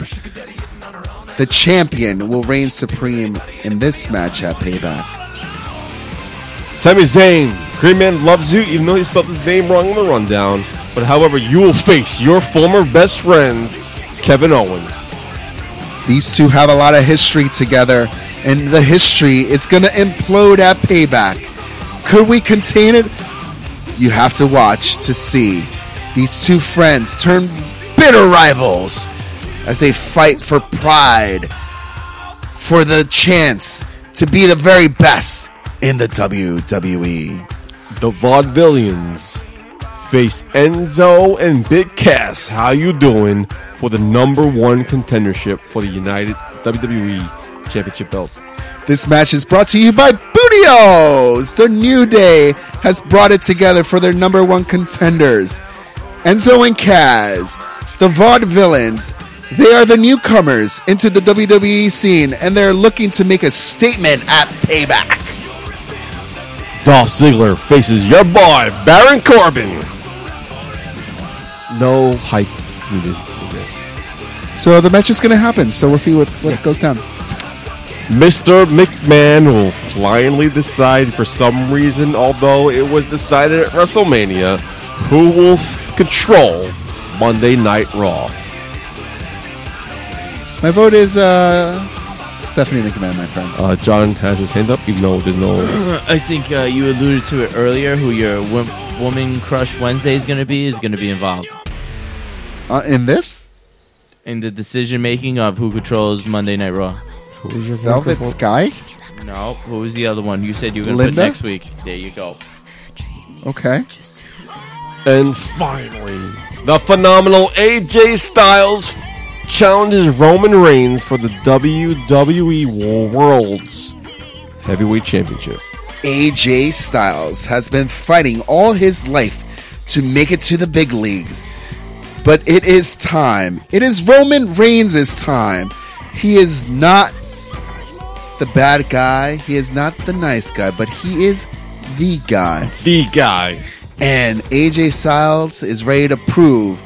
B: The champion will reign supreme in this match at Payback.
A: Sami Zayn, Green Man loves you, even though he spelled his name wrong on the rundown. But however, you will face your former best friend, Kevin Owens.
B: These two have a lot of history together, and the history it's going to implode at Payback. Could we contain it? You have to watch to see these two friends turn bitter rivals as they fight for pride, for the chance to be the very best in the E. WWE.
A: The Vaudevillians face Enzo and Big Cass. How you doing for the number one contendership for the United WWE Championship belt?
B: This match is brought to you by Bootios. The New Day has brought it together for their number one contenders. Enzo and Kaz, the Vaude villains, they are the newcomers into the WWE scene and they're looking to make a statement at Payback.
A: Dolph Ziggler faces your boy Baron Corbin. No hype needed. Okay.
B: So the match is going to happen. So we'll see what, what goes down.
A: Mr. McMahon will finally decide for some reason, although it was decided at WrestleMania, who will f- control Monday Night Raw.
B: My vote is uh, Stephanie McMahon, my friend.
A: Uh, John has his hand up, even though there's no.
C: I think uh, you alluded to it earlier. Who your wom- woman crush Wednesday is going to be is going to be involved
B: Uh, in this,
C: in the decision making of who controls Monday Night Raw.
B: Velvet Sky?
C: No, who was the other one? You said you were going to put
B: Linda?
C: next week. There you go.
B: Okay.
A: And finally, the phenomenal AJ Styles challenges Roman Reigns for the WWE World's Heavyweight Championship.
B: AJ Styles has been fighting all his life to make it to the big leagues. But it is time. It is Roman Reigns' time. He is not the bad guy. He is not the nice guy, but he is the guy.
A: The guy.
B: And AJ Styles is ready to prove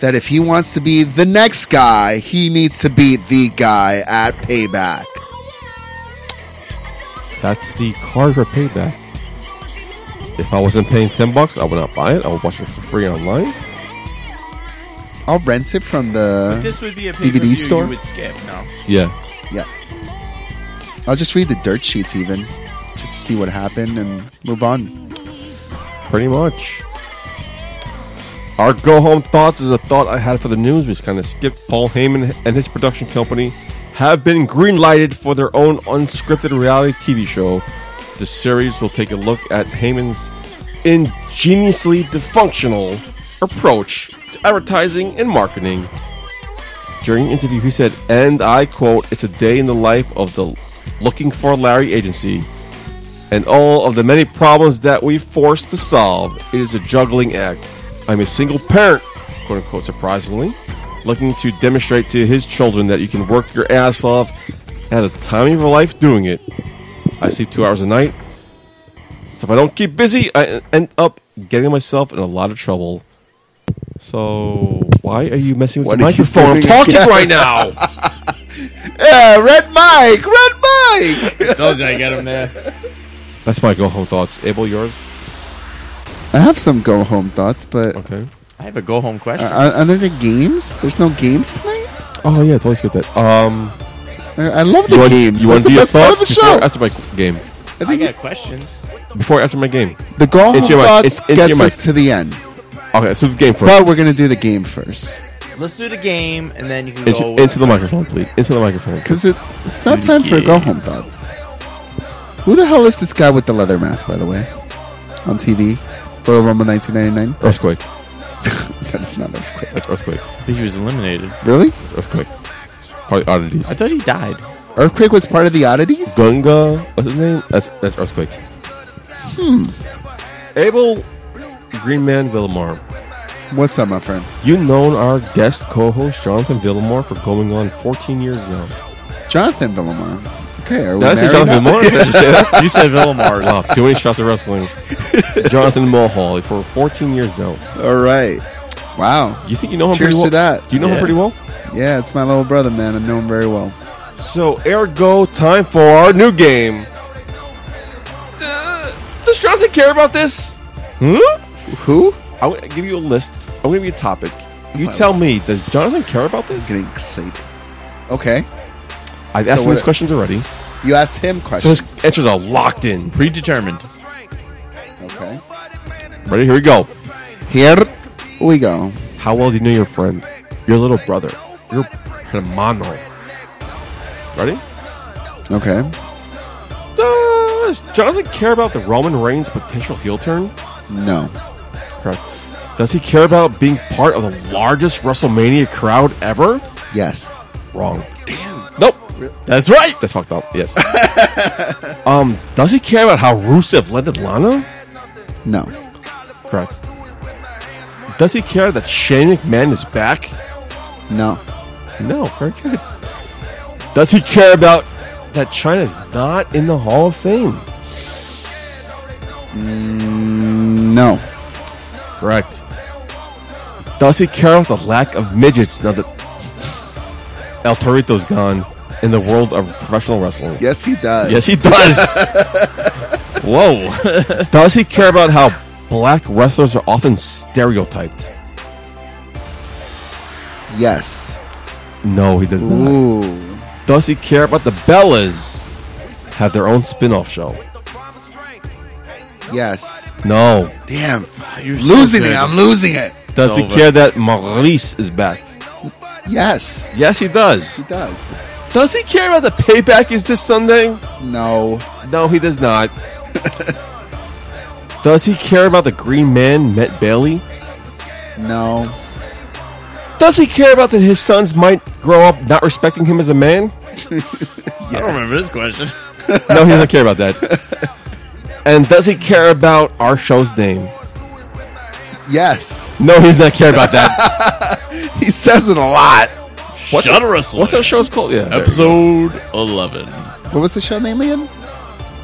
B: that if he wants to be the next guy, he needs to be the guy at Payback.
A: That's the card for payback. If I wasn't paying 10 bucks, I would not buy it. I would watch it for free online.
B: I'll rent it from the.
C: This would be a
B: DVD
C: pay-per-view
B: store?
C: You would skip. No,
A: Yeah.
B: Yeah. I'll just read the dirt sheets even. Just see what happened and move on.
A: Pretty much. Our go home thoughts is a thought I had for the news. We just kind of skipped. Paul Heyman and his production company have been green lighted for their own unscripted reality TV show. The series will take a look at Heyman's ingeniously dysfunctional approach to advertising and marketing. During an interview, he said, and I quote, it's a day in the life of the Looking for Larry agency and all of the many problems that we force to solve. It is a juggling act. I'm a single parent, quote unquote, surprisingly, looking to demonstrate to his children that you can work your ass off at the time of your life doing it. I sleep two hours a night. So if I don't keep busy, I end up getting myself in a lot of trouble. So why are you messing with
B: What
A: the
B: are you
A: microphone? I'm
B: doing
A: talking
B: again?
A: right now.
B: Yeah, Red Mike! Red Mike!
C: told you I got him there.
A: That's my go home thoughts. Abel, yours?
B: I have some go home thoughts, but
A: Okay.
C: I have a go home question.
B: are, are there any games? There's no games tonight?
A: Oh yeah, totally skip that. Um,
B: I, I love the
A: you want,
B: games.
A: you want to
B: That's the
A: do your
B: best part of
A: thoughts
B: the
A: before
B: show.
A: or after my game?
B: I
C: I
B: think
C: got questions.
A: Before I answer my game.
B: the go home
A: It's your mic.
B: thoughts
A: It's- it's
B: gets
A: your
B: us
A: mic.
B: to the end.
A: Okay, so the game first.
B: But we're going to do the game first.
C: Let's do the game, and then you can
A: Into,
C: go
A: into the microphone, please. Into the microphone.
B: Because it, it's not time for go home thoughts. Who the hell is this guy with the leather mask, by the way, on TV? Royal Rumble 1999.
A: Earthquake.
B: That's not that quick.
A: That's earthquake.
C: But he was eliminated.
B: Really?
A: That's earthquake. Probably oddities.
C: I thought he died.
B: Earthquake was part of the oddities.
A: Gunga. What's his name? That's that's earthquake. Hmm. Abel Greenman Villamar.
B: What's up, my friend?
A: You known our guest co-host Jonathan Villamar for going on 14 years now.
B: Jonathan Villamar. Okay, are we
A: Did I say
B: married
A: Jonathan
B: now?
A: Villamar? Did I just say that?
C: You said Villamars.
A: Wow, too many shots of wrestling. Jonathan Mulhall for 14 years now.
B: All right. Wow.
A: You think you know him
B: Cheers
A: pretty well?
B: to that.
A: Do you know him
C: Yeah.
A: pretty well?
B: Yeah, it's my little brother, man. I know him very well.
A: So, ergo, time for our new game. Uh, Does Jonathan care about this? Hmm?
B: Who?
A: I'm going to give you a list. I'm going to give you a topic. You
B: Okay.
A: tell me, does Jonathan care about this?
B: Getting excited. Okay.
A: I've
B: So
A: asked him
B: what-
A: these questions already.
B: You asked him
A: So
B: questions.
A: his answers are locked in.
C: Predetermined.
B: okay.
A: Ready? Here we go.
B: Here we go.
A: How well do you know your friend? Your little brother. Your hermano. Ready?
B: Okay.
A: Does Jonathan care about the Roman Reigns potential heel turn?
B: No.
A: Correct. Does he care about being part of the largest WrestleMania crowd ever?
B: Yes.
A: Wrong. Nope. That's right. That's fucked up. Yes. um, does he care about how Rusev landed Lana?
B: No.
A: Correct. Does he care that Shane McMahon is back?
B: No.
A: No. Very good. Does he care about that China's not in the Hall of Fame?
B: No.
A: Correct. Does he care about the lack of midgets now that El Torito's gone in the world of professional wrestling?
B: Yes, he does.
A: Yes, he does. Whoa. does he care about how black wrestlers are often stereotyped?
B: Yes.
A: No, he does not.
B: Ooh.
A: Does he care about the Bellas have their own spin off show?
B: Yes.
A: No.
B: Damn. losing it. I'm losing it.
A: Does he
C: over.
A: care that Maurice is back?
B: Yes.
A: Yes, he does.
B: He does.
A: Does he care about the payback is this Sunday?
B: No.
A: No, he does not. does he care about the green man, Met Bailey?
B: No.
A: Does he care about that his sons might grow up not respecting him as a man?
C: I don't remember this question.
A: No, he doesn't care about that. And does he care about our show's name?
B: Yes.
A: No, he's not care about that.
B: He says it a lot.
A: What's-
C: Shut wrestling.
A: What's our show's called? Yeah, there you go.
C: Episode 11.
B: What was the show name again?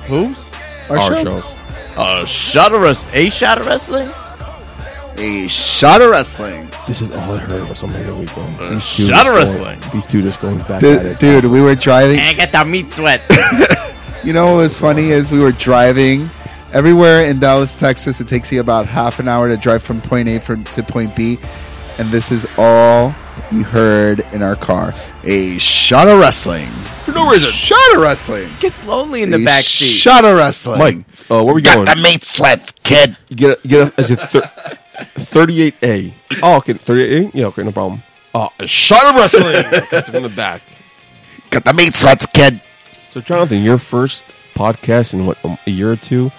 C: Who's?
A: Our, show.
C: Uh, shot of wrestling. A shot of wrestling?
B: A shot of wrestling.
A: This is all I heard about WrestleMania weekend.
C: Uh,
A: These two
C: shut
A: just
C: up,
A: going-
C: wrestling.
A: These two just going back
B: Th-
A: at it.
B: dude, we were driving.
C: I got the meat sweat.
B: You know what was funny is we were driving everywhere in Dallas, Texas. It takes you about half an hour to drive from point A from, to point B, and this is all you heard in our car: a shot of wrestling,
A: For no reason.
B: shot of wrestling,
C: Gets lonely in the
B: a
C: back seat.
B: shot of wrestling.
A: Mike, uh, where we going?
G: meat sweats, kid.
A: Get a, get a, as a thir- 38A. Oh, okay, 38A? Yeah, okay, no problem. Uh, a shot of wrestling. Catch him in the back.
G: Got the meat sweats, kid.
A: So, Jonathan, your first podcast in what, um, a year or two?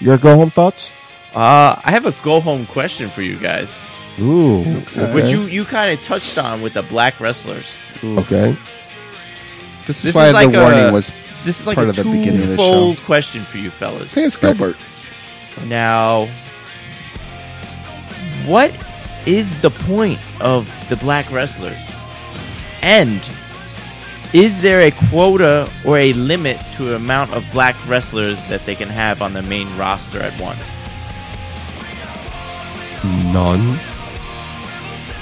A: Your go home thoughts?
C: Uh, I have a go home question for you guys,
A: Ooh.
C: which you, you kind of touched on with the black wrestlers.
A: Okay.
B: This is
C: This
B: why
C: is like
B: the warning
C: a-
B: was.
C: This is like
B: Part
C: a
B: of the beginning of the
C: twofold question for you fellas.
B: Say it's Gilbert.
C: Now, what is the point of the black wrestlers? And is there a quota or a limit to the amount of black wrestlers that they can have on the main roster at once?
A: None.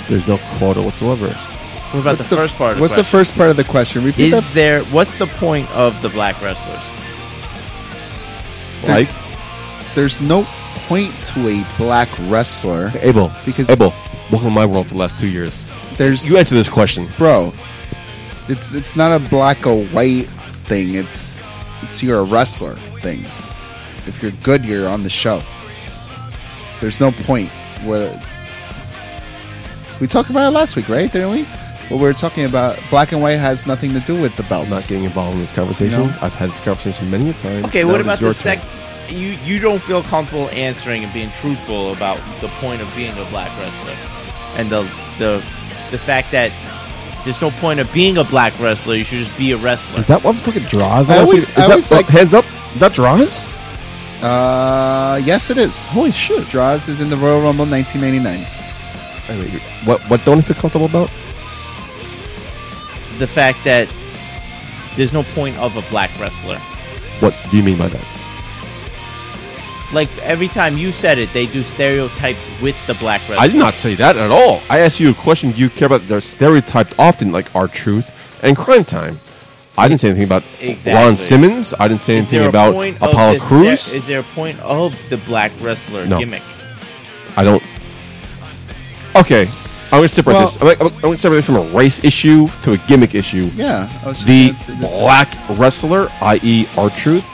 A: There's no quota whatsoever.
C: What about the first part? Of
B: What's the
C: question?
B: first part of the question? Repeat
C: Is
B: that.
C: there? What's the point of the black wrestlers?
A: Like
B: There's no point to a black wrestler.
A: Abel,
B: Because-
A: because Abel, welcome to my world for the last two years.
B: There's
A: You answer this question.
B: bro it's it's not a black or white thing it's it's you're a wrestler thing if you're good you're on the show there's no point where we talked about it last week right didn't we what we were talking about, black and white has nothing to do with the belts.
A: Not getting involved in this conversation.
B: No.
A: I've had this conversation many a time.
C: Okay,
A: Now
C: what
A: it is
C: about
A: your
C: the sec?
A: turn.
C: You you don't feel comfortable answering and being truthful about the point of being a black wrestler, and the the the fact that there's no point of being a black wrestler. You should just be a wrestler.
H: Is that what fucking draws?
B: I
H: That's
B: always-
H: what-
B: I
H: is
B: always
H: that,
B: like-
H: hands up. Is that draws?
B: Uh, yes, it is.
A: Holy shit!
B: Draws is in the Royal Rumble 1999.
A: Anyway, what what don't you feel comfortable about?
C: the fact that there's no point of a black wrestler.
A: What do you mean by that?
C: Like every time you said it, they do stereotypes with the black wrestler.
A: I did not say that at all. I asked you a question. Do you care about they're stereotyped often, like our truth and crime time? I didn't say anything about
C: Exactly.
A: Ron Simmons. I didn't say
C: Is
A: anything
C: there a
A: about
C: point of
A: Apollo
C: the ste-
A: Cruz.
C: is there a point of the black wrestler
A: No.
C: gimmick?
A: I don't. Okay, I'm gonna separate
B: Well-
A: this. I'm, gonna- I'm gonna separate this from a race issue to a gimmick issue.
B: Yeah, I was just
A: the
B: gonna say that's-
A: black wrestler, i.e., R Truth,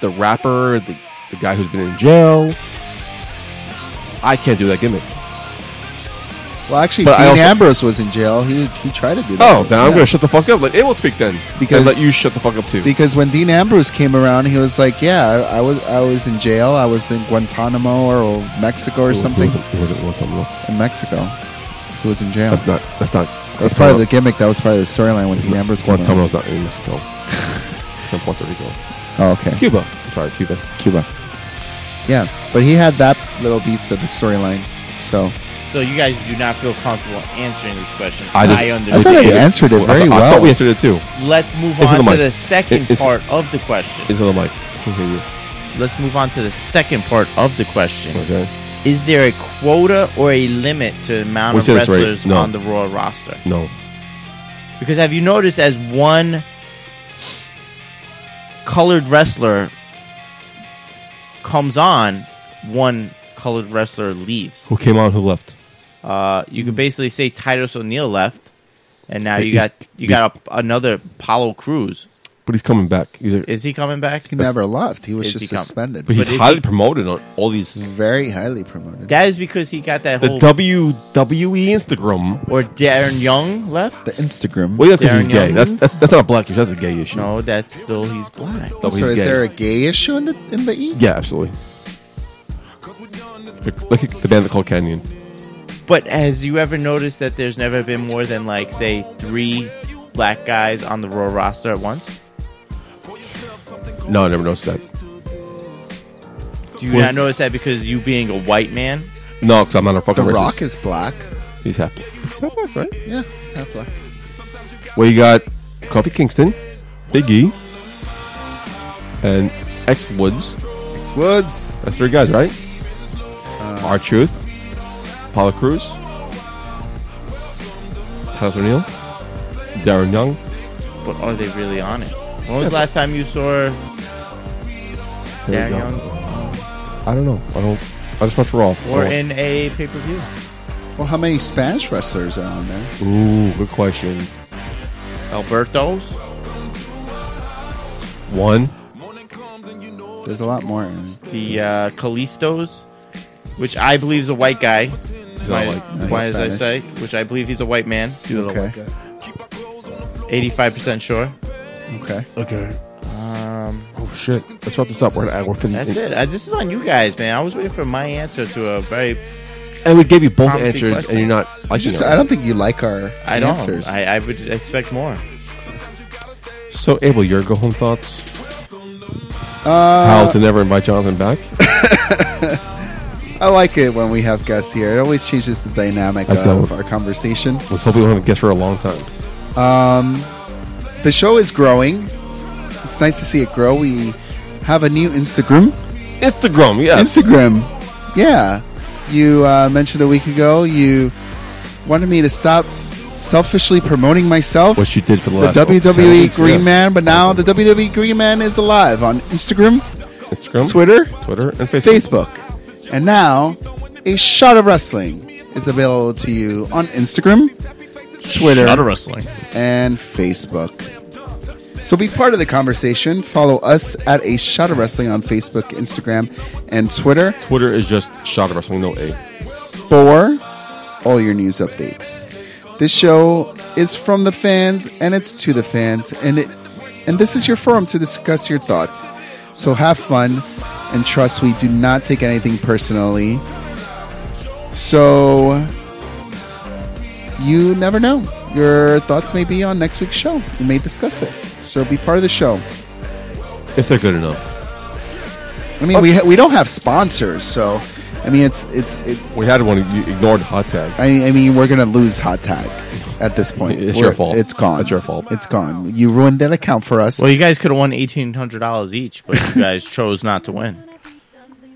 A: the rapper, the, the guy who's been in jail. I can't do that gimmick.
B: Well, actually,
A: But I
B: Dean
A: also-
B: Ambrose was in jail. He he tried to do that.
A: Oh, then I'm
B: Yeah.
A: gonna shut the fuck up. Let Abel speak then,
B: Because-
A: and let you shut the fuck up too.
B: because when Dean Ambrose came around, he was like, "Yeah, I, I was I was in jail. I was in Guantanamo or Mexico or something
A: It wasn't worth it.
B: in Mexico. He was in jail.
A: That's not. That's not.
B: That's part of the gimmick. That was part of the storyline when Dean Ambrose came around.
A: Guantanamo's not in Mexico. it's in Puerto Rico.
B: Oh, okay.
A: Cuba. I'm sorry, Cuba.
B: Cuba. Yeah, but he had that little piece of the storyline. So
C: So you guys do not feel comfortable answering these questions.
A: I
C: I,
A: just-
B: I thought I
C: understand.
B: answered it
A: I
B: very
A: thought- I
B: well.
A: thought we answered it too.
C: Let's move
A: It's in
C: on
A: the
C: to
A: mic.
C: the second
A: It- it's-
C: part of the question.
A: Is it the mic? Can hear you.
C: Let's move on to the second part of the question.
A: Okay.
C: Is there a quota or a limit to the amount
A: We
C: of
A: said this, right?
C: wrestlers
A: No.
C: on the Raw roster?
A: No.
C: Because have you noticed as one colored wrestler comes on, one colored wrestler leaves?
A: Who came on? Who left?
C: Uh, you could basically say Titus O'Neil left, and now you
A: He's-
C: got you got a, another Apollo Cruz.
A: But he's coming back. He's a,
C: Is he coming back?
B: he never left. He was
C: Is
B: just
C: he com-
B: suspended.
A: but he's
C: but is
A: highly
C: he-
A: promoted on all these.
B: very highly promoted.
C: That is because he got that
A: The
C: whole
A: WWE Instagram.
C: or Darren Young left.
B: the Instagram.
A: Well, yeah, because he's
C: Darren
A: gay. That's,
C: Youngs?
A: that's that's not a black issue. That's a gay issue.
C: No, that's still he's black.
A: No,
B: so
A: Oh, he's
B: is
A: gay.
B: there a gay issue in the in the E?
A: yeah, absolutely. Like- Like the band that called Canyon.
C: But has you ever noticed that there's never been more than like say three black guys on the Raw roster at once?
A: No, I never noticed that.
C: Do you
A: Well-
C: not notice that because you being a white man?
A: No, because I'm not a fucking
B: The
A: racist.
B: Rock is black.
A: He's half black. He's half black, right?
B: Yeah, he's half black.
A: Well, you got Kofi Kingston, Big E, and X Woods.
B: It's Woods.
A: That's three guys, right? R Truth, Apollo Cruz, Tyler O'Neill, Darren Young.
C: But are they really on it? When was the last time you saw Darren Young
A: I don't know. I don't. I just watch Raw.
C: or
A: Oh.
C: in a pay per view?
B: Well, how many Spanish wrestlers are on there?
A: Ooh, good question.
C: Alberto's?
A: One.
B: There's a lot more.
C: the uh, Callisto's, which I believe is a white guy. Why,
A: white.
B: No,
C: why
B: he's
C: as I
B: Spanish.
C: say, which I believe he's a white man,
B: Okay.
C: eighty-five percent sure.
B: Okay.
H: Okay.
C: Um,
A: Oh shit! Let's wrap this up. We're at we're fin-
C: that's it. I, this is on you guys, man. I was waiting for my answer to a very.
A: And we gave you both
C: Promising
A: answers,
C: question.
A: and you're not. I
B: Just, I don't think you like our
C: I don't.
B: answers.
C: I, I would expect more.
A: So, Abel, your go home thoughts?
B: uh,
A: How to never invite Jonathan back?
B: I like it when we have guests here. It always changes the dynamic
A: I don't.
B: of our conversation.
A: was hoping we were going to guess for a long time.
B: The show is growing. It's nice to see it grow. We have a new Instagram.
A: Instagram, yes.
B: Instagram. Yeah. You uh, mentioned a week ago you wanted me to stop selfishly promoting myself.
A: What you did for the
B: the
A: last ten
B: WWE
A: weeks,
B: Green
A: yeah.
B: Man, but now the WWE Green Man is alive on Instagram,
A: Instagram,
B: Twitter,
A: Twitter, and Facebook.
B: Facebook. And now, a shot of wrestling is available to you on Instagram, Twitter,
C: wrestling.
B: and Facebook. So be part of the conversation. Follow us at a shot of wrestling on Facebook, Instagram, and Twitter
A: Twitter is just shot of wrestling, no A.
B: for all your news updates. This show is from the fans and it's to the fans, and it and this is your forum to discuss your thoughts. So have fun and trust we do not take anything personally. So you never know. Your thoughts may be on next week's show. We may discuss it. So be part of the show.
A: If they're good enough.
B: I mean, we ha- we don't have sponsors, so I mean, it's it's. It,
A: We had one. You ignored hot tag.
B: I, I mean, we're gonna lose hot tag at this point.
A: It's
B: We're-
A: your fault.
B: It's gone.
A: It's your fault.
B: It's gone. You ruined that account for us.
C: Well, you guys could have won eighteen hundred dollars each, but you guys chose not to win.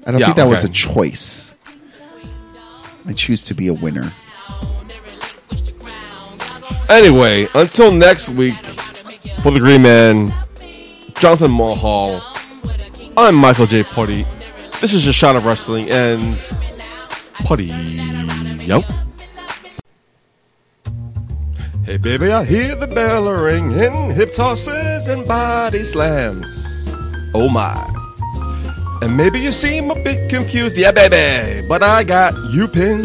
B: I don't
A: yeah,
B: think that was a
A: okay.
B: choice. I choose to be a winner.
A: Anyway, until next week, for the Green Man, Jonathan Mulhall, I'm Michael J. Putty. This is just shot of wrestling and Putty. Yep. Hey baby, I hear the bell ringing, hip tosses and body slams. Oh my. And maybe you seem a bit confused, yeah baby, but I got you pinned.